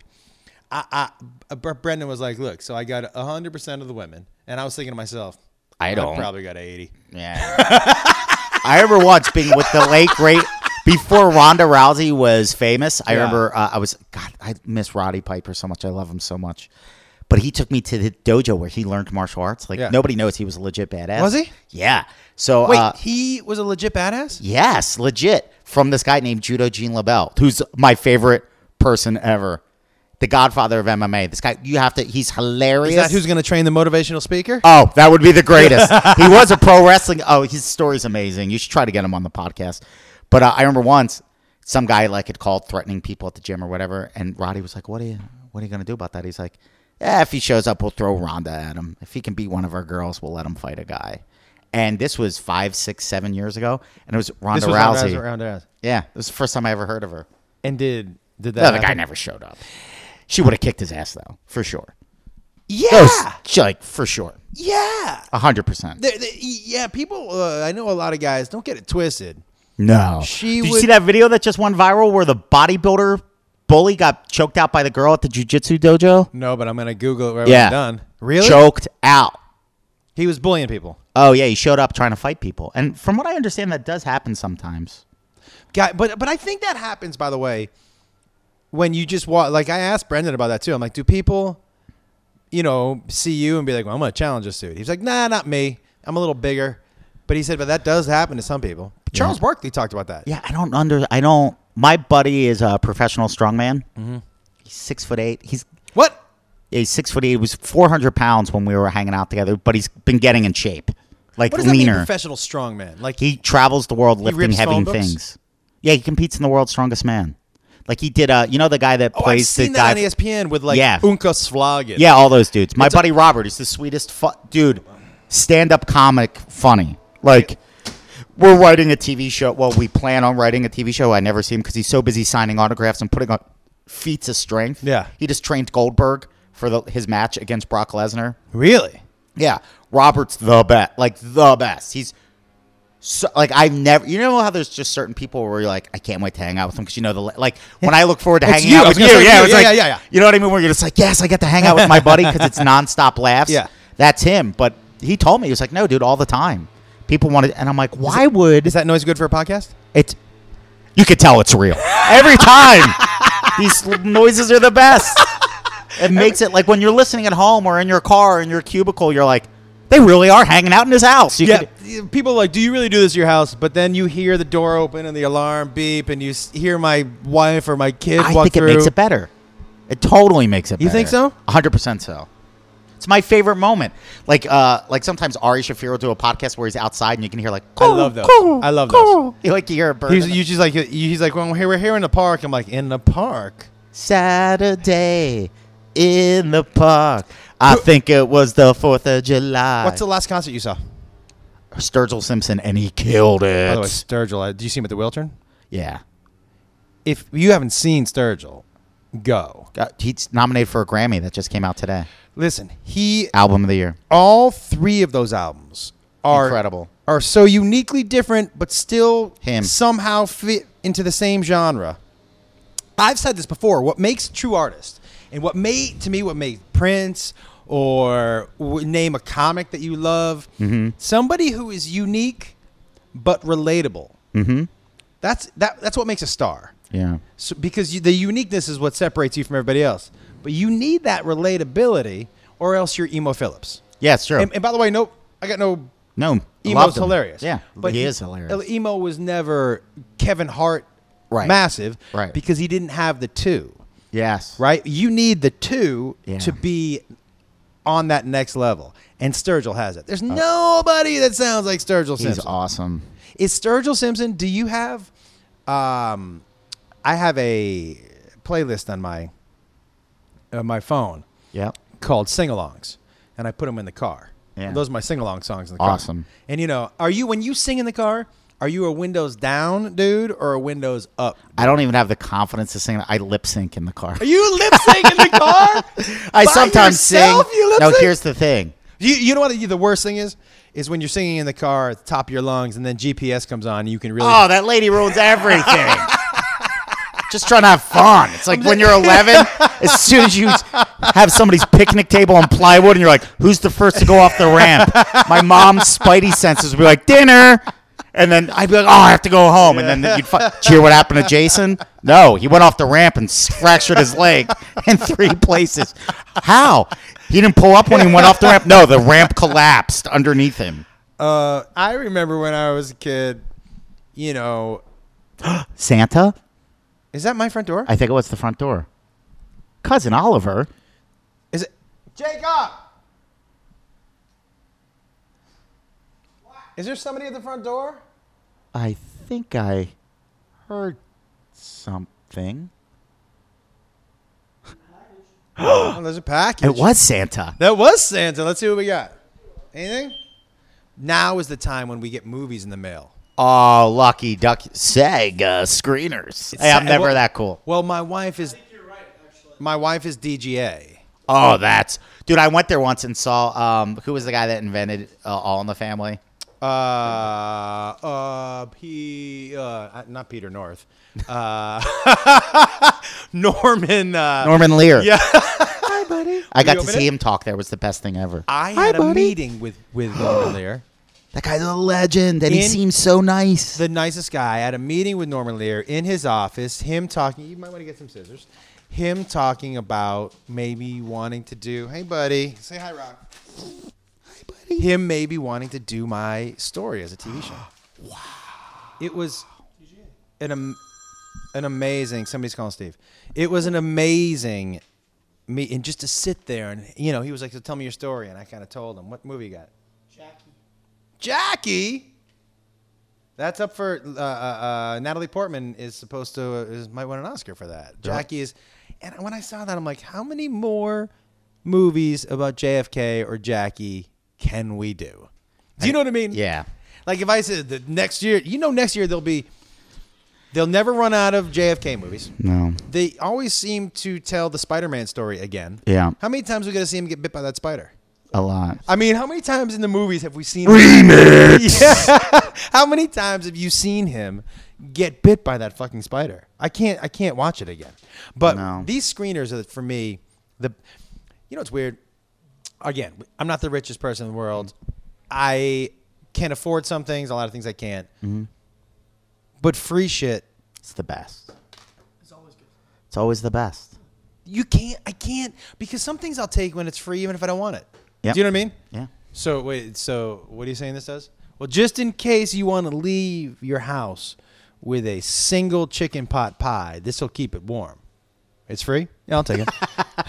[SPEAKER 1] I, I Br- Brendan was like, "Look, so I got hundred percent of the women," and I was thinking to myself,
[SPEAKER 2] I don't.
[SPEAKER 1] probably got eighty.
[SPEAKER 2] Yeah. I remember once being with the late great before Ronda Rousey was famous. I
[SPEAKER 1] Yeah.
[SPEAKER 2] remember uh, I was God. I miss Roddy Piper so much. I love him so much. But he took me to the dojo where he learned martial arts. Like
[SPEAKER 1] Yeah.
[SPEAKER 2] nobody knows he was a legit badass.
[SPEAKER 1] Was he?
[SPEAKER 2] Yeah. So
[SPEAKER 1] Wait,
[SPEAKER 2] uh,
[SPEAKER 1] he was a legit badass.
[SPEAKER 2] yes, legit from this guy named Judo Jean LaBelle, who's my favorite person ever. The Godfather of MMA. This guy, you have to. He's
[SPEAKER 1] Is
[SPEAKER 2] hilarious.
[SPEAKER 1] that who's going to train the motivational speaker?
[SPEAKER 2] Oh, that would be the greatest. he was a pro wrestling. Oh, his story's amazing. You should try to get him on the podcast. But uh, I remember once some guy like had called threatening people at the gym or whatever, and Roddy was like, "What are you? What are you gonna do about that?" He's like, "Yeah, if he shows up, we'll throw Ronda at him. If he can beat one of our girls, we'll let him fight a guy." And this was five, six, seven years ago, and it was Ronda
[SPEAKER 1] this was
[SPEAKER 2] Rousey.
[SPEAKER 1] Ronda Rousey. Ronda Rousey.
[SPEAKER 2] Yeah, it was the first time I ever heard of her.
[SPEAKER 1] And did did that?
[SPEAKER 2] No, the guy
[SPEAKER 1] happen?
[SPEAKER 2] never showed up. She would have kicked his ass though, for sure. That was,
[SPEAKER 1] Yeah,
[SPEAKER 2] like for sure,
[SPEAKER 1] yeah,
[SPEAKER 2] a hundred percent.
[SPEAKER 1] There- there- yeah. People, uh, I know a lot of guys. Don't get it twisted.
[SPEAKER 2] No.
[SPEAKER 1] She
[SPEAKER 2] Did you
[SPEAKER 1] would-
[SPEAKER 2] see that video that just went viral where the bodybuilder bully got choked out by the girl at the jujitsu dojo?
[SPEAKER 1] No, but I'm gonna Google it right
[SPEAKER 2] Yeah.
[SPEAKER 1] when I'm done. Really?
[SPEAKER 2] Choked out.
[SPEAKER 1] He was bullying people.
[SPEAKER 2] Oh yeah, he showed up trying to fight people. And from what I understand, that does happen sometimes.
[SPEAKER 1] Guy, but but I think that happens. By the way, when you just walk, like I asked Brendan about that too. I'm like, do people, you know, see you and be like, well, I'm gonna challenge this dude? He's like, nah, not me. I'm a little bigger. But he said, but that does happen to some people. Charles Barkley talked about that.
[SPEAKER 2] Yeah, I don't under I don't my buddy is a professional strongman. Mm-hmm. He's six foot eight. He's
[SPEAKER 1] What?
[SPEAKER 2] yeah, he's six foot eight. He was four hundred pounds when we were hanging out together, but he's been getting in shape. Like
[SPEAKER 1] What does that
[SPEAKER 2] leaner.
[SPEAKER 1] mean? Professional strongman. Like oh,
[SPEAKER 2] He travels the world lifting
[SPEAKER 1] rips
[SPEAKER 2] heavy
[SPEAKER 1] phone books?
[SPEAKER 2] things. Yeah, he competes in the world's strongest man. Like he did, uh, you know, the guy that
[SPEAKER 1] oh,
[SPEAKER 2] plays
[SPEAKER 1] I've seen
[SPEAKER 2] the
[SPEAKER 1] that
[SPEAKER 2] guy.
[SPEAKER 1] on ESPN with like
[SPEAKER 2] Yeah.
[SPEAKER 1] Unka Svagen.
[SPEAKER 2] yeah, all those dudes. My buddy Robert is the sweetest fu- dude. Stand up comic, funny. Like we're writing a TV show. Well, we plan on writing a TV show. I never see him because he's so busy signing autographs and putting on feats of strength.
[SPEAKER 1] Yeah.
[SPEAKER 2] he just trained Goldberg for the, his match against Brock Lesnar.
[SPEAKER 1] Really?
[SPEAKER 2] Yeah, Robert's the best. Like the best. He's so like I've never. You know how there's just certain people where you're like, I can't wait to hang out with them because you know the like when I look forward to
[SPEAKER 1] It's
[SPEAKER 2] hanging
[SPEAKER 1] you.
[SPEAKER 2] out
[SPEAKER 1] I
[SPEAKER 2] with
[SPEAKER 1] was
[SPEAKER 2] you.
[SPEAKER 1] gonna say
[SPEAKER 2] Yeah,
[SPEAKER 1] you.
[SPEAKER 2] it's
[SPEAKER 1] Yeah,
[SPEAKER 2] like,
[SPEAKER 1] yeah, yeah, yeah.
[SPEAKER 2] You know what I mean? Where you're just like, yes, I get to hang out with my buddy because it's nonstop laughs.
[SPEAKER 1] Yeah.
[SPEAKER 2] that's him. But he told me he was like, no, dude, all the time. People wanted, and I'm like, why would
[SPEAKER 1] Is that noise good for a podcast?
[SPEAKER 2] it? You could tell it's real every time. These noises are the best. It makes it like when you're listening at home or in your car or in your cubicle, you're like, they really are hanging out in his house. You
[SPEAKER 1] Yeah,
[SPEAKER 2] could-
[SPEAKER 1] people are like, do you really do this at your house? But then you hear the door open and the alarm beep, and you s- hear my wife or my kid
[SPEAKER 2] I
[SPEAKER 1] walk
[SPEAKER 2] think
[SPEAKER 1] through.
[SPEAKER 2] it makes it better. It totally makes it.
[SPEAKER 1] You think
[SPEAKER 2] better.
[SPEAKER 1] so?
[SPEAKER 2] 100% so. It's my favorite moment. Like, uh, like sometimes Ari Shafir will do a podcast where he's outside and you can hear like,
[SPEAKER 1] I love those. I love those.
[SPEAKER 2] You like you hear a bird.
[SPEAKER 1] He's
[SPEAKER 2] in the-
[SPEAKER 1] you just like he's like, well, we're here in the park. I'm like, in the park.
[SPEAKER 2] Saturday in the park. I think it was the Fourth of July.
[SPEAKER 1] What's the last concert you saw?
[SPEAKER 2] Sturgill Simpson and he killed it.
[SPEAKER 1] By the way, Sturgill. uh, Did you see him at the Wiltern?
[SPEAKER 2] yeah.
[SPEAKER 1] If you haven't seen Sturgill, go
[SPEAKER 2] Got- he's nominated for a Grammy that just came out today.
[SPEAKER 1] listen. He
[SPEAKER 2] Album of the year.
[SPEAKER 1] all three of those albums are
[SPEAKER 2] Incredible.
[SPEAKER 1] are so uniquely different, but still
[SPEAKER 2] Him.
[SPEAKER 1] somehow fit into the same genre. I've said this before. What makes a true artist, and what made to me, what made Prince or w- name a comic that you love,
[SPEAKER 2] Mm-hmm.
[SPEAKER 1] somebody who is unique but relatable. Mm-hmm. That's that. That's what makes a star.
[SPEAKER 2] Yeah.
[SPEAKER 1] So, because you, the uniqueness is what separates you from everybody else. But you need that relatability, or else you're emo Phillips.
[SPEAKER 2] Yeah, sure.
[SPEAKER 1] And, and by the way, no, I got no.
[SPEAKER 2] no,
[SPEAKER 1] Emo's
[SPEAKER 2] loved him.
[SPEAKER 1] hilarious.
[SPEAKER 2] Yeah, but he is hilarious.
[SPEAKER 1] Emo was never Kevin Hart
[SPEAKER 2] Right.
[SPEAKER 1] massive,
[SPEAKER 2] Right.
[SPEAKER 1] Because he didn't have the two,
[SPEAKER 2] Yes.
[SPEAKER 1] right? You need the two
[SPEAKER 2] Yeah.
[SPEAKER 1] to be on that next level, and Sturgill has it. There's nobody that sounds like Sturgill
[SPEAKER 2] Uh, He's
[SPEAKER 1] Simpson.
[SPEAKER 2] awesome.
[SPEAKER 1] Is Sturgill Simpson? Do you have? Um, I have a playlist on my uh, my phone
[SPEAKER 2] Yep.
[SPEAKER 1] called sing-alongs, and I put them in the car.
[SPEAKER 2] Yeah.
[SPEAKER 1] Those are my sing-along songs in the car.
[SPEAKER 2] Awesome.
[SPEAKER 1] And you know, are you when you sing in the car? Are you a windows down dude or a windows up?
[SPEAKER 2] I don't even have the confidence to sing. I lip sync in the car.
[SPEAKER 1] Are you lip sync in the car? By
[SPEAKER 2] I sometimes sing.
[SPEAKER 1] yourself, You lip
[SPEAKER 2] no,
[SPEAKER 1] sync?
[SPEAKER 2] here's the thing.
[SPEAKER 1] you, you know what the worst thing is is when you're singing in the car at the top of your lungs, and then GPS comes on, and you can really
[SPEAKER 2] Oh, that lady ruins everything. Just trying to have fun. It's like when you're 11, as soon as you have somebody's picnic table on plywood, and you're like, "Who's the first to go off the ramp?" My mom's spidey senses would be like, "Dinner," and then I'd be like, "Oh, I have to go home," and then you'd fi- cheer what happened to Jason. No, he went off the ramp and s- fractured his leg in three places. How? He didn't pull up when he went off the ramp. No, the ramp collapsed underneath him.
[SPEAKER 1] Uh, I remember when I was a kid. You know,
[SPEAKER 2] Santa.
[SPEAKER 1] is that my front door?
[SPEAKER 2] I think it was the front door. Cousin Oliver.
[SPEAKER 1] Is it Jacob? Is there somebody at the front door?
[SPEAKER 2] I think I heard something.
[SPEAKER 1] Oh, there's a package.
[SPEAKER 2] It was Santa.
[SPEAKER 1] That was Santa. Let's see what we got. Anything? Now is the time when we get movies in the mail.
[SPEAKER 2] Oh, lucky duck. Sega screeners. Hey, I'm
[SPEAKER 1] Sa-
[SPEAKER 2] never
[SPEAKER 1] well-
[SPEAKER 2] that cool.
[SPEAKER 1] Well, my wife is
[SPEAKER 4] You're right, actually.
[SPEAKER 1] my wife is DGA.
[SPEAKER 2] Oh, that's. Dude, I went there once and saw. Um, who was the guy that invented uh, All in the Family?
[SPEAKER 1] Uh, uh, P, uh, not Peter North. Uh, Norman. Uh,
[SPEAKER 2] Norman Lear.
[SPEAKER 1] Yeah.
[SPEAKER 2] I
[SPEAKER 1] You
[SPEAKER 2] got to
[SPEAKER 1] open
[SPEAKER 2] see
[SPEAKER 1] it?
[SPEAKER 2] him talk there. It was the best thing ever.
[SPEAKER 1] I
[SPEAKER 2] Hi,
[SPEAKER 1] had a
[SPEAKER 2] buddy.
[SPEAKER 1] meeting with with Norman Lear,
[SPEAKER 2] That guy's a legend, and he
[SPEAKER 1] In-
[SPEAKER 2] seems so nice.
[SPEAKER 1] the nicest guy. I had a meeting with Norman Lear in his office. Him talking. You might want to get some scissors. Him talking about maybe wanting to do. Hey, buddy. Say hi, Rock. Him maybe wanting to do my story as a TV show. wow. It was an am- an amazing. Somebody's calling Steve. It was an amazing meet, and just to sit there and you know he was like, so "Tell me your story," and I kind of told him, "What movie you got?"
[SPEAKER 4] Jackie.
[SPEAKER 1] Jackie. That's up for uh, uh, uh, Natalie Portman is supposed to is, might win an Oscar for that. Jackie is, and when I saw that, I'm like, how many more movies about JFK or Jackie can we do? Do you know what I mean?
[SPEAKER 2] Yeah.
[SPEAKER 1] Like if I said the next year, you know, next year there'll be, they'll never run out of JFK movies.
[SPEAKER 2] No.
[SPEAKER 1] They always seem to tell the Spider-Man story again.
[SPEAKER 2] Yeah.
[SPEAKER 1] How many times are we gonna see him get bit by that spider?
[SPEAKER 2] A lot.
[SPEAKER 1] I mean, how many times in the movies have we seen remix? Yeah. how many times have you seen him get bit by that fucking spider? I can't. I can't watch it again. But
[SPEAKER 2] No.
[SPEAKER 1] these screeners are for me. The you know it's weird. Again, I'm not the richest person in the world. I can afford some things. A lot of things I can't.
[SPEAKER 2] Mm-hmm.
[SPEAKER 1] But free shit,
[SPEAKER 2] It's the best.
[SPEAKER 4] It's always good.
[SPEAKER 2] It's always the best.
[SPEAKER 1] you can't. I can't because some things I'll take when it's free, even if I don't want it.
[SPEAKER 2] Yep.
[SPEAKER 1] Do you know what I mean?
[SPEAKER 2] Yeah.
[SPEAKER 1] So wait, so what are you saying this does? Well, just in case you want to leave your house with a single chicken pot pie, this will keep it warm. It's free. Yeah, I'll take it.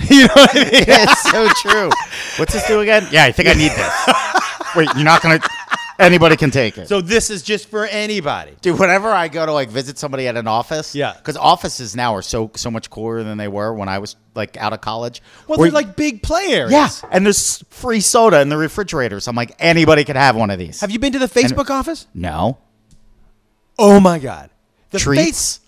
[SPEAKER 1] you know what I mean?
[SPEAKER 2] It's so true. What's this do again? Yeah, I think I need this. Wait, you're not gonna. Anybody can take it. So,
[SPEAKER 1] So this is just for anybody.
[SPEAKER 2] dude, whenever I go to like visit somebody at an office,
[SPEAKER 1] Yeah.
[SPEAKER 2] because offices now are so so much cooler than they were when I was like out of college.
[SPEAKER 1] Well,
[SPEAKER 2] Where-
[SPEAKER 1] they're like big players.
[SPEAKER 2] yeah, and there's free soda in the refrigerator, so I'm like anybody could have one of these.
[SPEAKER 1] Have you been to the Facebook office?
[SPEAKER 2] no
[SPEAKER 1] Oh my god. The
[SPEAKER 2] treats?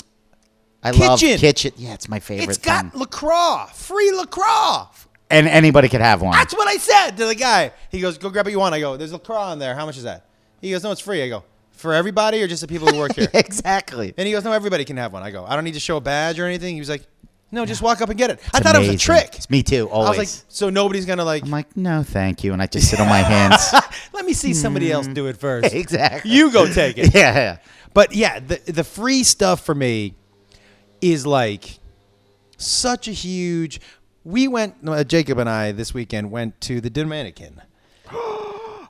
[SPEAKER 2] I love
[SPEAKER 1] Kitchen.
[SPEAKER 2] kitchen. Yeah, it's my favorite.
[SPEAKER 1] Face, it's got
[SPEAKER 2] thing.
[SPEAKER 1] lacroix, free lacroix.
[SPEAKER 2] and anybody could have one.
[SPEAKER 1] That's what I said to the guy. He goes, "Go grab what you want." I go, "There's lacroix in there. How much is that?" He goes, no, it's free. I go, for everybody or just the people who work here?
[SPEAKER 2] exactly.
[SPEAKER 1] And he goes, no, everybody can have one. I go, I don't need to show a badge or anything. He was like, no, just walk up and get it. I thought it was a
[SPEAKER 2] Amazing.
[SPEAKER 1] trick.
[SPEAKER 2] Me too. Always.
[SPEAKER 1] I was like, so nobody's gonna like.
[SPEAKER 2] I'm like, no, thank you, and I just sit on my hands.
[SPEAKER 1] Let me see somebody else do it first.
[SPEAKER 2] "Hmm." exactly.
[SPEAKER 1] You go take it.
[SPEAKER 2] Yeah.
[SPEAKER 1] But yeah, the the free stuff for me is like such a huge. We went, no, uh, Jacob and I this weekend went to the Dominican.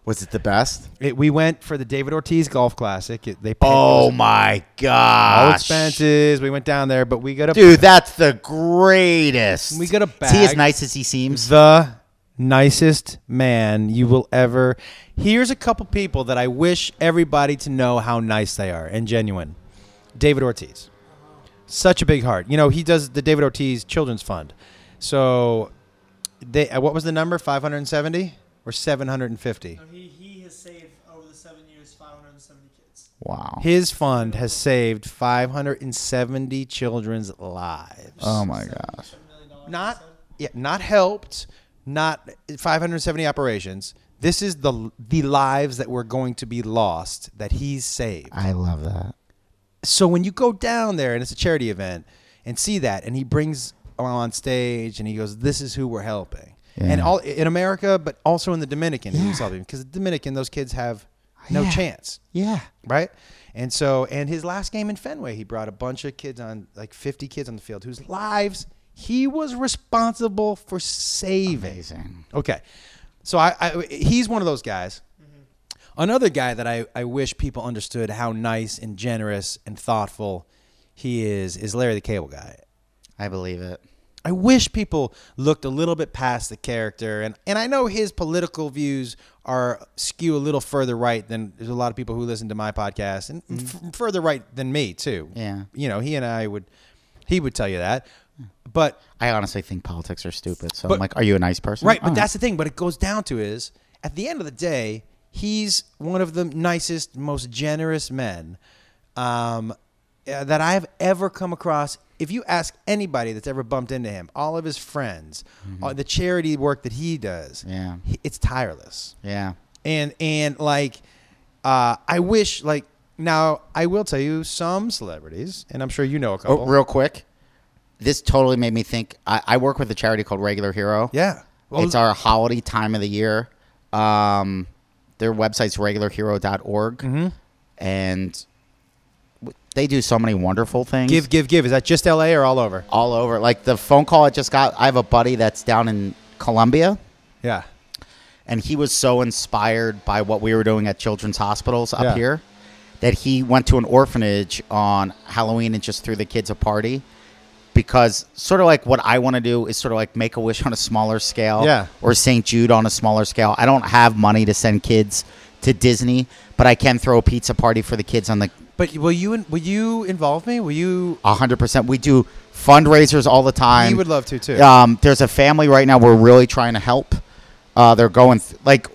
[SPEAKER 2] Was it the best?
[SPEAKER 1] It, we went for the David Ortiz Golf Classic. It, they paid it
[SPEAKER 2] Oh
[SPEAKER 1] was
[SPEAKER 2] my
[SPEAKER 1] all
[SPEAKER 2] gosh.
[SPEAKER 1] expenses. We went down there, but we got a
[SPEAKER 2] Dude, that's the greatest.
[SPEAKER 1] We got a
[SPEAKER 2] Is he as
[SPEAKER 1] bag.
[SPEAKER 2] nice as he seems?
[SPEAKER 1] the nicest man you will ever. Here's a couple people that I wish everybody to know how nice they are and genuine. David Ortiz, such a big heart. You know he does the David Ortiz Children's Fund, so they uh, what was the number? Five hundred and seventy or seven hundred and fifty?
[SPEAKER 4] No, he, he has saved over the seven years 570 kids.
[SPEAKER 2] Wow.
[SPEAKER 1] His fund has saved five hundred and seventy children's lives.
[SPEAKER 2] Oh my gosh.
[SPEAKER 4] $7 million. dollars,
[SPEAKER 1] not
[SPEAKER 4] he said.
[SPEAKER 1] yeah, not helped, not 570 operations. This is the the lives that were going to be lost that he's saved.
[SPEAKER 2] I love that.
[SPEAKER 1] So when you go down there and it's a charity event and see that and he brings on stage and he goes, "This is who we're helping." And
[SPEAKER 2] Yeah.
[SPEAKER 1] all in America, but also in the Dominican, he's helping because the Dominican those kids have no
[SPEAKER 2] Oh, Yeah.
[SPEAKER 1] chance
[SPEAKER 2] Yeah.
[SPEAKER 1] right? And so, and his last game in Fenway, he brought a bunch of kids on, like 50 kids on the field, whose lives he was responsible for saving.
[SPEAKER 2] Amazing.
[SPEAKER 1] Okay, so I, I he's one of those guys. Mm-hmm. Another guy that I, I wish people understood how nice and generous and thoughtful he is is Larry the Cable Guy.
[SPEAKER 2] I believe it.
[SPEAKER 1] I wish people looked a little bit past the character, and and I know his political views are skew a little further right than there's a lot of people who listen to my podcast, and f- further right than me too.
[SPEAKER 2] Yeah.
[SPEAKER 1] you know, he and I would, he would tell you that, but
[SPEAKER 2] I honestly think politics are stupid. So
[SPEAKER 1] But-
[SPEAKER 2] I'm like, are you a nice person? Oh.
[SPEAKER 1] right, but
[SPEAKER 2] All
[SPEAKER 1] that's the thing. But it goes down to is at the end of the day, he's one of the nicest, most generous men um, uh, that I have ever come across. If you ask anybody that's ever bumped into him, all of his friends, all the charity work that he does,
[SPEAKER 2] Mm-hmm. Yeah.
[SPEAKER 1] he- it's tireless
[SPEAKER 2] Yeah.
[SPEAKER 1] and and like uh, I wish like now I will tell you some celebrities, and I'm sure you know a couple.
[SPEAKER 2] Oh, real quick, this totally made me think. I, I work with a charity called Regular Hero.
[SPEAKER 1] yeah, Well,
[SPEAKER 2] it's our holiday time of the year. Um, their website's regularhero.org.
[SPEAKER 1] Mm-hmm.
[SPEAKER 2] And w- they do so many wonderful things.
[SPEAKER 1] give give give. Is that just L.A. or all over?
[SPEAKER 2] all over. Like the phone call I just got, I have a buddy that's down in Colombia.
[SPEAKER 1] Yeah,
[SPEAKER 2] and he was so inspired by what we were doing at children's hospitals up
[SPEAKER 1] Yeah.
[SPEAKER 2] here that he went to an orphanage on Halloween and just threw the kids a party because sort of like what I want to do is sort of like make a wish on a smaller scale
[SPEAKER 1] Yeah.
[SPEAKER 2] or St. Jude on a smaller scale. I don't have money to send kids to Disney, but I can throw a pizza party for the kids on the
[SPEAKER 1] but will you in- will you involve me? Will you?
[SPEAKER 2] 100%. We do fundraisers all the time.
[SPEAKER 1] He would love to too.
[SPEAKER 2] Um, there's a family right now we're really trying to help. Uh, they're going th- like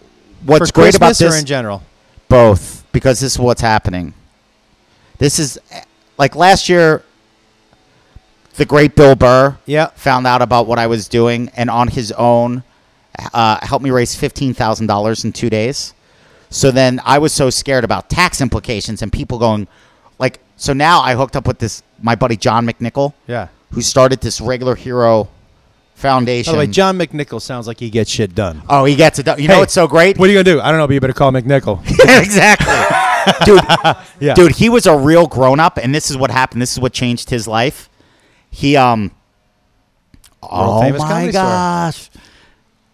[SPEAKER 2] what's
[SPEAKER 1] For
[SPEAKER 2] great
[SPEAKER 1] Christmas
[SPEAKER 2] about this
[SPEAKER 1] or in general?
[SPEAKER 2] both because this is what's happening. This is like last year. The great Bill Burr
[SPEAKER 1] Yeah.
[SPEAKER 2] found out about what I was doing and on his own uh, helped me raise fifteen thousand dollars in two days. So then I was so scared about tax implications and people going like so now I hooked up with this my buddy John McNichol
[SPEAKER 1] Yeah.
[SPEAKER 2] who started this regular hero
[SPEAKER 1] By
[SPEAKER 2] foundation.
[SPEAKER 1] the way, John McNichol sounds like he gets shit done.
[SPEAKER 2] oh, he gets it done. You know
[SPEAKER 1] Hey,
[SPEAKER 2] what's so great?
[SPEAKER 1] What are you gonna do? I don't know, but you better call McNichol.
[SPEAKER 2] exactly. Dude,
[SPEAKER 1] Yeah.
[SPEAKER 2] dude, he was a real grown up, and this is what happened. This is what changed his life. He um Oh
[SPEAKER 1] famous
[SPEAKER 2] my
[SPEAKER 1] comedy store.
[SPEAKER 2] gosh.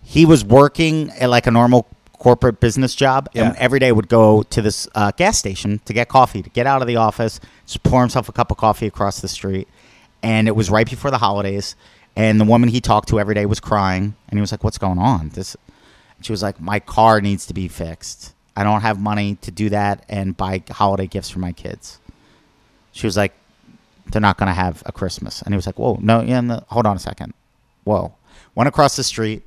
[SPEAKER 2] He was working at like a normal corporate business job and
[SPEAKER 1] Yeah.
[SPEAKER 2] every day would go to this uh, gas station to get coffee, to get out of the office, just pour himself a cup of coffee across the street. And it was right before the holidays and the woman he talked to every day was crying and he was like, What's going on? This she was like, My car needs to be fixed. I don't have money to do that and buy holiday gifts for my kids. She was like, They're not going to have a Christmas. And he was like, Whoa, no, yeah, no, hold on a second. Whoa. Went across the street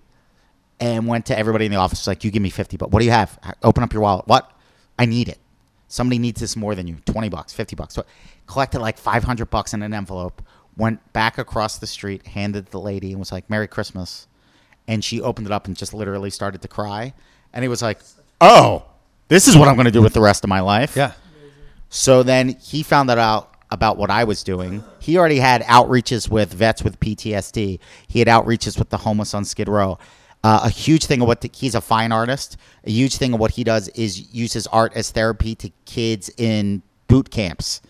[SPEAKER 2] and went to everybody in the office. Like, you give me 50, but what do you have? H- Open up your wallet. What? I need it. Somebody needs this more than you. 20 bucks, 50 bucks. So, collected like 500 bucks in an envelope, went back across the street, handed the lady, and was like, Merry Christmas. And she opened it up and just literally started to cry. And he was like, Oh, This is what I'm going to do with the rest of my life.
[SPEAKER 1] Yeah.
[SPEAKER 2] So then he found that out about what I was doing. He already had outreaches with vets with PTSD. He had outreaches with the homeless on Skid Row. Uh, a huge thing of what the, he's a fine artist. A huge thing of what he does is uses art as therapy to kids in boot camps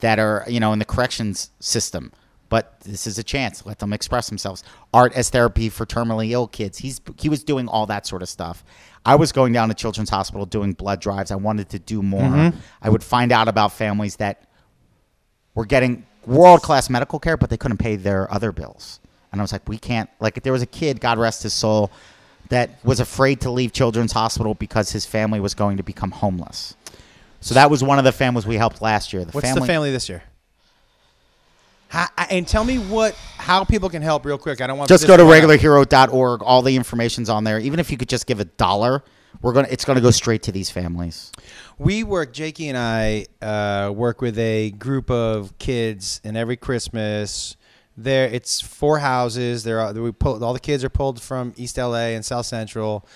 [SPEAKER 2] that are you know in the corrections system but this is a chance let them express themselves art as therapy for terminally ill kids he's he was doing all that sort of stuff i was going down to children's hospital doing blood drives i wanted to do more
[SPEAKER 1] Mm-hmm.
[SPEAKER 2] i would find out about families that were getting world class medical care, but they couldn't pay their other bills. And I was like, we can't. Like, there was a kid, God rest his soul, that was afraid to leave Children's Hospital because his family was going to become homeless. So that was one of the families we helped last year. The
[SPEAKER 1] What's
[SPEAKER 2] family,
[SPEAKER 1] the family this year? How, I- and tell me what how people can help real quick. I don't want
[SPEAKER 2] Just
[SPEAKER 1] this
[SPEAKER 2] go to
[SPEAKER 1] one out.
[SPEAKER 2] regularhero.org. All the information's on there. Even if you could just give a dollar, we're gonna. It's gonna go straight to these families.
[SPEAKER 1] We work, Jakey and I uh, work with a group of kids, and every Christmas, there it's four houses. There are we pull, all the kids are pulled from East LA and South Central,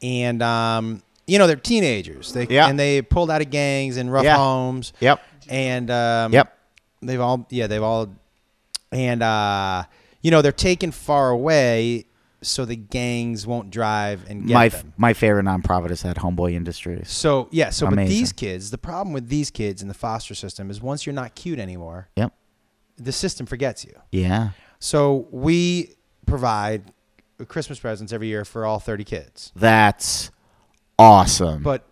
[SPEAKER 1] and um, you know they're teenagers. They
[SPEAKER 2] Yeah.
[SPEAKER 1] and they pulled out of gangs and rough
[SPEAKER 2] Yeah.
[SPEAKER 1] homes.
[SPEAKER 2] Yep.
[SPEAKER 1] And um,
[SPEAKER 2] Yep.
[SPEAKER 1] they've all yeah they've all and uh, you know they're taken far away so the gangs won't drive and get
[SPEAKER 2] my
[SPEAKER 1] them.
[SPEAKER 2] my favorite nonprofit is that Homeboy Industries.
[SPEAKER 1] So yeah, so but
[SPEAKER 2] Amazing.
[SPEAKER 1] these kids, the problem with these kids in the foster system is once you're not cute anymore,
[SPEAKER 2] Yep.
[SPEAKER 1] the system forgets you.
[SPEAKER 2] Yeah.
[SPEAKER 1] So we provide Christmas presents every year for all 30 kids.
[SPEAKER 2] That's awesome.
[SPEAKER 1] But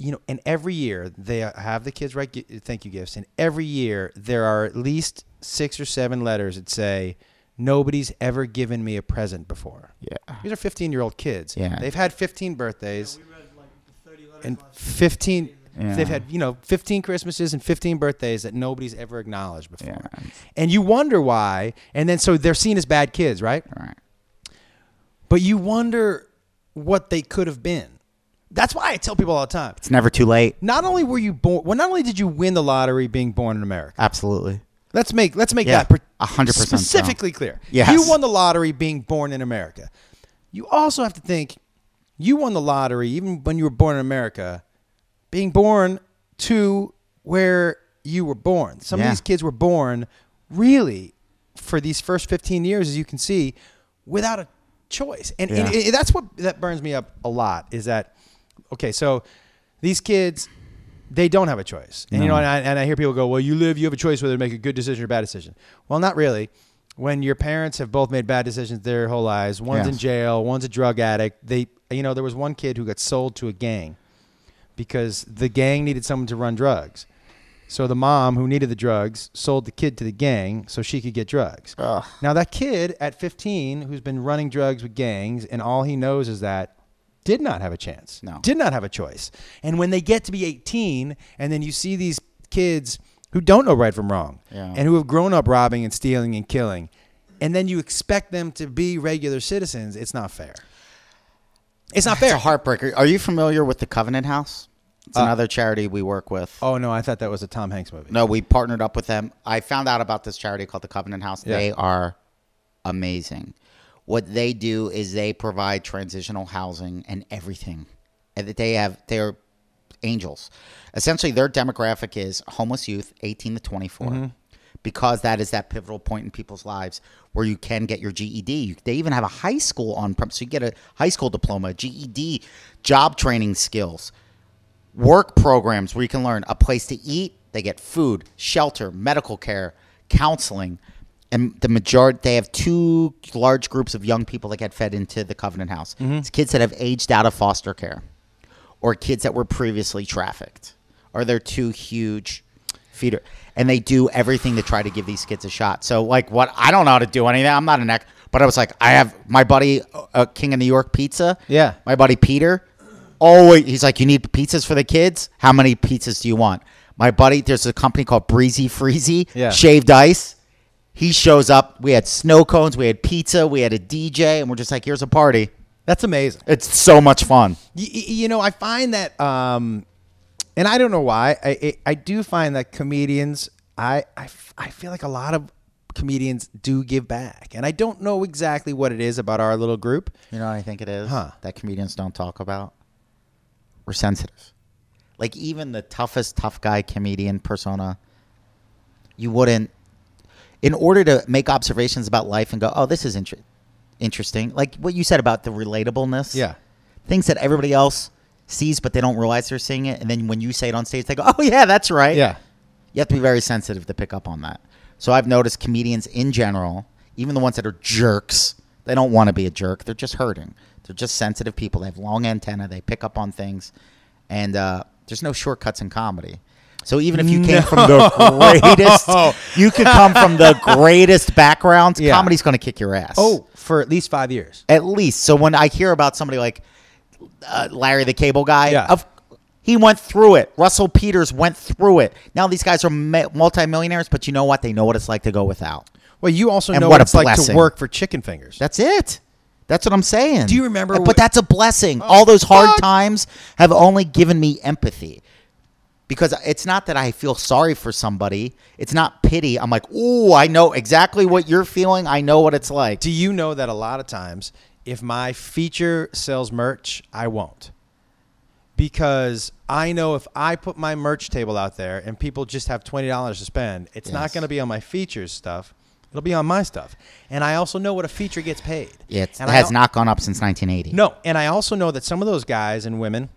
[SPEAKER 1] you know, and every year they have the kids write gi- thank you gifts, and every year there are at least six or seven letters that say nobody's ever given me a present before.
[SPEAKER 2] yeah.
[SPEAKER 1] These are 15 year old kids.
[SPEAKER 2] Yeah.
[SPEAKER 1] They've had 15 birthdays.
[SPEAKER 4] We read like 30 letters
[SPEAKER 1] and
[SPEAKER 4] last year.
[SPEAKER 1] 15
[SPEAKER 2] Yeah.
[SPEAKER 1] they've had you know 15 christmases and 15 birthdays that nobody's ever acknowledged before
[SPEAKER 2] Yeah.
[SPEAKER 1] and you wonder why and then so they're seen as bad kids right
[SPEAKER 2] Right.
[SPEAKER 1] but you wonder what they could have been that's why i tell people all the time
[SPEAKER 2] It's never too late.
[SPEAKER 1] not only were you born well not only did you win the lottery being born in america
[SPEAKER 2] Absolutely.
[SPEAKER 1] let's make let's make
[SPEAKER 2] Yeah,
[SPEAKER 1] that per-
[SPEAKER 2] 100% so.
[SPEAKER 1] specifically clear
[SPEAKER 2] Yes.
[SPEAKER 1] you won the lottery being born in america you also have to think you won the lottery even when you were born in america being born to where you were born. Some
[SPEAKER 2] Yeah.
[SPEAKER 1] of these kids were born really for these first 15 years, as you can see, without a choice. And, and
[SPEAKER 2] Yeah.
[SPEAKER 1] it- that's what that burns me up a lot is that, okay, so these kids, they don't have a choice. And, you know, and I, and I hear people go, well, you live, you have a choice whether to make a good decision or a bad decision. Well, not really. When your parents have both made bad decisions their whole lives, one's in
[SPEAKER 2] Yes.
[SPEAKER 1] jail, one's a drug addict. They, you know, there was one kid who got sold to a gang because the gang needed someone to run drugs. So the mom who needed the drugs sold the kid to the gang so she could get drugs.
[SPEAKER 2] Ugh.
[SPEAKER 1] Now that kid at 15 who's been running drugs with gangs and all he knows is that did not have a chance.
[SPEAKER 2] No.
[SPEAKER 1] Did not have a choice. And when they get to be 18 and then you see these kids who don't know right from wrong
[SPEAKER 2] Yeah.
[SPEAKER 1] and who have grown up robbing and stealing and killing and then you expect them to be regular citizens, it's not fair. It's not
[SPEAKER 2] It's
[SPEAKER 1] fair.
[SPEAKER 2] a heartbreaker. Are you familiar with the Covenant House? It's
[SPEAKER 1] Uh,
[SPEAKER 2] another charity we work with.
[SPEAKER 1] oh no, I thought that was a Tom Hanks movie.
[SPEAKER 2] No, we partnered up with them. I found out about this charity called the Covenant House.
[SPEAKER 1] Yeah.
[SPEAKER 2] They are amazing. What they do is they provide transitional housing and everything. And that they have they're angels. Essentially their demographic is homeless youth 18 to 24. Because that is that pivotal point in people's lives where you can get your GED. You- They even have a high school on prem, so you get a high school diploma, GED, job training skills work programs where you can learn a place to eat. They get food, shelter, medical care, counseling, and the majority. They have two large groups of young people that get fed into the Covenant House. It's kids that have aged out of foster care, or kids that were previously trafficked. Are there two huge feeder? And they do everything to try to give these kids a shot. So, like, what I don't know how to do anything. I'm not an ex, but I was like, I have my buddy, uh, King of New York Pizza.
[SPEAKER 1] Yeah.
[SPEAKER 2] My buddy Peter, always he's like, "You need pizzas for the kids. How many pizzas do you want?" My buddy, there's a company called Breezy Freezy,
[SPEAKER 1] Yeah.
[SPEAKER 2] shaved ice. He shows up. We had snow cones, we had pizza, we had a DJ, and we're just like, "Here's a party."
[SPEAKER 1] That's amazing.
[SPEAKER 2] It's so much fun.
[SPEAKER 1] Y- y- you know, I find that, um, and I don't know why, I, I, I do find that comedians, I, I, f- I feel like a lot of comedians do give back. And I don't know exactly what it is about our little group.
[SPEAKER 2] You know what I think it is
[SPEAKER 1] Huh.
[SPEAKER 2] that comedians don't talk about We're sensitive. Like even the toughest tough guy comedian persona, you wouldn't. In order to make observations about life and go, oh, this is inter- interesting. Like what you said about the relatableness.
[SPEAKER 1] Yeah.
[SPEAKER 2] Things that everybody else sees, but they don't realize they're seeing it. And then when you say it on stage, they go, oh, yeah, that's right
[SPEAKER 1] Yeah.
[SPEAKER 2] you have to be very sensitive to pick up on that. So I've noticed comedians in general, even the ones that are jerks, they don't want to be a jerk. They're just hurting. They're just sensitive people. They have long antenna. They pick up on things, and uh, there's no shortcuts in comedy. So even if you came from the greatest, you could come from the greatest background.
[SPEAKER 1] Yeah.
[SPEAKER 2] Comedy's going to kick your ass.
[SPEAKER 1] Oh, for at least five years.
[SPEAKER 2] At least. So when I hear about somebody like uh, Larry the Cable Guy,
[SPEAKER 1] Yeah.
[SPEAKER 2] of, he went through it. Russell Peters went through it. Now these guys are ma- multimillionaires, but you know what? They know what it's like to go without.
[SPEAKER 1] Well, you also
[SPEAKER 2] And
[SPEAKER 1] know
[SPEAKER 2] what
[SPEAKER 1] what
[SPEAKER 2] a
[SPEAKER 1] it's like to
[SPEAKER 2] blessing.
[SPEAKER 1] work for chicken fingers.
[SPEAKER 2] That's it. That's what I'm saying.
[SPEAKER 1] Do you remember
[SPEAKER 2] But
[SPEAKER 1] what- Oh,
[SPEAKER 2] that's a blessing. All those hard
[SPEAKER 1] fuck.
[SPEAKER 2] times have only given me empathy. Because it's not that I feel sorry for somebody. It's not pity. I'm like, ooh, I know exactly what you're feeling. I know what it's like.
[SPEAKER 1] Do you know that a lot of times, if my feature sells merch, I won't? Because I know if I put my merch table out there and people just have $20 to spend, it's not
[SPEAKER 2] Yes.
[SPEAKER 1] going to be on my features stuff. It'll be on my stuff. And I also know what a feature gets paid.
[SPEAKER 2] Yeah, it's, it
[SPEAKER 1] And I
[SPEAKER 2] has
[SPEAKER 1] al-
[SPEAKER 2] not gone up since 1980.
[SPEAKER 1] No. And I also know that some of those guys and women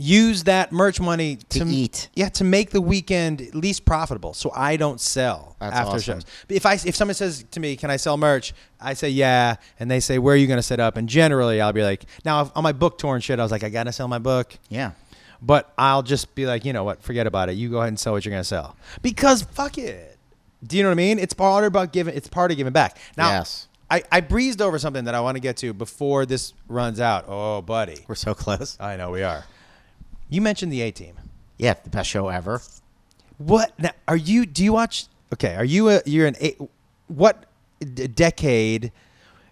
[SPEAKER 1] use that merch money
[SPEAKER 2] To eat.
[SPEAKER 1] Yeah, to make the weekend at least profitable. So I don't sell
[SPEAKER 2] That's
[SPEAKER 1] after
[SPEAKER 2] awesome.
[SPEAKER 1] shows. But if I if someone says to me, "Can I sell merch?" I say, "Yeah," and they say, "Where are you going to set up?" And generally, I'll be like, "Now if- on my book tour and shit, I was like, I got to sell my book."
[SPEAKER 2] Yeah.
[SPEAKER 1] But I'll just be like, you know what? Forget about it. You go ahead and sell what you're going to sell because fuck it. Do you know what I mean? It's part about giving. It's part of giving back. Now,
[SPEAKER 2] Yes.
[SPEAKER 1] I, I breezed over something that I want to get to before this runs out. Oh, buddy,
[SPEAKER 2] We're so close.
[SPEAKER 1] I know we are. You mentioned the A Team.
[SPEAKER 2] Yeah, the best show ever.
[SPEAKER 1] What now, are you? Do you watch? Okay, are you a? You're an eight. What d- decade?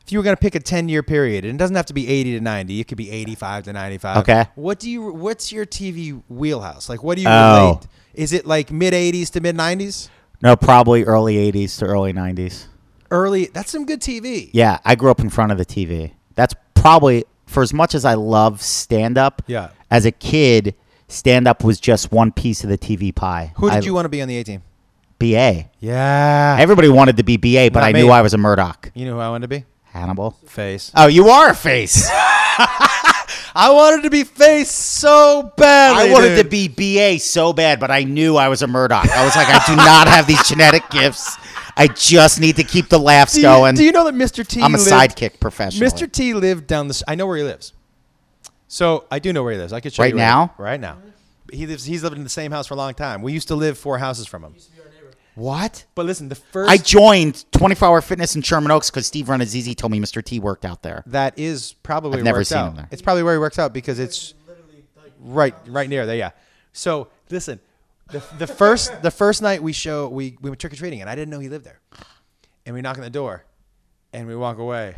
[SPEAKER 1] If you were going to pick a ten-year period, and it doesn't have to be eighty to ninety, it could be eighty-five to ninety-five.
[SPEAKER 2] Okay.
[SPEAKER 1] What do you? What's your TV wheelhouse? Like, what do you
[SPEAKER 2] Oh.
[SPEAKER 1] relate? Is it like mid '80s to mid '90s?
[SPEAKER 2] No, probably early 80s to early 90s.
[SPEAKER 1] Early. That's some good TV.
[SPEAKER 2] Yeah, I grew up in front of the TV. That's probably for as much as I love stand up.
[SPEAKER 1] Yeah.
[SPEAKER 2] As a kid, stand up was just one piece of the TV pie.
[SPEAKER 1] Who did
[SPEAKER 2] I-
[SPEAKER 1] you want to be on the A Team?
[SPEAKER 2] BA.
[SPEAKER 1] Yeah.
[SPEAKER 2] Everybody wanted to be BA, but
[SPEAKER 1] Not
[SPEAKER 2] I
[SPEAKER 1] me.
[SPEAKER 2] knew I was a Murdoch.
[SPEAKER 1] you know who I wanted to be?
[SPEAKER 2] Hannibal.
[SPEAKER 1] Face.
[SPEAKER 2] Oh, you are a face.
[SPEAKER 1] I wanted to be Face so badly.
[SPEAKER 2] I wanted
[SPEAKER 1] dude.
[SPEAKER 2] to be BA so bad, but I knew I was a Murdoch. I was like, I do not have these genetic gifts. I just need to keep the laughs
[SPEAKER 1] Do you,
[SPEAKER 2] going.
[SPEAKER 1] do you know that Mr. T?
[SPEAKER 2] I'm a
[SPEAKER 1] lived-
[SPEAKER 2] sidekick professional.
[SPEAKER 1] Mr. T lived down the. s- I know where he lives. So I do know where he lives. I could show
[SPEAKER 2] Right
[SPEAKER 1] you where-
[SPEAKER 2] now?
[SPEAKER 1] Right now, he lives. He's lived in the same house for a long time. We used to live four houses from him.
[SPEAKER 2] What?
[SPEAKER 1] But listen, the first
[SPEAKER 2] I joined 24 Hour Fitness in Sherman Oaks because Steve Renazizi told me Mr. T worked out there.
[SPEAKER 1] that is probably where he
[SPEAKER 2] never
[SPEAKER 1] works
[SPEAKER 2] seen
[SPEAKER 1] out.
[SPEAKER 2] him there.
[SPEAKER 1] It's probably where he works out because it's right, right near there. Yeah. So listen, the, the first the first night we show we we went trick or treating and I didn't know he lived there, and we knock on the door, and we walk away,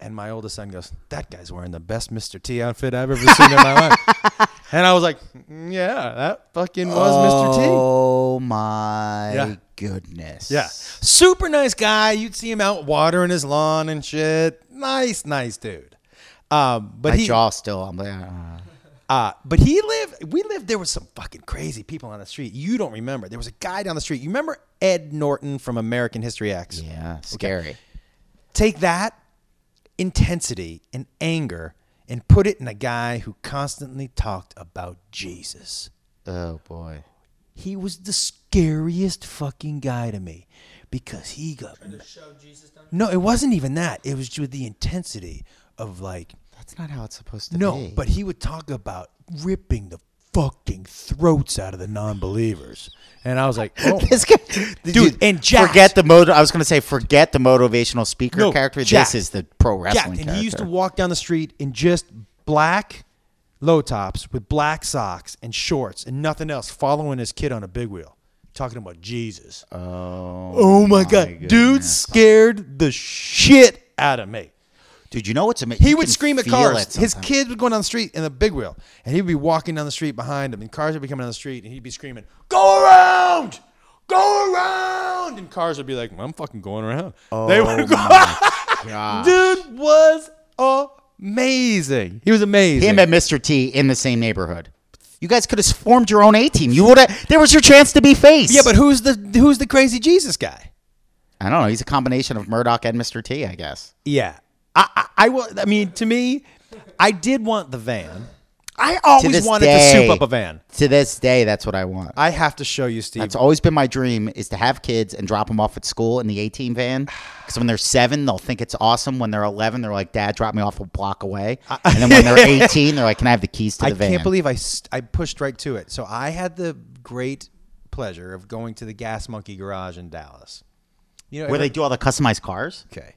[SPEAKER 1] and my oldest son goes, "That guy's wearing the best Mr. T outfit I've ever seen in my life," and I was like, "Mm, "Yeah, that fucking was Mr. T."
[SPEAKER 2] Oh my
[SPEAKER 1] Yeah.
[SPEAKER 2] goodness.
[SPEAKER 1] Yeah. Super nice guy. You'd see him out watering his lawn and shit. Nice, nice dude. Um, but
[SPEAKER 2] My
[SPEAKER 1] he,
[SPEAKER 2] jaw still. I'm like, uh,
[SPEAKER 1] uh, but he lived. We lived. There was some fucking crazy people on the street. You don't remember. There was a guy down the street. You remember Ed Norton from American History X?
[SPEAKER 2] yeah, scary.
[SPEAKER 1] Take that intensity and anger and put it in a guy who constantly talked about Jesus.
[SPEAKER 2] Oh boy.
[SPEAKER 1] He was the scariest fucking guy to me because he got No, it wasn't even that. It was just the intensity of like
[SPEAKER 2] That's not how it's supposed to be.
[SPEAKER 1] no, but he would talk about ripping the fucking throats out of the non-believers, and I was like, oh.
[SPEAKER 2] This guy,
[SPEAKER 1] Dude,
[SPEAKER 2] you
[SPEAKER 1] and Jax-
[SPEAKER 2] forget the motive. I was going to say forget the motivational speaker
[SPEAKER 1] No,
[SPEAKER 2] character.
[SPEAKER 1] Jax.
[SPEAKER 2] This is the pro
[SPEAKER 1] yeah,
[SPEAKER 2] wrestling
[SPEAKER 1] and
[SPEAKER 2] character.
[SPEAKER 1] he used to walk down the street in just black low tops with black socks and shorts and nothing else, following his kid on a big wheel, talking about Jesus.
[SPEAKER 2] oh,
[SPEAKER 1] oh my god, dude, scared the shit out of me.
[SPEAKER 2] dude, you know what's amazing?
[SPEAKER 1] He would scream at cars. His kids would go down the street in the big wheel, and he'd be walking down the street behind him, and cars would be coming down the street, and he'd be screaming, "Go around, go around!" And cars would be Oh like, "I'm fucking going around." they would go.
[SPEAKER 2] God.
[SPEAKER 1] Dude was a amazing. He was amazing.
[SPEAKER 2] Him and Mr. T in the same neighborhood. You guys could have formed your own A team. You would have. There was your chance to be face.
[SPEAKER 1] yeah, but who's the who's the crazy Jesus guy?
[SPEAKER 2] I don't know. He's a combination of Murdoch and Mr. T, I guess.
[SPEAKER 1] Yeah, I I, I will. I mean, to me, I did want the van. I
[SPEAKER 2] To
[SPEAKER 1] always
[SPEAKER 2] this
[SPEAKER 1] wanted to
[SPEAKER 2] day-
[SPEAKER 1] soup up a van.
[SPEAKER 2] To this day, that's what I want.
[SPEAKER 1] I have to show you, Steve.
[SPEAKER 2] That's always been my dream is to have kids and drop them off at school in the 18 van. Because when they're seven, they'll think it's awesome. When they're 11, they're like, Dad, drop me off a block away. And then when they're 18, they're like, Can I have the keys to the
[SPEAKER 1] I
[SPEAKER 2] van?
[SPEAKER 1] can't believe I st- I pushed right to it. So I had the great pleasure of going to the Gas Monkey Garage in Dallas. You know
[SPEAKER 2] Where
[SPEAKER 1] every-
[SPEAKER 2] they do all the customized cars?
[SPEAKER 1] Okay.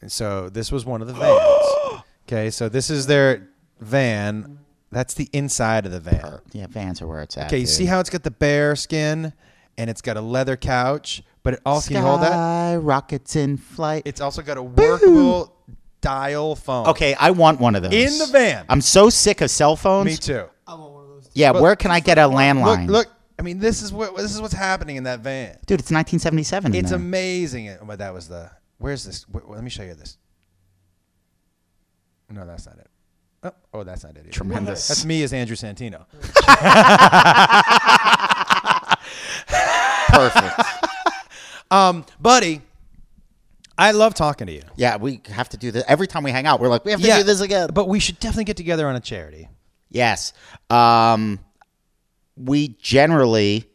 [SPEAKER 1] And so this was one of the vans. okay, so this is their van. That's the inside of the van.
[SPEAKER 2] Yeah, vans are where it's at.
[SPEAKER 1] Okay, you see how it's got the bear skin and it's got a leather couch, but it also
[SPEAKER 2] Sky
[SPEAKER 1] can you hold that?
[SPEAKER 2] rockets in flight.
[SPEAKER 1] It's also got a workable dial phone.
[SPEAKER 2] okay, I want one of those.
[SPEAKER 1] In the van.
[SPEAKER 2] I'm so sick of cell phones.
[SPEAKER 1] Me too.
[SPEAKER 4] I want one of those.
[SPEAKER 2] Yeah,
[SPEAKER 1] But-
[SPEAKER 2] where can I get a
[SPEAKER 1] Look,
[SPEAKER 2] landline?
[SPEAKER 1] look. I mean, this is what this is what's happening in that van.
[SPEAKER 2] Dude, it's 1977.
[SPEAKER 1] It's
[SPEAKER 2] It's a.
[SPEAKER 1] amazing. Oh, but that was the. Where's this? Wait, let me show you this. No, that's not it. Oh, oh that's not it. either.
[SPEAKER 2] Tremendous.
[SPEAKER 1] That's me as Andrew Santino.
[SPEAKER 2] Perfect.
[SPEAKER 1] Um, buddy, I love talking to you.
[SPEAKER 2] yeah, we have to do this. Every time we hang out, we're like, we have to do this again.
[SPEAKER 1] But we should definitely get together on a charity.
[SPEAKER 2] Yes. Um, we generally,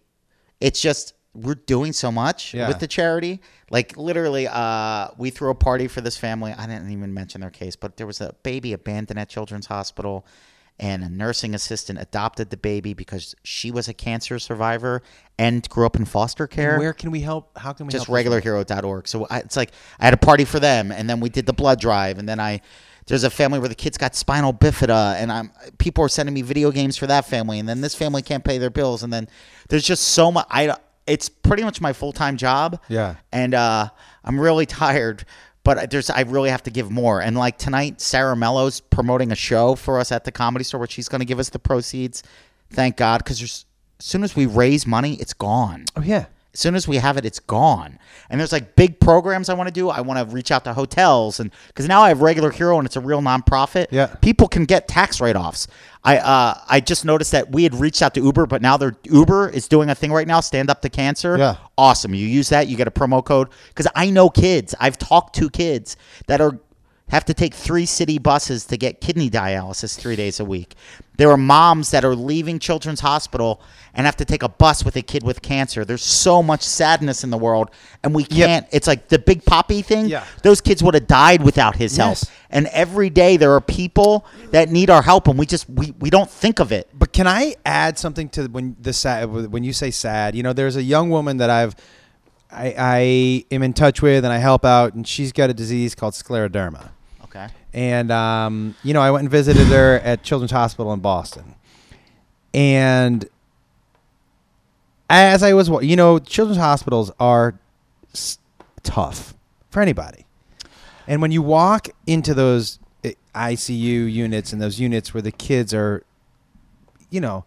[SPEAKER 2] it's just we're doing so much
[SPEAKER 1] Yeah.
[SPEAKER 2] with the charity. Like literally, uh, we threw a party for this family. I didn't even mention their case, but there was a baby abandoned at Children's Hospital, and a nursing assistant adopted the baby because she was a cancer survivor and grew up in foster care
[SPEAKER 1] Where can we help? How can we
[SPEAKER 2] just
[SPEAKER 1] help?
[SPEAKER 2] regularhero.org. So I, it's like I had a party for them, and then we did the blood drive, and then I there's a family where the kids got spinal bifida, and I'm people are sending me video games for that family, and then this family can't pay their bills, and then there's just so much. I it's pretty much my full time job.
[SPEAKER 1] Yeah.
[SPEAKER 2] and uh, I'm really tired. But I- there's, I really have to give more. And like tonight, Sarah Mello's promoting a show for us at the comedy store where she's going to give us the proceeds. Thank God, because as soon as we raise money, it's gone
[SPEAKER 1] Oh yeah.
[SPEAKER 2] as soon as we have it, it's gone. And there's like big programs I want to do. I want to reach out to hotels and because now I have regular hero and it's a real nonprofit.
[SPEAKER 1] Yeah.
[SPEAKER 2] people can get tax write offs. I uh, I just noticed that we had reached out to Uber, but now they're Uber is doing a thing right now. Stand up to cancer.
[SPEAKER 1] Yeah.
[SPEAKER 2] awesome. You use that, you get a promo code because I know kids. I've talked to kids that are have to take three city buses to get kidney dialysis three days a week. There are moms that are leaving Children's Hospital and have to take a bus with a kid with cancer. There's so much sadness in the world, and we can't. It's like the Big Poppy thing.
[SPEAKER 1] Yeah.
[SPEAKER 2] Those kids would have died without his
[SPEAKER 1] Yes.
[SPEAKER 2] help. And every day there are people that need our help, and we just we, we don't think of it.
[SPEAKER 1] But can I add something to when the sad when you say sad? You know, there's a young woman that I've I, I am in touch with and I help out, and she's got a disease called scleroderma.
[SPEAKER 2] Okay.
[SPEAKER 1] and um, you know, I went and visited her at Children's Hospital in Boston, and as I was, wa- you know, children's hospitals are s- tough for anybody, and when you walk into those eh, ICU units and those units where the kids are, you know,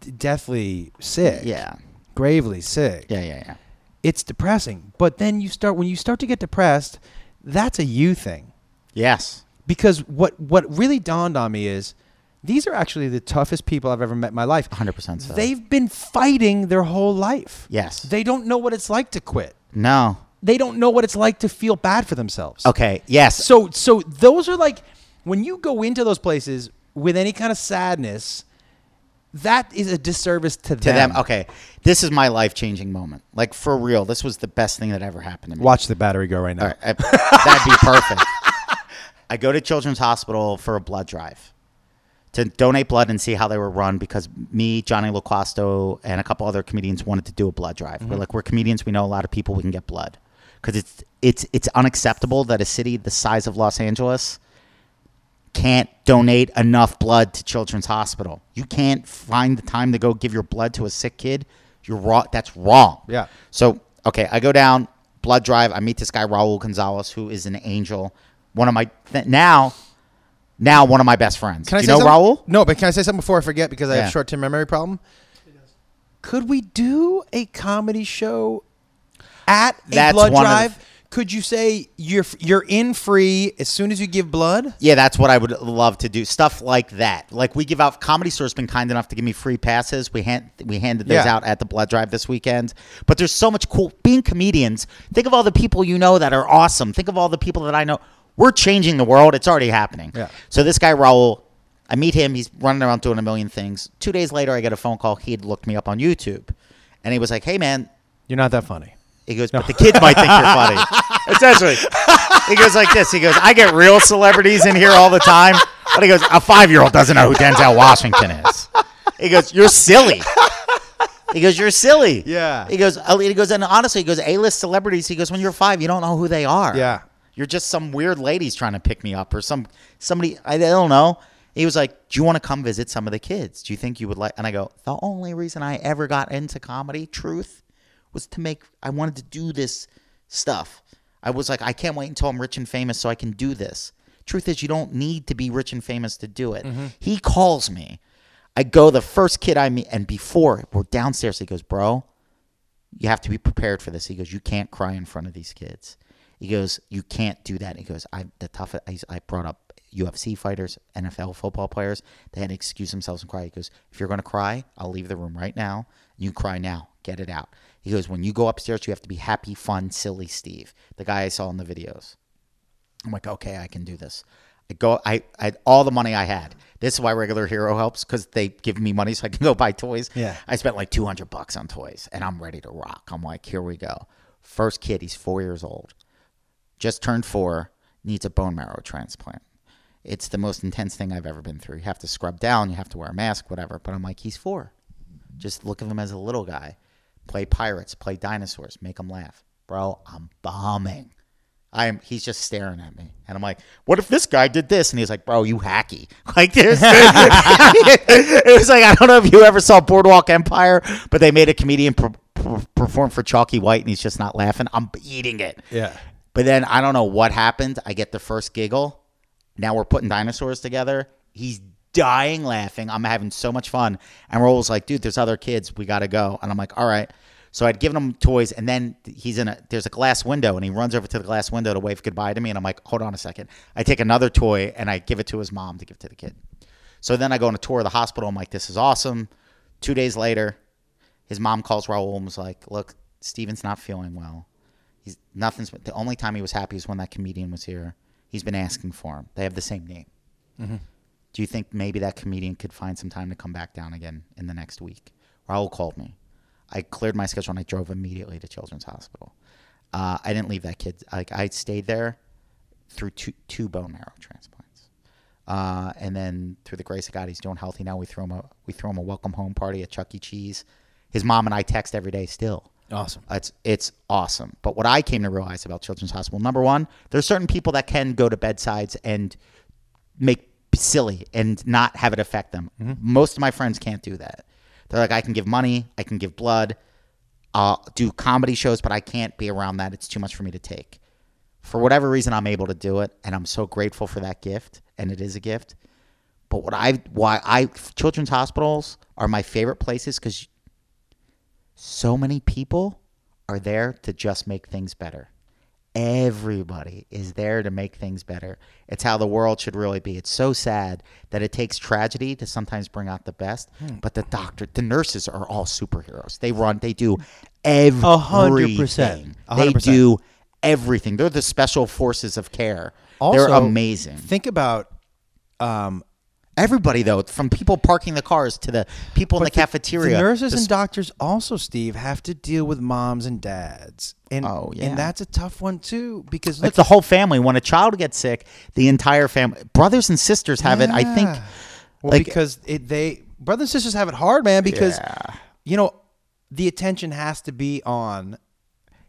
[SPEAKER 1] d- deathly sick,
[SPEAKER 2] Yeah.
[SPEAKER 1] gravely sick,
[SPEAKER 2] Yeah. Yeah. Yeah.
[SPEAKER 1] it's depressing. But then you start when you start to get depressed, that's a you thing
[SPEAKER 2] Yes.
[SPEAKER 1] because what what really dawned on me is these are actually the toughest people I've ever met in my life.
[SPEAKER 2] 100% so.
[SPEAKER 1] They've been fighting their whole life.
[SPEAKER 2] Yes.
[SPEAKER 1] They don't know what it's like to quit.
[SPEAKER 2] No.
[SPEAKER 1] They don't know what it's like to feel bad for themselves.
[SPEAKER 2] Okay. Yes.
[SPEAKER 1] So so those are like when you go into those places with any kind of sadness, that is a disservice to,
[SPEAKER 2] to them. Okay, this is my life changing moment. Like for real, this was the best thing that ever happened to me.
[SPEAKER 1] Watch the battery go right now.
[SPEAKER 2] All right, I- that'd be perfect. I go to Children's Hospital for a blood drive to donate blood and see how they were run because me, Johnny Loquasto, and a couple other comedians wanted to do a blood drive.
[SPEAKER 1] Mm-hmm.
[SPEAKER 2] We're like, we're comedians. We know a lot of people. We can get blood because it's it's it's unacceptable that a city the size of Los Angeles can't donate enough blood to Children's Hospital. You can't find the time to go give your blood to a sick kid. You're wrong. That's wrong.
[SPEAKER 1] Yeah.
[SPEAKER 2] So okay, I go down blood drive. I meet this guy Raul Gonzalez, who is an angel. One of my th- now, now one of my best friends.
[SPEAKER 1] Can I
[SPEAKER 2] Do
[SPEAKER 1] say
[SPEAKER 2] you know
[SPEAKER 1] something?
[SPEAKER 2] Raul?
[SPEAKER 1] No, but can I say something before I forget because I
[SPEAKER 2] Yeah.
[SPEAKER 1] have short term memory problem? Could we do a comedy show at a
[SPEAKER 2] That's
[SPEAKER 1] blood
[SPEAKER 2] one of the-
[SPEAKER 1] drive? could you say you're you're in free as soon as you give blood?
[SPEAKER 2] Yeah, that's what I would love to do. Stuff like that. Like we give out. Comedy Store's been kind enough to give me free passes. We hand we handed those
[SPEAKER 1] Yeah.
[SPEAKER 2] out at the blood drive this weekend. But there's so much cool. Being comedians, think of all the people you know that are awesome. Think of all the people that I know. We're changing the world. It's already happening.
[SPEAKER 1] Yeah.
[SPEAKER 2] So this guy Raul, I meet him. He's running around doing a million things. Two days later, I get a phone call. He had looked me up on YouTube, and he was like, "Hey man,
[SPEAKER 1] You're not that funny.
[SPEAKER 2] he goes, but the kids might think you're funny. Essentially, he goes like this. He goes, I get real celebrities in here all the time, but he goes, a five year old doesn't know who Denzel Washington is. He goes, you're silly. He goes, you're silly.
[SPEAKER 1] Yeah.
[SPEAKER 2] He goes, "Uh," he goes, and honestly, he goes, A list celebrities. He goes, when you're five, you don't know who they are.
[SPEAKER 1] Yeah.
[SPEAKER 2] You're just some weird ladies trying to pick me up or some somebody I don't know. He was like, "Do you want to come visit some of the kids? Do you think you would like?" And I go, "The only reason I ever got into comedy, truth, was to make I wanted to do this stuff. I was like, I can't wait until I'm rich and famous so I can do this. Truth is, you don't need to be rich and famous to do it." He calls me. I go the first kid I meet, and before we're downstairs, he goes, "Bro, you have to be prepared for this. He goes, you can't cry in front of these kids. He goes, you can't do that. He goes, I the tough. I, I brought up UFC fighters, NFL football players. They had to excuse themselves and cry. He goes, if you're gonna cry, I'll leave the room right now. You cry now. Get it out. He goes, when you go upstairs, you have to be happy, fun, silly, Steve, the guy I saw in the videos. I'm like, okay, I can do this. I go, I, I all the money I had. This is why Regular Hero helps because they give me money so I can go buy toys.
[SPEAKER 1] Yeah.
[SPEAKER 2] I spent like 200 bucks on toys and I'm ready to rock. I'm like, here we go. First kid, he's four years old, just turned four, needs a bone marrow transplant. It's the most intense thing I've ever been through. You have to scrub down, you have to wear a mask, whatever. But I'm like, he's four. Just look at him as a little guy. Play pirates, play dinosaurs, make him laugh. Bro, I'm bombing. I am. He's just staring at me, and I'm like, "What if this guy did this?" And he's like, "Bro, you hacky!" Like there's, it was like I don't know if you ever saw Boardwalk Empire, but they made a comedian per- per- perform for Chalky White, and he's just not laughing. I'm eating it.
[SPEAKER 1] Yeah.
[SPEAKER 2] But then I don't know what happened. I get the first giggle. Now we're putting dinosaurs together. He's dying laughing. I'm having so much fun. And Roll's like, dude, there's other kids. We got to go. And I'm like, all right. So I'd given him toys, and then he's in a there's a glass window, and he runs over to the glass window to wave goodbye to me. And I'm like, hold on a second. I take another toy and I give it to his mom to give to the kid. So then I go on a tour of the hospital. I'm like, this is awesome. Two days later, his mom calls Raul and was like, look, Steven's not feeling well. He's nothing's the only time he was happy is when that comedian was here. He's been asking for him. They have the same name. Do you think maybe that comedian could find some time to come back down again in the next week? Raul called me. I cleared my schedule and I drove immediately to Children's Hospital. Uh, I didn't leave that kid. Like I stayed there through two, two bone marrow transplants, uh, and then through the grace of God, he's doing healthy now. We throw him a we throw him a welcome home party at Chuck E. Cheese. His mom and I text every day still.
[SPEAKER 1] Awesome.
[SPEAKER 2] It's it's awesome. But what I came to realize about Children's Hospital, number one, there's certain people that can go to bedsides and make silly and not have it affect them. Most of my friends can't do that. They're like, I can give money, I can give blood, I'll do comedy shows, but I can't be around that. It's too much for me to take. For whatever reason, I'm able to do it, and I'm so grateful for that gift, and it is a gift. But what I why I children's hospitals are my favorite places because so many people are there to just make things better. Everybody is there to make things better. It's how the world should really be. It's so sad that it takes tragedy to sometimes bring out the best,
[SPEAKER 1] Hmm.
[SPEAKER 2] but the doctor, the nurses are all superheroes. They run, they do everything.
[SPEAKER 1] hundred percent. A
[SPEAKER 2] They
[SPEAKER 1] hundred percent.
[SPEAKER 2] do everything. They're the special forces of care.
[SPEAKER 1] Also,
[SPEAKER 2] They're amazing.
[SPEAKER 1] Think about um,
[SPEAKER 2] Everybody though, from people parking the cars to the people in the
[SPEAKER 1] But
[SPEAKER 2] cafeteria,
[SPEAKER 1] The nurses
[SPEAKER 2] the
[SPEAKER 1] and doctors also, Steve, have to deal with moms and dads, and
[SPEAKER 2] Oh, yeah.
[SPEAKER 1] and that's a tough one too because
[SPEAKER 2] It's
[SPEAKER 1] look,
[SPEAKER 2] the whole family. When a child gets sick, the entire family, brothers and sisters have it. I think.
[SPEAKER 1] Yeah. well,
[SPEAKER 2] like-
[SPEAKER 1] because it, they brothers and sisters have it hard, man, because
[SPEAKER 2] Yeah.
[SPEAKER 1] you know the attention has to be on.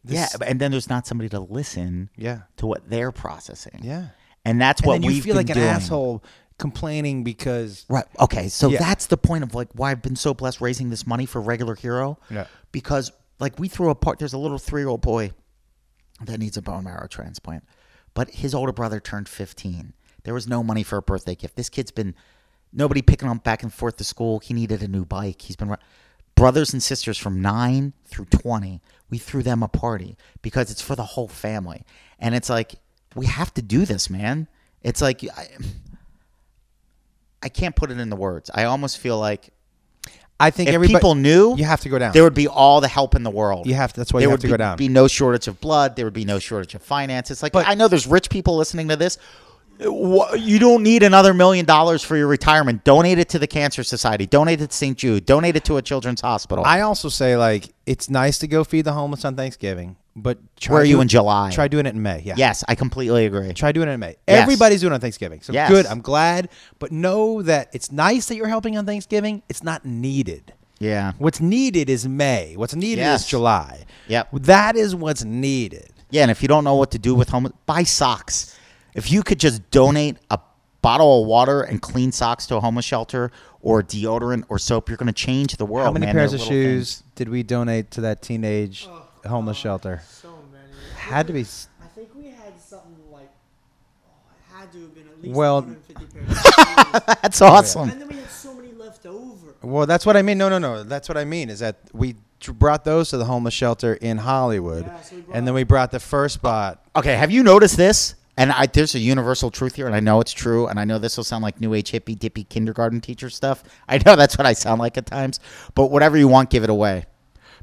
[SPEAKER 1] This,
[SPEAKER 2] yeah, and then there's not somebody to listen.
[SPEAKER 1] Yeah.
[SPEAKER 2] To what they're processing.
[SPEAKER 1] Yeah.
[SPEAKER 2] And that's
[SPEAKER 1] and
[SPEAKER 2] what
[SPEAKER 1] then
[SPEAKER 2] we
[SPEAKER 1] you feel like an
[SPEAKER 2] doing.
[SPEAKER 1] asshole complaining because
[SPEAKER 2] Right. Okay. So
[SPEAKER 1] Yeah.
[SPEAKER 2] that's the point of like why I've been so blessed raising this money for regular hero.
[SPEAKER 1] Yeah.
[SPEAKER 2] Because like we threw a part. There's a little three year old boy that needs a bone marrow transplant, but his older brother turned 15. There was no money for a birthday gift. This kid's been nobody picking him up back and forth to school. He needed a new bike. He's been. ri- brothers and sisters from 9 through 20 we threw them a party because it's for the whole family and it's like we have to do this man it's like i, I can't put it in the words i almost feel like
[SPEAKER 1] I think
[SPEAKER 2] if
[SPEAKER 1] everybody.
[SPEAKER 2] people knew
[SPEAKER 1] you have to go down.
[SPEAKER 2] there would be all the help in the world
[SPEAKER 1] You have to- that's why you
[SPEAKER 2] there
[SPEAKER 1] have
[SPEAKER 2] would
[SPEAKER 1] to
[SPEAKER 2] be,
[SPEAKER 1] go down.
[SPEAKER 2] be no shortage of blood there would be no shortage of finances like i know there's rich people listening to this Wha- you don't need another million dollars for your retirement donate it to the cancer society donate it to st jude donate it to a children's hospital
[SPEAKER 1] I also say like it's nice to go feed the homeless on Thanksgiving, but try
[SPEAKER 2] Where are you
[SPEAKER 1] doing-
[SPEAKER 2] in July?
[SPEAKER 1] Try doing it in May. Yeah.
[SPEAKER 2] yes i completely agree
[SPEAKER 1] Try doing it in May.
[SPEAKER 2] Yes.
[SPEAKER 1] Everybody's doing it on Thanksgiving, so
[SPEAKER 2] Yes.
[SPEAKER 1] good. I'm glad, but know that it's nice that you're helping on Thanksgiving. It's not needed.
[SPEAKER 2] yeah
[SPEAKER 1] What's needed is May. What's needed
[SPEAKER 2] Yes.
[SPEAKER 1] is July.
[SPEAKER 2] Yep.
[SPEAKER 1] That is what's needed.
[SPEAKER 2] yeah and if you don't know what to do with homeless buy socks if you could just donate a bottle of water and clean socks to a homeless shelter or deodorant or soap you're going to change the world
[SPEAKER 1] How many
[SPEAKER 2] Oh, man.
[SPEAKER 1] pairs
[SPEAKER 2] They're
[SPEAKER 1] of
[SPEAKER 2] little things.
[SPEAKER 1] shoes did we donate to that teenage homeless shelter?
[SPEAKER 4] Oh, So many.
[SPEAKER 1] Had to be. s-
[SPEAKER 4] I think we had something like. Oh, it had to have been at least
[SPEAKER 1] Well-
[SPEAKER 4] 150 pairs. of shoes.
[SPEAKER 2] that's awesome
[SPEAKER 4] and then we had so many left over.
[SPEAKER 1] Well, that's what I mean. No, no, no. That's what I mean is that we tr- brought those to the homeless shelter in Hollywood,
[SPEAKER 4] Yeah, so we brought-
[SPEAKER 1] and then we brought the first spot.
[SPEAKER 2] Okay, have you noticed this? And I, there's a universal truth here, and I know it's true, and I know this will sound like new age hippie dippy kindergarten teacher stuff. I know that's what I sound like at times, but whatever you want, give it away.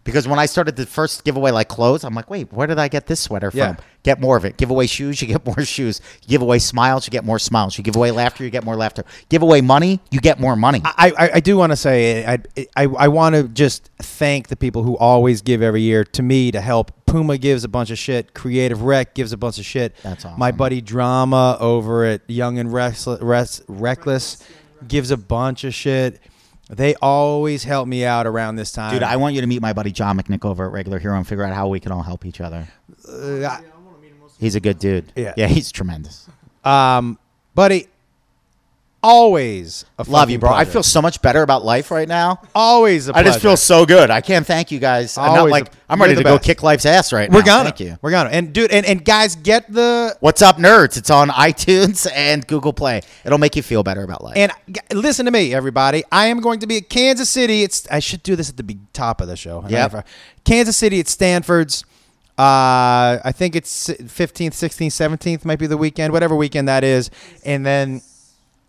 [SPEAKER 2] Because when I started the first giveaway, like clothes, I'm like, wait, where did I get this sweater from?
[SPEAKER 1] Yeah.
[SPEAKER 2] Get more of it. Give away shoes, you get more shoes. You give away smiles, you get more smiles. You give away laughter, you get more laughter. Give away money, you get more money.
[SPEAKER 1] I, I, I do want to say I, I, I want to just thank the people who always give every year to me to help. Puma gives a bunch of shit. Creative Rec gives a bunch of shit.
[SPEAKER 2] That's awesome.
[SPEAKER 1] My buddy Drama over at Young and Reckless, Reckless, Reckless gives a bunch of shit. They always help me out around this time.
[SPEAKER 2] Dude, I want you to meet my buddy John McNick over at Regular Hero and figure out how we can all help each other.
[SPEAKER 1] Uh,
[SPEAKER 4] Yeah, I want to meet him. Most
[SPEAKER 2] He's a good dude.
[SPEAKER 1] Yeah.
[SPEAKER 2] Yeah, he's tremendous.
[SPEAKER 1] um, buddy, always a
[SPEAKER 2] Love
[SPEAKER 1] fucking
[SPEAKER 2] you, bro. I
[SPEAKER 1] pleasure.
[SPEAKER 2] feel so much better about life right now.
[SPEAKER 1] always a
[SPEAKER 2] I just feel
[SPEAKER 1] pleasure.
[SPEAKER 2] so good. I can't thank you guys. I'm not
[SPEAKER 1] Always
[SPEAKER 2] like
[SPEAKER 1] a-
[SPEAKER 2] I'm
[SPEAKER 1] you're
[SPEAKER 2] ready
[SPEAKER 1] the
[SPEAKER 2] to go
[SPEAKER 1] best.
[SPEAKER 2] kick life's ass right now.
[SPEAKER 1] We're gonna.
[SPEAKER 2] Thank you.
[SPEAKER 1] We're gonna. And dude, and, and guys, get the
[SPEAKER 2] What's up, nerds? It's on iTunes and Google Play. It'll make you feel better about life.
[SPEAKER 1] And g- listen to me, everybody. I am going to be at Kansas City. It's I should do this at the be- top of the show.
[SPEAKER 2] Yep.
[SPEAKER 1] uh, Kansas City at Stanford's. Uh, I think it's fifteenth, sixteenth, seventeenth might be the weekend, whatever weekend that is. And then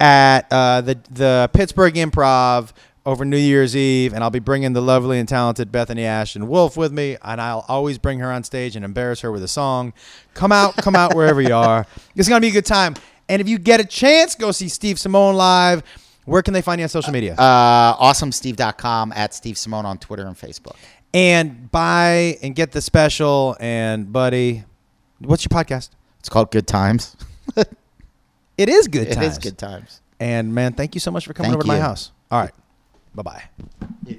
[SPEAKER 1] at uh, the the Pittsburgh Improv over New Year's Eve, and I'll be bringing the lovely and talented Bethany Ashton Wolf with me, and I'll always bring her on stage and embarrass her with a song. Come out, come out wherever you are. It's gonna be a good time. And if you get a chance, go see Steve Simone live. Where can they find you on social media?
[SPEAKER 2] uh, awesomesteve.com at Steve Simone on Twitter and Facebook.
[SPEAKER 1] and buy and get the special. And buddy, what's your podcast?
[SPEAKER 2] It's called Good Times.
[SPEAKER 1] It is good.
[SPEAKER 2] It
[SPEAKER 1] times.
[SPEAKER 2] is Good Times.
[SPEAKER 1] And man, thank you so much for coming
[SPEAKER 2] Thank
[SPEAKER 1] over to my
[SPEAKER 2] you.
[SPEAKER 1] house. All right, bye bye.